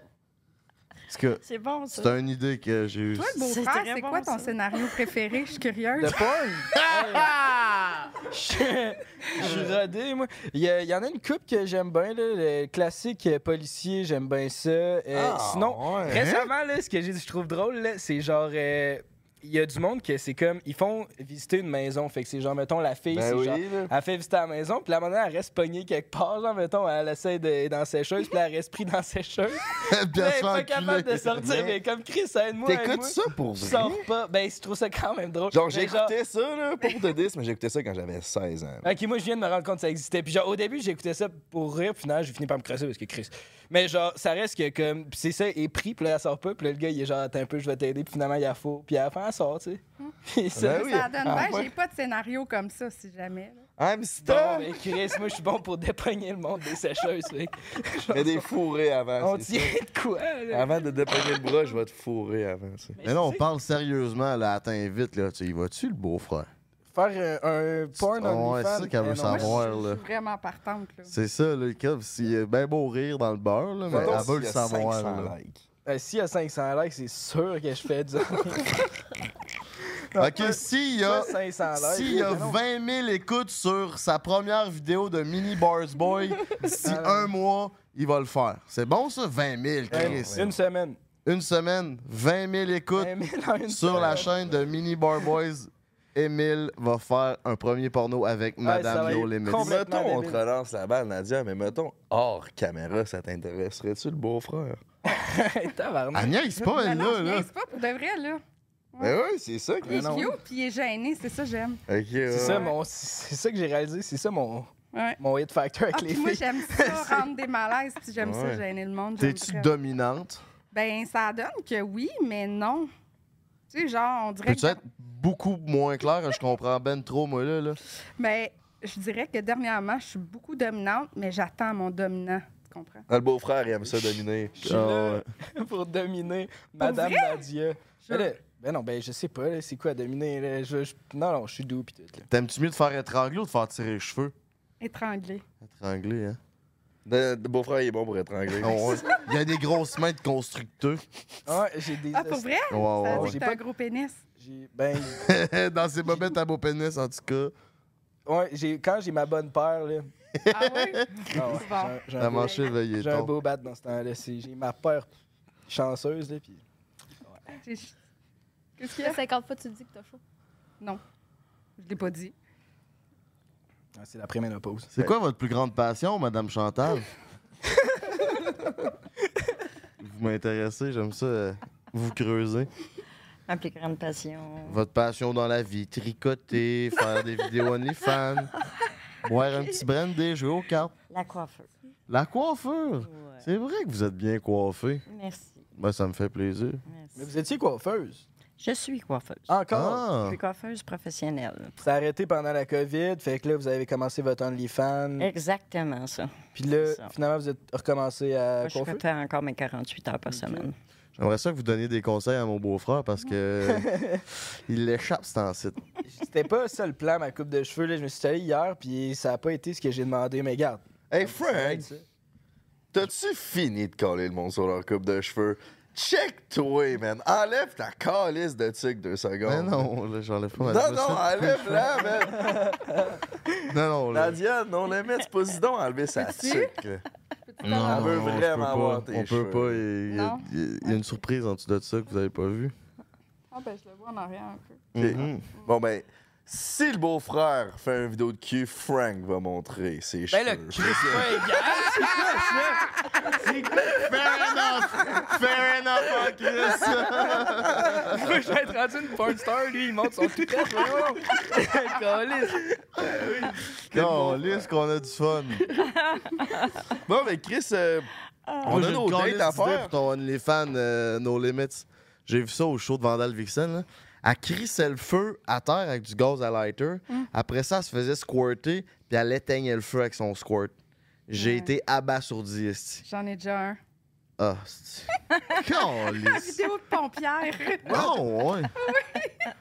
Parce que C'est bon, ça. c'est une idée que j'ai eue. Toi, le C'est beau-frère, très c'est bon, quoi ton ça. scénario préféré? Je suis curieuse. De porn? Hey. Je je suis rodé, moi. Il y, a- il y en a une coupe que j'aime bien, là, le classique euh, policier, j'aime bien ça. Euh, Eh, Ah. Ah, sinon, Hein? récemment, là, ce que j'ai- je trouve drôle, là, c'est genre. euh, il y a du monde que c'est comme. Ils font visiter une maison. Fait que c'est genre, mettons, la fille, c'est Ben oui, genre. là. Elle fait visiter la maison, puis la monnaie, elle reste pognée quelque part. Genre, mettons, elle essaie de dans la sécheuse, puis elle reste prise dans la sécheuse. Bien elle est sûr, pas enculé. capable de sortir, mais, Mais- comme Chris, aide-moi. T'écoutes aide-moi. ça pour Je vrai? sors pas. Ben, je trouve ça quand même drôle. Genre, Mais j'écoutais ça, là, pas pour te dire, mais j'écoutais ça quand j'avais 16 ans. Ok, moi, je viens de me rendre compte que ça existait. Puis genre, au début, j'écoutais ça pour rire, puis finalement, j'ai fini par me crosser parce que Chris. Mais genre, ça reste que comme. Puis c'est ça, et pris, puis là, elle sort pas, puis là, le gars, il est genre, attends un peu, je vais t'aider, puis finalement, il a faux. Puis à la fin, elle sort, tu sais. Puis ça. Ben oui. Ça donne Ah, bien, ouais. j'ai pas de scénario comme ça, si jamais. là. I'm Bon, stuck! ben, Chris, moi, je suis bon pour dépogner le monde des sécheuses. fait que- genre, Mais des fourrés avant. On c'est tient de quoi, ça. là? Avant de dépogner le bras, je vais te fourrer avant. ça. Mais là, on parle sérieusement, là, atteins vite, là. Tu y vas-tu, le beau-frère? Faire euh, un, porn eh, en Ouais, c'est ça qu'elle veut Ah, savoir, Moi, je- là. Je suis vraiment partante, là. C'est ça, là, le cas, s'il est bien beau rire dans le beurre, là, mais Mettons elle veut s'il le y a savoir, 500 là. likes. euh, S'il y a 500 likes, c'est sûr que je fais du. Ok, s'il y a... 500 likes. S'il y a Mais Ben non. 20 000 écoutes sur sa première vidéo de Mini Bars Boy, d'ici Euh. un mois, il va le faire. C'est bon, ça? 20 000, Chris. Ben Une semaine. Une semaine, 20 000 écoutes Un mille en une sur semaine. la chaîne de Mini Bar Boys. Émile va faire un premier porno avec ça Madame va No être Limits. complet. Complètement Mettons, on te débile. relance la balle, Nadia, mais mettons, hors caméra, ça t'intéresserait-tu, le beau-frère? Tabarnak. Agnès, c'est Ah, pas Ben elle non, là, je là. niaise pas pour de vrai, là. Ben oui, c'est ça. Il est Chris. non. cute, puis il est gêné, c'est ça j'aime. Ok, ouais. C'est ça, mon, c'est ça que j'ai réalisé, c'est ça mon, Ouais. mon hit factor avec Ah, les puis moi, filles. j'aime ça, rendre des malaises, puis j'aime Ouais. ça, gêner le monde. j'aime T'es-tu vraiment. dominante? Ben, ça donne que oui, mais non. Tu sais, genre, on dirait Peux-tu que... être beaucoup moins clair? Je comprends ben trop, moi, là. là. Mais ben, je dirais que dernièrement, je suis beaucoup dominante, mais j'attends mon dominant. Tu comprends? Ah, Le beau-frère, il aime ça dominer. Ah, Je suis là pour dominer Madame Nadia. Mais là, ben non, ben je sais pas, là, c'est quoi dominer? Là, je, je- non, non, je suis doux pis tout. Là. T'aimes-tu mieux de faire étrangler ou de faire tirer les cheveux? Étranglé. Étrangler, hein? Le, le beau-frère, il est bon pour étrangler. On- Il y a des grosses mains de constructeurs. Ah, j'ai des. Ah, pour vrai? Ouais, ouais, Ça veut ouais. dire que J'ai t'as pas- un gros pénis. j'ai- ben, Dans ses bobettes à beau pénis, en tout cas. ouais, j'ai, quand j'ai ma bonne paire, là. Ah oui? ah ouais, C'est j'ai bon. un- j'ai un, La beau, manche éveillée. j'ai un beau bat dans ce temps-là. c'est- j'ai ma paire chanceuse, là, pis. J'ai- je- Qu'est-ce qu'il y Là, a? 50 fois, tu te dis que t'as chaud. Je l'ai pas dit. Ah, c'est la préménopause. C'est quoi votre plus grande passion, Madame Chantal? vous m'intéressez, j'aime ça. euh, Vous creusez. Ma plus grande passion. Votre passion dans la vie, tricoter, faire des vidéos OnlyFans, boire un petit brandy, jouer aux cartes. La coiffeuse. La coiffure! Ouais. C'est vrai que vous êtes bien coiffé. Merci. Ben, ça me fait plaisir. Mais Merci. vous étiez coiffeuse? Je suis coiffeuse. Encore? Je Ah! suis coiffeuse professionnelle. Ça a arrêté pendant la COVID, fait que là, vous avez commencé votre OnlyFans. Mm. Eh, Exactement Euh, ça. Puis là, C'est ça. finalement, vous êtes recommencé à Moi, je coiffer. prépare encore mes 48 heures par semaine. J'aimerais ça que vous donniez des conseils à mon beau-frère parce que il l'échappe, cet site. C'était pas ça le plan, ma coupe de cheveux. Là. Je me suis allé hier, puis ça a pas été ce que j'ai demandé, mais garde. Hey, Frank, t'as-tu fini de coller le monde sur leur coupe de cheveux? Check-toi, man. Enlève ta calice de tuque deux secondes. Mais non, là, j'enlève pas ma Non, non, enlève-la, man. non, non, là. Nadia, non, le mets, c'est pas si donc enlever sa tuque. là. Non, Elle veut non, on peut vraiment pas. avoir tes On peut cheveux. pas. Il y, a- Non. il y a- il y a une surprise en dessous de ça que vous avez pas vue. Ah ben, je le vois en arrière un peu. Mhm. Bon, ben, si le beau-frère fait une vidéo de cul, Frank va montrer ses cheveux. Ben là, Christophe, Fair enough! Fair enough, en Chris! je vais être rendu une porn star, lui, il monte son tout Non, lisse qu'on a du fun. Bon, ben, Chris, euh, on Moi, a j'ai nos une calisse dates à d'idée faire. pour ton OnlyFans euh, No Limits. J'ai vu ça au show de Vandal Vixen. Là. Elle crissait le feu à terre avec du gaz à lighter. Après ça, elle se faisait squirter, puis elle éteignait le feu avec son squirt. J'ai Ouais. été abasourdi, esti. J'en ai déjà un. Ah, c'est. Calisse. Vidéo de pompière. Oh, ouais.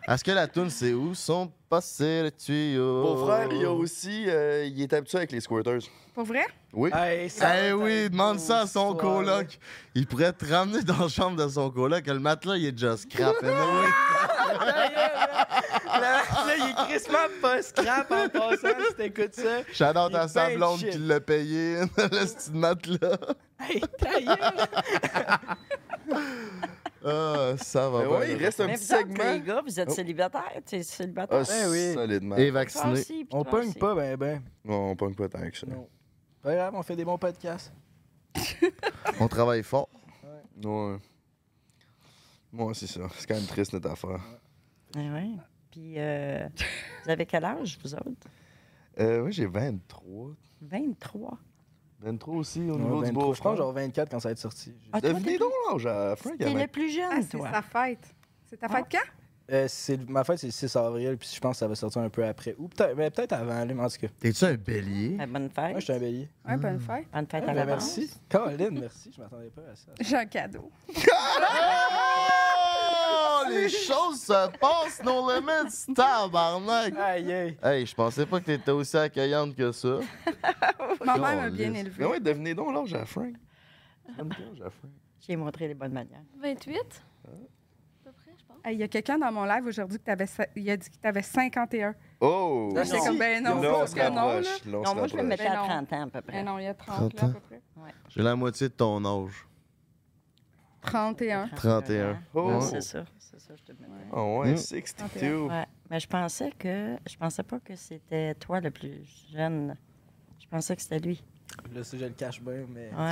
Est-ce que la toune, c'est où sont passés les tuyaux? Mon frère, Oh. il a aussi. euh, il est habitué avec les squirters. Pour vrai? Oui. Hey, Eh oui, demande ça à son coloc. Il pourrait te ramener dans la chambre de son coloc. Le matelas, il est just crap. anyway. Là, là, il est crissement pas scrap en passant si t'écoutes ça. Shout out Il à sa paye le blonde shit. qui l'a payé. Le petit matelas. Hey, ta gueule! Ah, ça va Mais pas. Eh ouais, il reste un Mais petit vous autres, segment. les gars, vous êtes Oh. célibataires. Tu es célibataire. Ah, Ben oui. solidement. Et Toi vacciné. aussi, puis On toi pogne aussi. pas, ben ben. Non, on pogne pas tant que ça. Non. Pas grave, on fait des bons podcasts. On travaille fort. Ouais. Moi, c'est ça. C'est quand même triste notre affaire. Eh oui. Puis, euh, vous avez quel âge, vous autres? Euh, moi, j'ai 23. 23. 23 aussi au Au niveau du beau Je pense genre 24 quand ça va être sorti. Ah, toi, Devenez t'es- donc l'âge à Frank. T'es avant- le plus jeune, Ah, c'est toi. sa Ah. fête. C'est ta fête quand? Euh, c'est- ma fête, c'est le 6 avril, puis je pense que ça va sortir un peu après. Ou peut-être mais peut-être avant, là, mais en tout cas. T'es-tu un bélier? Ben, bonne Moi, je fête. suis un bélier. Ouais, bonne fête. Bonne fête Ah, à ben, la merci. Colin, merci. Je m'attendais pas à ça. J'ai un cadeau. Ah. Oh, les choses se passent, no limits, tabarnak! Aïe, aïe. Hey, je pensais pas que t'étais aussi accueillante que ça. Ma mère m'a bien Calisse. Mais élevée. ouais, devenez donc l'âge à Frank. Devenez donc l'âge à Frank. J'ai montré les bonnes manières. 28? À peu près, je pense. Hey, Il y a quelqu'un dans mon live aujourd'hui qui t'avait sa- il a dit qu'il t'avait 51. Oh! Là, J'étais non. comme, ben Là, non, on ben se non, là. rapproche. Là, on Non, moi, se je vais me rapproche. mettre à Ben non. 30 ans à peu près. Ben non, il y a 30 là, à peu près. J'ai la moitié de ton âge. 31. 31. Non, Oh. c'est ça. C'est ça, je te demande. Oh, ouais, Mm. 62. Ouais, mais je pensais que je pensais pas que c'était toi le plus jeune. Je pensais que c'était lui. Là, ça, je le cache bien, mais. Ouais,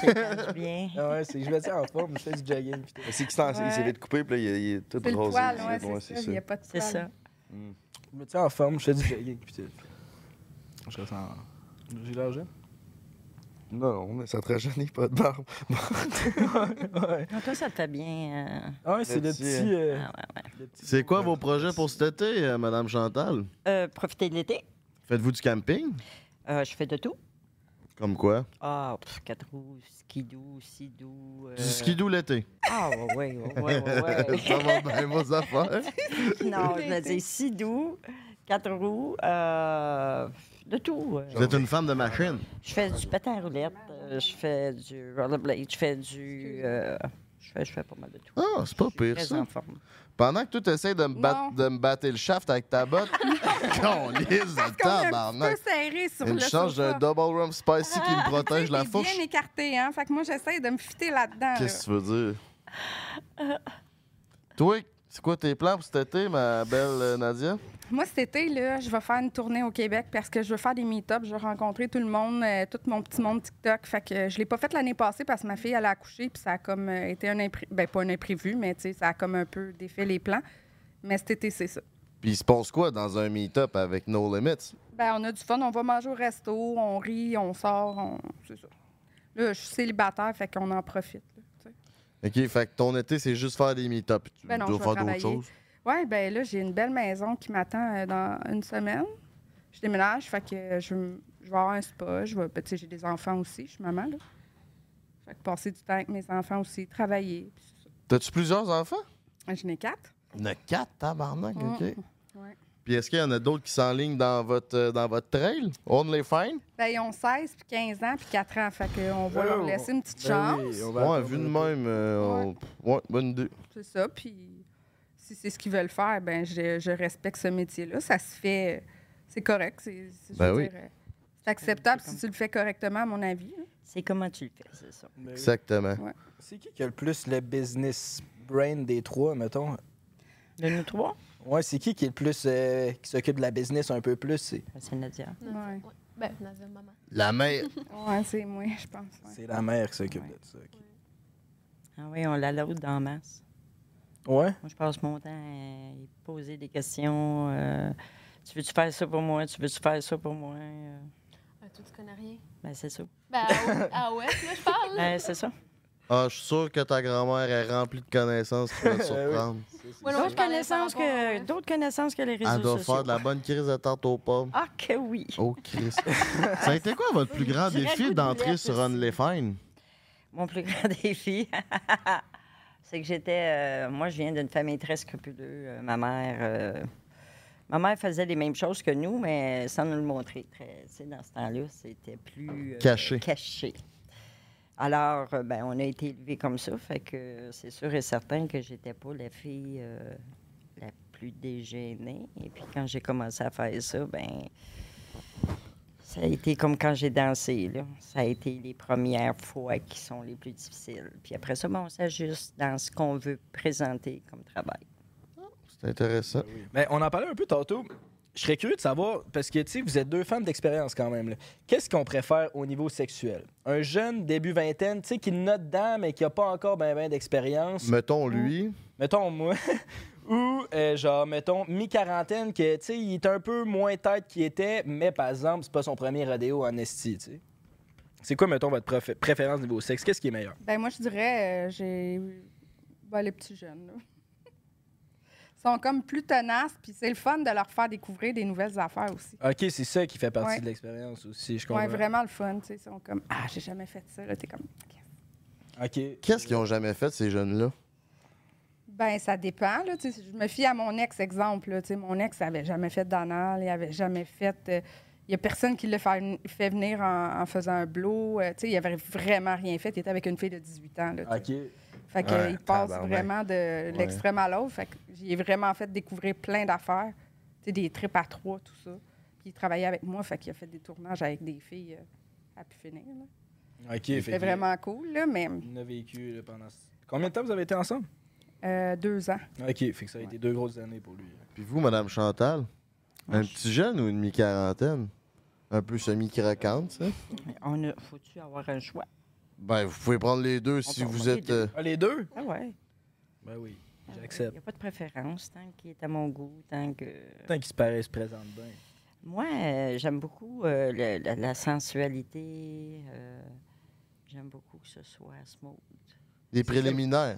c'est quand même bien. Ah ouais, c'est je me tiens en forme, je fais du jogging. Pis tout. Mais C'est qu'il s'en- il s'est Ouais. vite coupé, puis là, il est, il est tout C'est le rosé. poil, C'est- ouais, ouais, c'est ça. Il n'y a pas de poil. C'est ça. je me tiens en forme, je fais du jogging. Pis tout. Je reste en. J'ai l'air jeune. Non, non, mais ça te rajeunit pas de barbe. ouais, Non, toi, ça te fait bien. euh, Ah ouais c'est le Le petit, petit. euh, ah ouais, ouais. le petit- Ben C'est quoi vos projets pour cet été, euh, Madame Chantal? Euh, profiter de l'été. Faites-vous du camping? Euh, je fais de tout. Comme quoi? Ah, pff, quatre roues, skidou, sidou. euh, Du skidoo l'été. Ah, ouais, ouais, ouais, ouais, ouais. ça va bien, vos affaires. non, je me dis sidou, quatre roues, euh, de tout. euh. Vous êtes une femme de machine. Je fais du patin à roulette, euh, je fais du rollerblade, je fais du. euh, je, fais, je fais pas mal de tout. Ah, c'est pas pire, Très ça. en forme. Pendant que tu essaies de me Non. battre, de me battre le shaft avec ta botte, qu'on lise le Parce qu'on est un petit tabarnak. peu serré sur Une le chance d'un sofa. Ah, double rum spicy qui me protège la Il est bien fourche. écarté, hein? Fait que moi, j'essaie de me fitter là-dedans. là. Qu'est-ce que tu veux dire? Toi, c'est quoi tes plans pour cet été, ma belle euh, Nadia? Moi, cet été, là, je vais faire une tournée au Québec parce que je veux faire des meet-ups. Je veux rencontrer tout le monde, euh, tout mon petit monde TikTok. Fait que euh, je l'ai pas fait l'année passée parce que ma fille, elle a accouché, puis ça a comme euh, été un imprévu. Ben, pas un imprévu, mais tu sais, ça a comme un peu défait les plans. Mais cet été, c'est ça. Puis il se passe quoi dans un meet-up avec No Limits? Ben, on a du fun, on va manger au resto, on rit, on sort, on... c'est ça. Là, je suis célibataire, fait qu'on en profite. là, tu sais. OK, fait que ton été, c'est juste faire des meet-ups. Tu Ben non, je vais travailler. Ouais, ben là, j'ai une belle maison qui m'attend euh, dans une semaine. Je déménage, fait que euh, je, m- je vais avoir un spa. Je vais, ben, tu sais, j'ai des enfants aussi, je suis maman, là. Fait que passer du temps avec mes enfants aussi, travailler. puis c'est T'as-tu plusieurs enfants? ça. J'en ai quatre. Il y en a quatre, tabarnak, Mm. OK. Ouais. Puis est-ce qu'il y en a d'autres qui s'enlignent dans votre, euh, dans votre trail? Only fine? Ben, ils ont 16, puis 15 ans, puis 4 ans. Fait qu'on va Oh! leur laisser une petite Ben chance. oui, on va Ouais, attendre vu de un peu. même, euh, on- ouais, bonne idée. C'est ça, puis si c'est ce qu'ils veulent faire, ben je, je respecte ce métier-là. Ça se fait... euh, C'est correct, c'est... c'est- je Ben veux oui. dire, euh, c'est acceptable C'est comme- si tu le fais correctement, à mon avis. là. C'est comment tu le fais, c'est ça. Mais oui. Exactement. C'est qui qui a le plus le business brain des trois, mettons? De nous trois? Ouais, c'est qui qui est le plus. euh, qui s'occupe de la business un peu plus? C'est, Ben, C'est Nadia. Nadia, Ouais. ouais. Ben, Nadia, maman. La mère. Ouais, c'est moi, je pense. ouais. c'est la mère qui s'occupe Ouais. de ça. ok. Ah oui, on la load en masse. Ouais? Moi, je passe mon temps à y poser des questions. euh, tu veux-tu faire ça pour moi? Tu veux-tu faire ça pour moi? Euh, Ah, toi, tu connais rien. ben, c'est ça. Ben, à- à ouest, là, je parle. Ben, c'est ça. Ah, je suis sûr que ta grand-mère est remplie de connaissances qui va te Eh oui. surprendre. Ouais, non, D'autres je parlais par connaissances, rapport à euh, que, Ouest. d'autres connaissances que les réseaux Elle doit sociaux. faire de la bonne crise de tarte aux pommes. Ah que oui. Oh, Chris. Ça a été quoi votre plus grand Je dirais défi coup de d'entrer boulette sur aussi. OnlyFine? Mon plus grand défi, c'est que j'étais. euh, moi, je viens d'une famille très scrupuleuse. Euh, ma mère. euh, ma mère faisait les mêmes choses que nous, mais sans nous le montrer. Très, tu sais, dans ce temps-là, c'était plus. euh, Caché. Caché. Alors, euh, ben, on a été élevés comme ça, fait que euh, c'est sûr et certain que j'étais pas la fille euh, la plus dégénée. Et puis quand j'ai commencé à faire ça, ben, ça a été comme quand j'ai dansé. Là. Ça a été les premières fois qui sont les plus difficiles. Puis après ça, ben, on s'ajuste dans ce qu'on veut présenter comme travail. C'est intéressant. Mais on en parlait un peu tantôt. Je serais curieux de savoir, parce que tu sais, vous êtes deux femmes d'expérience quand même. là. Qu'est-ce qu'on préfère au niveau sexuel? Un jeune début vingtaine, tu sais, qui note dedans, mais qui n'a pas encore ben ben d'expérience. Mettons lui. Mm. Mettons moi. Ou euh, genre, mettons, mi-quarantaine, que tu sais, il est un peu moins tête qu'il était, mais par exemple, c'est pas son premier rodéo en esti, tu sais. C'est quoi, mettons, votre préf- préférence niveau sexe? Qu'est-ce qui est meilleur? Ben moi, je dirais, euh, j'ai. Ben, les petits jeunes, là. Ils sont comme plus tenaces, puis c'est le fun de leur faire découvrir des nouvelles affaires aussi. OK, c'est ça qui fait partie Ouais. de l'expérience aussi, je comprends. Ouais, vraiment le fun, tu sais. Ils sont comme, ah, j'ai jamais fait ça, là. T'es comme, OK. Qu'est-ce qu'ils ont jamais fait, ces jeunes-là? Ben, ça dépend. Là, tu sais, je me fie à mon ex, exemple. Là, tu sais, mon ex n'avait jamais fait d'anal, il avait jamais fait. euh, Il n'y a personne qui l'a fait, fait venir en, en faisant un blow. euh, tu sais, il n'avait vraiment rien fait. Il était avec une fille de 18 ans. Là, tu sais. OK. Fait que, Ouais, il passe tabarnak. vraiment de l'extrême à l'autre. Fait que j'ai vraiment fait découvrir plein d'affaires. Tu sais, des trips à trois, tout ça. Puis il travaillait avec moi, fait qu'il a fait des tournages avec des filles euh, à pu finir. là. OK, fait C'était que- vraiment cool, là, mais On a vécu là, pendant. Combien de temps vous avez été ensemble? euh, deux ans. Ok, fait que ça a été deux grosses années pour lui. hein. Puis vous, Madame Chantal, un petit jeune ou une mi-quarantaine? Un peu semi-craquante, ça? On a- Faut-tu avoir un choix? Ben, vous pouvez prendre les deux si peut vous prendre les êtes. deux. euh, Ah, les deux? Ah ouais. Ben oui, Il n'y a pas de préférence tant qu'il est à mon goût, tant que. Tant qu'il se paraît, se présente bien. Moi, euh, j'aime beaucoup euh, le- la, la sensualité. euh, j'aime beaucoup que ce soit smooth. Des préliminaires.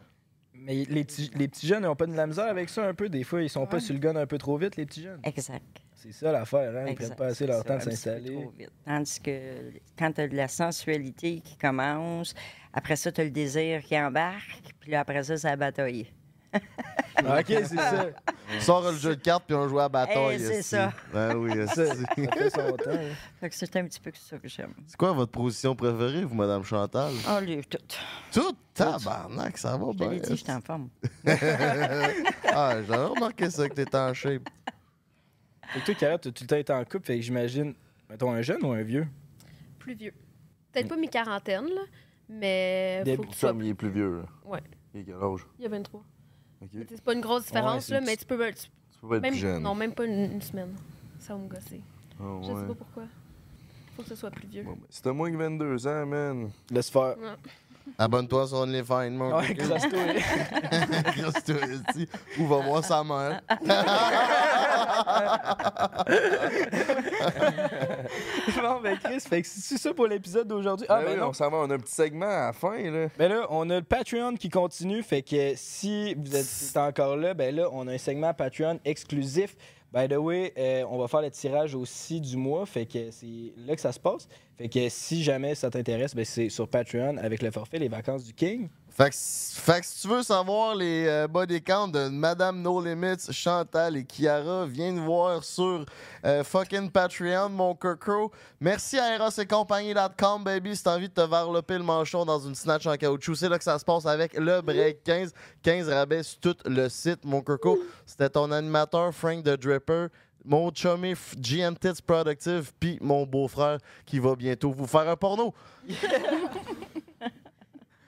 Mais les petits, les petits jeunes, ils n'ont pas de la misère avec ça un peu. Des fois, ils sont pas Ouais. sur le gun un peu trop vite, les petits jeunes. Exact. C'est ça l'affaire, hein? Ils Exact, prennent pas assez c'est leur ça, temps un de petit peu s'installer. trop vite. Tandis que quand tu as de la sensualité qui commence, après ça, tu as le désir qui embarque, puis là, après ça, ça a bataillé. Ah, ok, c'est ça. Sort le jeu de cartes puis on joue à bataille. Hey, Eh, c'est esti. ça. Ben oui, esti. Ça, ça fait son temps. hein. Fait que c'est un petit peu ça que j'aime. C'est quoi votre position préférée, vous, Madame Chantal? Oh, lui, tout. Oh, ben, Tout tabarnak, ça va Je te bien. l'ai dit, je esti. suis en forme. Ah, j'avais remarqué ça que t'étais en shape. Fait que toi, Carole, t'as tout le temps été en couple. Fait que j'imagine, mettons, un jeune ou un vieux? Plus vieux. Peut-être pas mi-quarantaine, là, mais Des faut que tu sois Comme il est plus vieux, là. Ouais. Il a quel âge? Il y a 23. Ok. Mais t'sais, C'est pas une grosse différence, c'est là, une mais tu peux. tu- Tu peux pas être même, Euh, plus jeune. Non, même pas une, une semaine. Ça va me gosser. Ah, Je sais ouais. pas pourquoi. Faut que ce soit plus vieux. Bon, ben, si t'as moins que 22 ans, man. Laisse faire. Abonne-toi sur OnlyFans, mon Ouais, grosse-toi. Christo, esti. Ou va voir sa mère. bon, ben, Chris, fait que c'est ça pour l'épisode d'aujourd'hui. Ah, Ben ben oui, non. on s'en va, on a un petit segment à la fin, là. Ben là, on a le Patreon qui continue, fait que si vous êtes c'est encore là, ben là, on a un segment Patreon exclusif. By the way, euh, on va faire le tirage aussi du mois, fait que c'est là que ça se passe. Fait que si jamais ça t'intéresse, ben c'est sur Patreon avec le forfait Les Vacances du King. Fait que, si- fait que si tu veux savoir les euh, body counts de Madame No Limits, Chantal et Kiara, viens nous voir sur euh, fucking Patreon, mon coco. Merci à Eros et compagnie.com, baby, si t'as envie de te varloper le manchon dans une snatch en caoutchouc. C'est là que ça se passe avec le break 15. 15 rabais sur tout le site, mon coco. C'était ton animateur, Frank the Dripper. Mon chummy F- GM Tits Productive, puis mon beau-frère qui va bientôt vous faire un porno.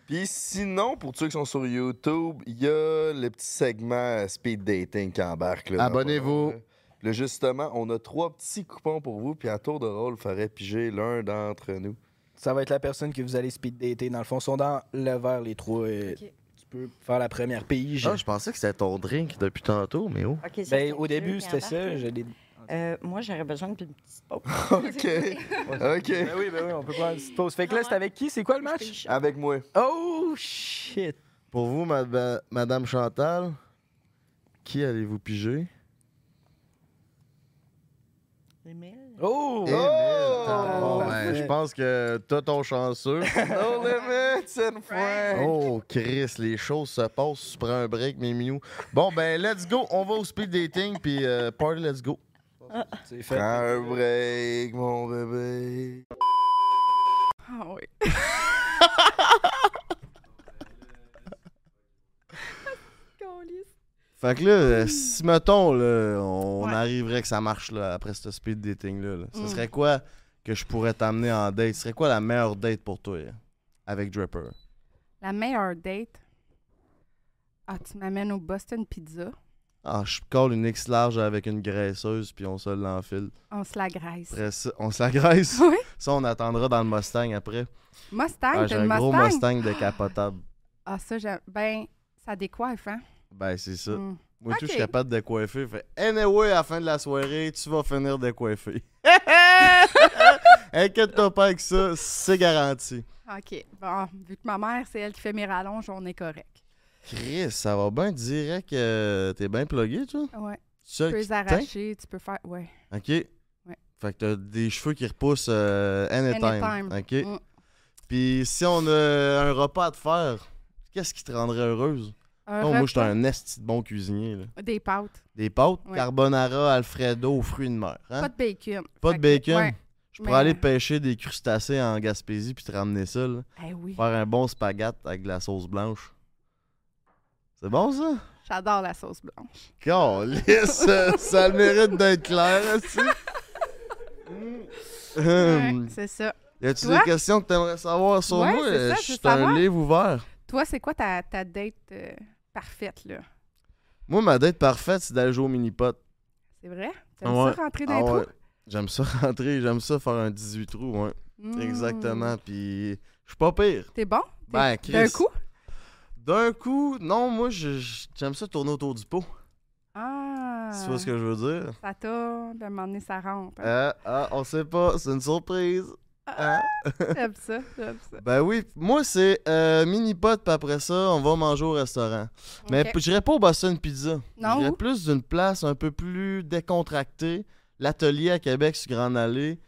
Puis sinon, pour ceux qui sont sur YouTube, il y a le petit segment speed dating qui embarque. là, dans Abonnez-vous. pas long, là. Là, justement, on a trois petits coupons pour vous, puis à tour de rôle, il faudrait piger l'un d'entre nous. Ça va être la personne que vous allez speed dater. Dans le fond, ils sont dans le verre, les trois. euh, Ok. Tu peux faire la première pige. Ah, je pensais que c'était ton drink depuis tantôt, mais oh. OK, ça, c'est ben, un au début, jeu qui c'était embarque. ça. je l'ai- Euh, moi, j'aurais besoin d'une petite pause. OK. OK. Ben oui, ben oui, on peut prendre une petite pause. Fait que là, c'est avec qui? C'est quoi le match? Avec moi. Oh, shit! Pour vous, ma- ma- Madame Chantal, qui allez-vous piger? Émile? Oh! Eh, mille, t'as- Bon, ben, je pense que t'as ton chanceux. No limits and Frank. Oh, Chris, les choses se passent. Tu prends un break, mes minous. Bon, ben, let's go. On va au speed dating, puis euh, party, let's go. C'est Prends un break, mon bébé. Ah oui. Fait que là, euh, si mettons, là, on Hmm. Ouais. arriverait que ça marche là, après ce speed dating-là, là, ce Mm. serait quoi que je pourrais t'amener en date? Ce serait quoi la meilleure date pour toi là, avec Draper? La meilleure date. Ah, tu m'amènes au Boston Pizza. Ah, je colle une X large avec une graisseuse, puis on se l'enfile. On se la graisse. Après ça, on se la graisse. Oui. Ça, on attendra dans le Mustang après. Mustang, Ah, t'as J'ai une un gros Mustang. Mustang décapotable. Ah, ça, j'aime. Ben, ça décoiffe, hein? Ben, c'est ça. Mm. Moi, tout, je suis Ok. capable de coiffer. Fait, anyway, à la fin de la soirée, tu vas finir de coiffer. Inquiète-toi pas avec ça, c'est garanti. OK. Bon, vu que ma mère, c'est elle qui fait mes rallonges, on est correct. Chris, ça va bien direct. que t'es bien plugué, toi? Ouais. Seul tu peux qui les te arracher, tu peux faire. Ouais. teint? OK. Fait que t'as des cheveux qui repoussent euh, anytime. Anytime. OK. Mm. Puis si on a un repas à te faire, qu'est-ce qui te rendrait heureuse? Un non, Oh, moi, je suis repas. un esti de bon cuisinier. là. Des pâtes. Des pâtes, Ouais. carbonara, alfredo, aux fruits de mer. hein? Pas de bacon. Pas Fait de que- bacon. ouais. Je pourrais Mais- aller pêcher des crustacés en Gaspésie puis te ramener ça. Là. Eh oui. Faire un bon spaghette avec de la sauce blanche. C'est bon ça? J'adore la sauce blanche. Calisse, euh, ça a le mérite d'être clair aussi. Hum. Ouais, c'est ça. Y a-tu Toi? des questions que t'aimerais savoir sur Ouais, moi? c'est Euh, ça, Je je veux suis un savoir. livre ouvert. Toi, c'est quoi ta, ta date euh, parfaite, là? Moi, ma date parfaite, c'est d'aller jouer au mini-pot. C'est vrai? T'aimes Ouais. ça rentrer Ah dans les ouais. trous? J'aime ça rentrer, j'aime ça faire un 18 trous, ouais. Mm. Exactement, puis je suis pas pire. T'es bon? T'es- Ben, D'un Chris. coup? D'un coup, non, moi, je- je- j'aime ça tourner autour du pot, Ah! si tu vois ce que je veux dire. Ça tourne, à un moment donné, ça rentre. Ah, ah, on sait pas, c'est une surprise. Ah. Hein? J'aime ça, j'aime ça. Ben oui, moi c'est euh, mini pot, puis après ça, on va manger au restaurant. Mais Ok. p- j'irai pas au Boston Pizza. Non, J'irais où? plus d'une place un peu plus décontractée. L'atelier à Québec sur Grande Allée.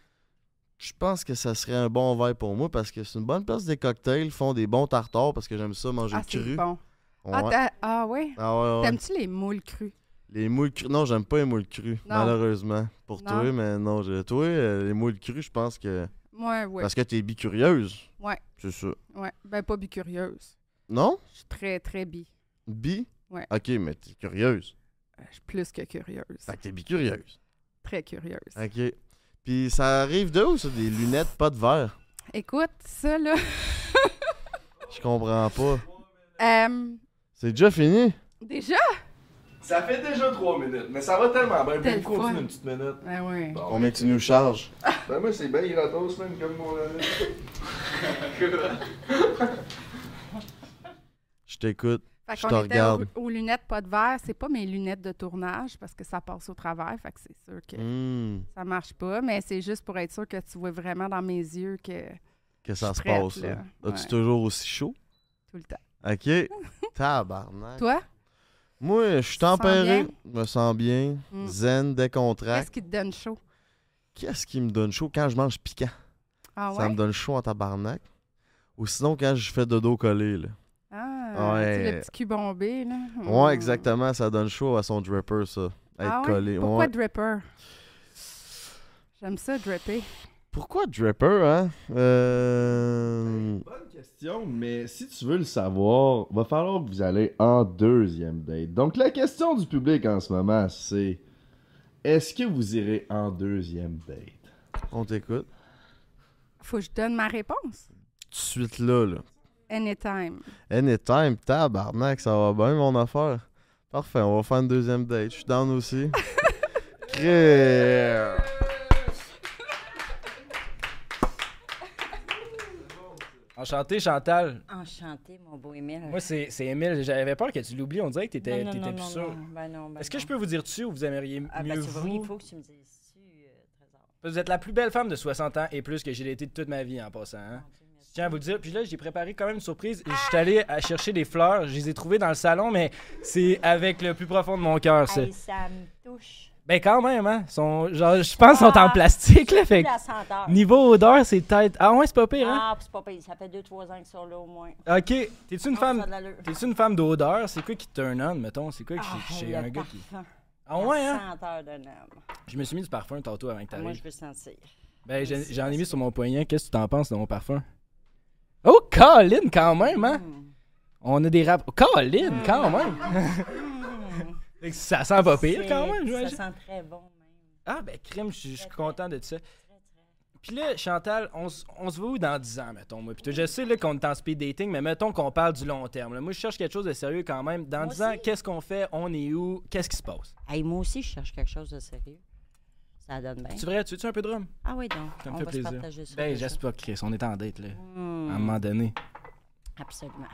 Je pense que ça serait un bon verre pour moi parce que c'est une bonne place des cocktails. Ils font des bons tartares parce que j'aime ça manger Ah, cru. c'est bon. Ouais. Ah, t'as- ah ouais? Ah ouais, ouais. T'aimes-tu les moules crus? Les moules crues. Non, j'aime pas les moules crues, Non. malheureusement. Pour Non. toi, mais non, je... toi, euh, les moules crues, je pense que. Moi, ouais. Parce que t'es bicurieuse. Ouais, C'est ça. ouais. Ben, pas bicurieuse. Non? Je suis très, très bi. Bi? Ouais. Ok, mais t'es curieuse. Je suis plus que curieuse. Fait que t'es bicurieuse. Très curieuse. Ok. Puis ça arrive de où, ça? Des lunettes, pas de verre? Écoute, ça, là. Je comprends pas. euh, C'est déjà fini? déjà? Ça fait déjà 3 minutes, mais ça va tellement bien. Telle Beaucoup, fois. une petite minute. Ben, ouais. Bon. Combien tu nous charges? Ben moi, c'est bien gratos, même, comme mon ami. Je t'écoute. Fait Je qu'on te était au- regarde. aux, lunettes pas de verre. C'est pas mes lunettes de tournage parce que ça passe au travers. Fait que c'est sûr que Hmm, ça marche pas. Mais c'est juste pour être sûr que tu vois vraiment dans mes yeux que que ça Je se suis prête, passe, là. là. As-tu Ouais. toujours aussi chaud? tout le temps. Ok. Tabarnak. Toi, Moi, je suis sens tempéré. bien? Je me sens bien. Mm. Zen, qu'est-ce décontracté. qui te donne chaud? Qu'est-ce qui me donne chaud quand je mange piquant? Ah Ça ouais? me donne chaud en tabarnak. Ou sinon, quand je fais dodo collé, là. Ah, Ouais. tu sais, le petit cul bombé, là. Ouais, Mm. exactement, ça donne chaud à son dripper, ça. Être Ah ouais? collé. Pourquoi ouais. dripper? J'aime ça, dripper. Pourquoi dripper, hein? Euh... Bonne question, mais si tu veux le savoir, va falloir que vous allez en deuxième date. Donc la question du public en ce moment, c'est est-ce que vous irez en deuxième date? On t'écoute. Faut que je donne ma réponse. Tout de suite là, là. Anytime. Anytime, tabarnak, ça va bien, mon affaire. Parfait, on va faire une deuxième date. Je suis down aussi. Cré- Enchanté, Chantal. Enchanté, mon beau Émile. Moi, c'est c'est Émile. J'avais peur que tu l'oublies. On dirait que t'étais Non, non, t'étais non, plus non, sûr. non. Ben non, ben Est-ce que non. je peux vous dire dessus ou vous aimeriez Ah, ben, mieux tu vois, vous? il faut que tu me dises dessus, euh, Trésor. Vous êtes la plus belle femme de 60 ans et plus que j'ai été de toute ma vie en passant. Mon hein. Dieu, Je merci. tiens à vous le dire. Puis là, j'ai préparé quand même une surprise. Je suis allé à chercher des fleurs. Je les ai trouvées dans le salon, mais c'est avec le plus profond de mon cœur, ça. Hey, ça me touche. Ben quand même, hein. Ils Sont, genre, je pense qu'ils sont en plastique, là. Fait que Ah. La senteur. niveau odeur, c'est peut-être. Ah ouais, c'est pas pire, hein? Ah, puis c'est pas pire. Ça fait 2-3 ans qu'ils sont là au moins. Ok. T'es-tu une Ah, femme. ça a de l'allure. T'es-tu une femme d'odeur? C'est quoi qui te turn on, mettons? C'est quoi que chez- chez le un gars qui. parfum. Ah ouais, La hein? senteur d'un homme. Je me suis mis du parfum tantôt avant que Ah, Moi, je t'arrives. veux sentir. Ben, j'en j'en ai mis sur mon poignet. Qu'est-ce que tu t'en penses de mon parfum? Oh, Colin, quand même, hein? Hmm. On a des rap. Oh, Colin, quand même! Fait que ça sent pas pire, quand C'est- même, j'imagine. Ça sent très bon. Ah, ben, crime, je suis- je suis content de ça. Puis là, Chantal, on, s- on se voit où dans 10 ans, mettons, moi? Puis toi, je sais là, qu'on est en speed dating, mais mettons qu'on parle du long terme. là. Moi, je cherche quelque chose de sérieux quand même. Dans Moi 10 ans, aussi. Hein? qu'est-ce qu'on fait? On est où? Qu'est-ce qui se passe? Hey, moi aussi, je cherche quelque chose de sérieux. Ça donne bien. Tu vrai, tu veux un peu de rhum? Ah oui, donc. Ça on va me fait se plaisir. partager ça. Ben, déjà. j'espère, Chris, on est en date, là. Hmm, À un moment donné. Absolument.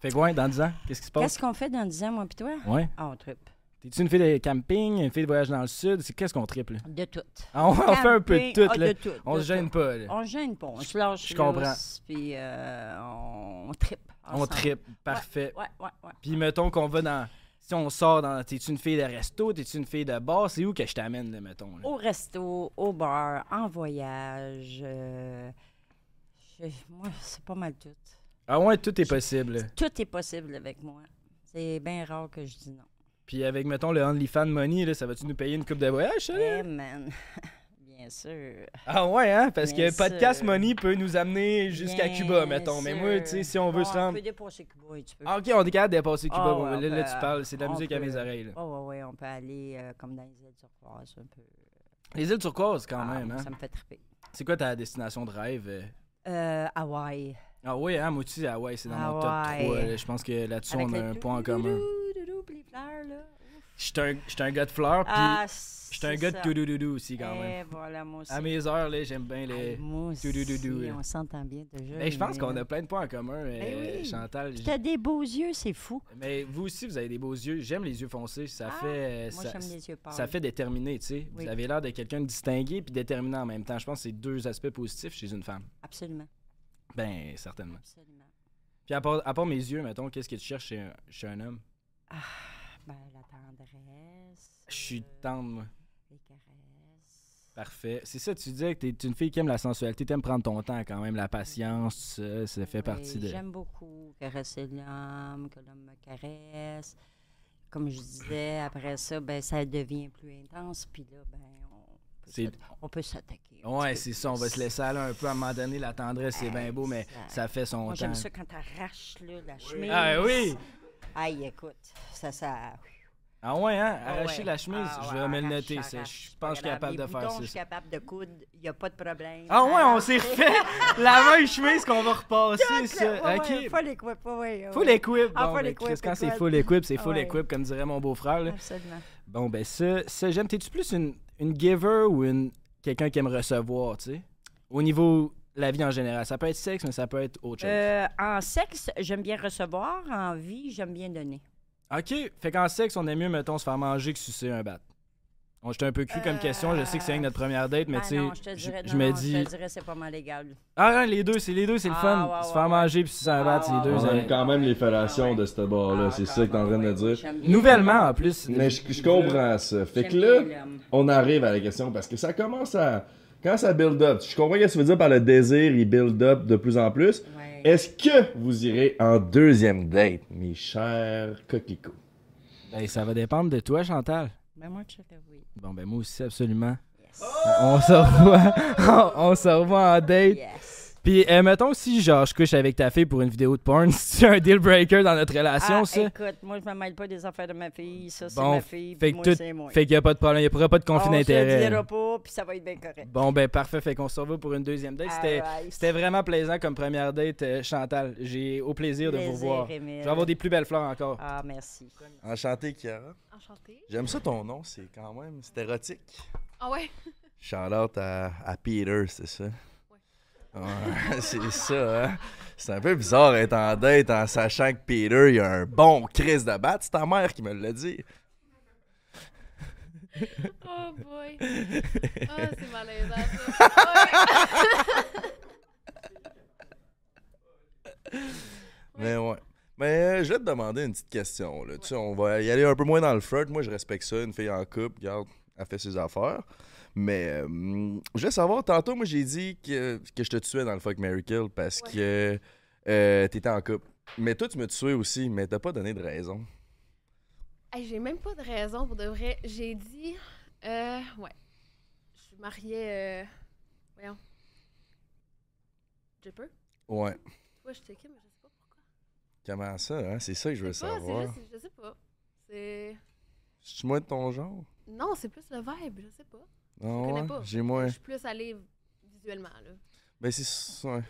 Fait que, ouais, dans 10 ans, qu'est-ce qui se passe? Qu'est-ce qu'on fait dans 10 ans, moi puis toi? Ouais. Ah, on tripe. T'es-tu une fille de camping, une fille de voyage dans le sud? C'est qu'est-ce qu'on triple? là? De tout. Ah, on, on fait un peu de Camping, tout, ah, là. de tout, On de se gêne tout. pas, là. On gêne pas. On se lâche. Je comprends. lousse, Puis euh, on tripe. On triple, parfait. Ouais, ouais, ouais. Puis mettons qu'on va dans. Si on sort dans. T'es-tu une fille de resto? T'es-tu une fille de bar? C'est où que je t'amène, là, mettons? là? Au resto, au bar, en voyage. euh, je- moi, c'est pas mal tout. Ah ouais, tout est possible. là. Tout est possible avec moi. C'est bien rare que je dis non. Puis avec, mettons, le OnlyFans Money, là, ça va-tu nous payer une coupe de voyage, ça? Eh, là? man. bien sûr. Ah ouais, hein? Parce Bien que Podcast sûr. Money peut nous amener jusqu'à Bien Cuba, mettons. Mais moi, sûr. tu sais, si on veut Bon, se rendre. On peut dépasser Cuba et tu peux. Ah, ok, on est capable de dépasser Cuba. Ah bon, ouais, là, on là, peut- tu parles, c'est de la on musique à peut- mes oreilles. là. Ouais, ouais, ouais, on peut aller euh, comme dans les îles turquoises un peu. Les îles turquoises, quand Ah, même. moi, Hein? Ça me fait triper. C'est quoi ta destination de rêve? euh? Euh, Hawaï. Ah ouais, hein, moi aussi, ah ouais, c'est dans mon Hawaï. top 3. là. Je pense que là-dessus, on a le un point en commun. doudou, doudou, puis les fleurs, là. Ouf. Je suis un, j'suis un gars de fleurs, puis Ah, je suis un gars de tout-doudou aussi, quand même. Et voilà, moi aussi. À mes heures, là, j'aime bien les. Hey, moi aussi, doudou-doudou, là. on s'entend bien déjà. Ben, je pense mais- qu'on a plein de points en commun, euh, oui. Chantal. Puis T'as des beaux yeux, c'est fou. Mais vous aussi, vous avez des beaux yeux. J'aime les yeux foncés. Ça Ah, fait. euh, Moi, ça- j'aime les yeux pâles. Ça fait déterminé, tu sais. Oui. Vous avez l'air de quelqu'un de distingué puis déterminé en même temps. Je pense que c'est deux aspects positifs chez une femme. Absolument, Ben, certainement. absolument. Puis à part, à part mes yeux, mettons, qu'est-ce que tu cherches chez un, chez un homme? Ah, ben, la tendresse. Je suis euh, tendre, moi. Les caresses. Parfait. C'est ça, tu disais que t'es t'es une fille qui aime la sensualité, t'aimes prendre ton temps quand même, la patience, tout ça, ça fait Oui, partie de... J'aime beaucoup caresser l'homme, que l'homme me caresse. Comme je disais, après ça, ben, ça devient plus intense. Puis là, ben, on peut C'est- s'atta- on peut s'attaquer. un petit Ouais, peu c'est ça, on va plus. se laisser aller un peu. À un moment donné, la tendresse, c'est bien beau, mais Exact. ça fait son Moi, temps. j'aime ça quand t'arraches là, la chemise. Ah oui! Aïe, écoute, ça, ça... Ah ouais, hein? Ah Arracher ouais. la chemise, Ah je ouais, vais me le arrache, noter, ça. arrache, Je c'est pas pense que je suis grave. capable Les de faire boutons, ça, Je suis ça. capable de coudre, il n'y a pas de problème. Ah ouais, on Alors, s'est refait la même chemise qu'on va repasser, Tout, là, ça. ouais, Ok. ouais, Faut les couper, ouais, ouais, ouais. Full equip. Ah, Bon, full ben, equip, Chris, quand c'est écoute. full equip, c'est full Ouais. equip, comme dirait mon beau-frère. là. Absolument. Bon, ben ça, ça j'aime. T'es-tu plus une, une giver ou une quelqu'un qui aime recevoir, tu sais? Au niveau de la vie en général. Ça peut être sexe, mais ça peut être autre chose. Euh, en sexe, j'aime bien recevoir. En vie, j'aime bien donner. OK. Fait qu'en sexe, on aime mieux, mettons, se faire manger que sucer un bat. On j'étais un peu cul comme question. Je sais que c'est rien que notre première date, mais Ah tu sais, non, je te je dirais, je non, me non, dis. je te dirais, c'est pas mal légal. Ah, non, les deux, c'est les deux, c'est le Ah, fun. ouais, se ouais, Ah, faire ouais. manger puis sucer un bat, c'est les deux. On euh, aime quand même les fellations de ce bord-là, Ah, c'est ça que t'es en train de dire. Nouvellement, en plus. Mais je, je comprends ça. Fait que là, on arrive à la question parce que ça commence à. Quand ça build up, je comprends ce que tu veux dire par le désir, il build up de plus en plus. Est-ce que vous irez en deuxième date, mes chers coquelicots? Ben, ça va dépendre de toi, Chantal. Mais Ben, moi, je dirais oui. Bon, ben, moi aussi, absolument. On se revoit. on, on se revoit en date. Yes. Puis, euh, mettons, si genre je couche avec ta fille pour une vidéo de porn, c'est un deal breaker dans notre relation, Ah, ça? écoute, moi, je me mêle pas des affaires de ma fille. Ça, c'est Bon, ma fille. fait puis que moi, tout- c'est moi. Fait qu'il n'y a pas de problème, il n'y aura pas de conflit On se le d'intérêt. dira là. pas, puis ça va être bien correct. Bon, ben, parfait. Fait qu'on se revoit pour une deuxième date. C'était. Alright. C'était vraiment plaisant comme première date, euh, Chantal. J'ai au plaisir, de vous Plaisir, revoir. Émile. Je vais avoir des plus belles fleurs encore. Ah, merci. Enchanté, Chiara. Enchantée. J'aime ça ton nom, c'est quand même. C'est érotique. Ah ouais? Shout out à, à Peter, c'est ça? Ouais, c'est ça, hein? C'est un peu bizarre d'être en date en sachant que Peter, il a un bon crise de batte. C'est ta mère qui me l'a dit. Oh boy. Ah, c'est malaisant ça. Ah ouais. Mais ouais. Mais euh, je vais te demander une petite question. Là. Tu sais, on va y aller un peu moins dans le flirt. Moi, je respecte ça. Une fille en couple, regarde, Elle fait ses affaires. Mais euh, hum, je voulais savoir, tantôt, moi, j'ai dit que, que je te tuais dans le fuck Mary Kill parce que euh, t'étais en couple. Mais toi, tu me tuais aussi, mais t'as pas donné de raison. Hey, j'ai même pas de raison pour de vrai. J'ai dit. Euh, ouais. Je suis mariée. euh, voyons. Je peux? Ouais. Toi, je t'ai qui, mais je sais pas pourquoi. Comment ça, hein? C'est ça que je veux C'est pas, savoir. C'est juste, je sais pas. C'est. suis moi de ton genre? Non, c'est plus le vibe, je sais pas. Non, Je connais ouais, pas. J'ai moins. Je suis plus allée visuellement, là. Ben, c'est ça.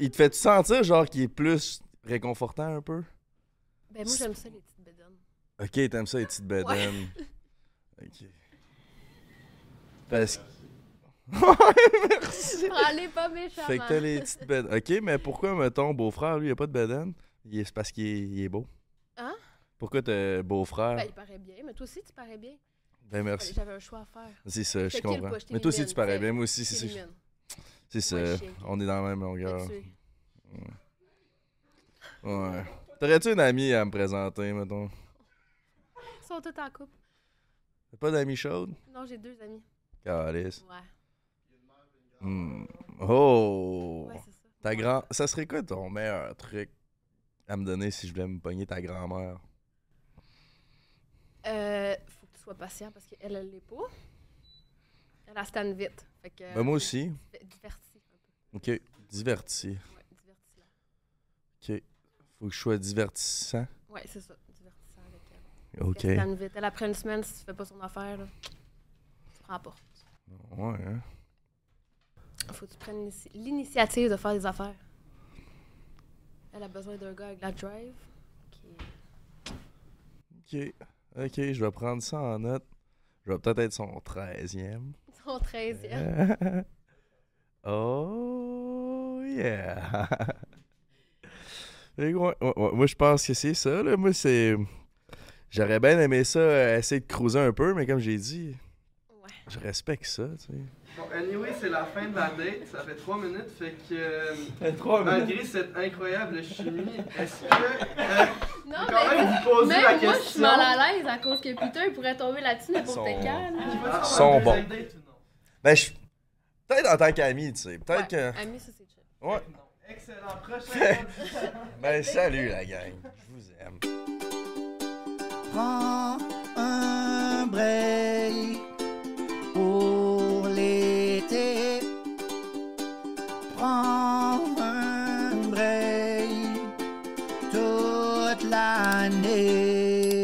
Il te fait sentir, genre, qu'il est plus réconfortant un peu? Ben, moi, j'aime ça, les petites bédaines. Ok, t'aimes ça, les petites bedaines. Ok. Parce que. Merci. Allez, pas méchant. Fait que t'as les petites bedaines. Ok, mais pourquoi, mettons, beau-frère, lui, il a pas de bedaine? Il est- C'est parce qu'il est, il est beau. Hein? Pourquoi t'as beau-frère? Ben, Ben, il paraît bien, mais toi aussi, tu parais bien. merci. J'avais un choix à faire. C'est ça, je Fait qu'il comprends. le push, t'es Mais toi aussi, mignonne, tu parais t'sais. bien. Moi aussi, T'es c'est ça. mignonne. C'est Moi, ça. chic. On est dans la même longueur. T'as tué. Ouais. T'aurais-tu une amie à me présenter, mettons? Ils sont tous en couple. T'as pas d'amie chaude? Non, j'ai deux amis. Calice. Ouais. Hmm. Oh! Ouais, c'est ça. Ta grand... Ça serait quoi ton meilleur truc à me donner si je voulais me pogner ta grand-mère? Euh, faut que tu sois patient parce qu'elle, elle l'est pas. Elle, elle se tanne vite. Fait que, Ben, moi aussi. Diver- Divertis un peu. Ok, diverti. Ouais, divertis-la. Ok. Faut que je sois divertissant. Ouais, c'est ça. Divertissant avec elle. Ok. Elle se Ouais, tanne vite. Elle, après une semaine, si tu fais pas son affaire, là, tu prends pas. hein? Faut que tu prennes l'inici- l'initiative de faire des affaires. Elle a besoin d'un gars avec la drive. Qui... Ok. Ok, je vais prendre ça en note. Je vais peut-être être son 13e. Son Euh, 13e. oh, yeah! Fait que ouais, ouais, ouais, moi, je pense que c'est ça. Là. Moi, c'est. J'aurais bien aimé ça, euh, essayer de cruiser un peu, mais comme j'ai dit, je respecte ça, tu sais. Bon, anyway, c'est la fin de la date. Ça fait trois minutes. Fait que. euh, fait trois minutes. Malgré cette incroyable chimie, est-ce que. euh, Non, Quand mais- même, vous posez même la moi, je moi, je question. suis suis mal mal à à l'aise à cause que putain, il pourrait tomber là-dessus n'importe Son- quel. quand, ah, sont deux bons. updates ou non? Ben, je. Peut-être en tant qu'ami, tu sais. Peut-être que. Ami, ça, c'est chill. Ouais. Excellent. Prochain. Ben, salut, la gang. Je vous aime. Prends un break pour l'été. Prends un break toute l'année.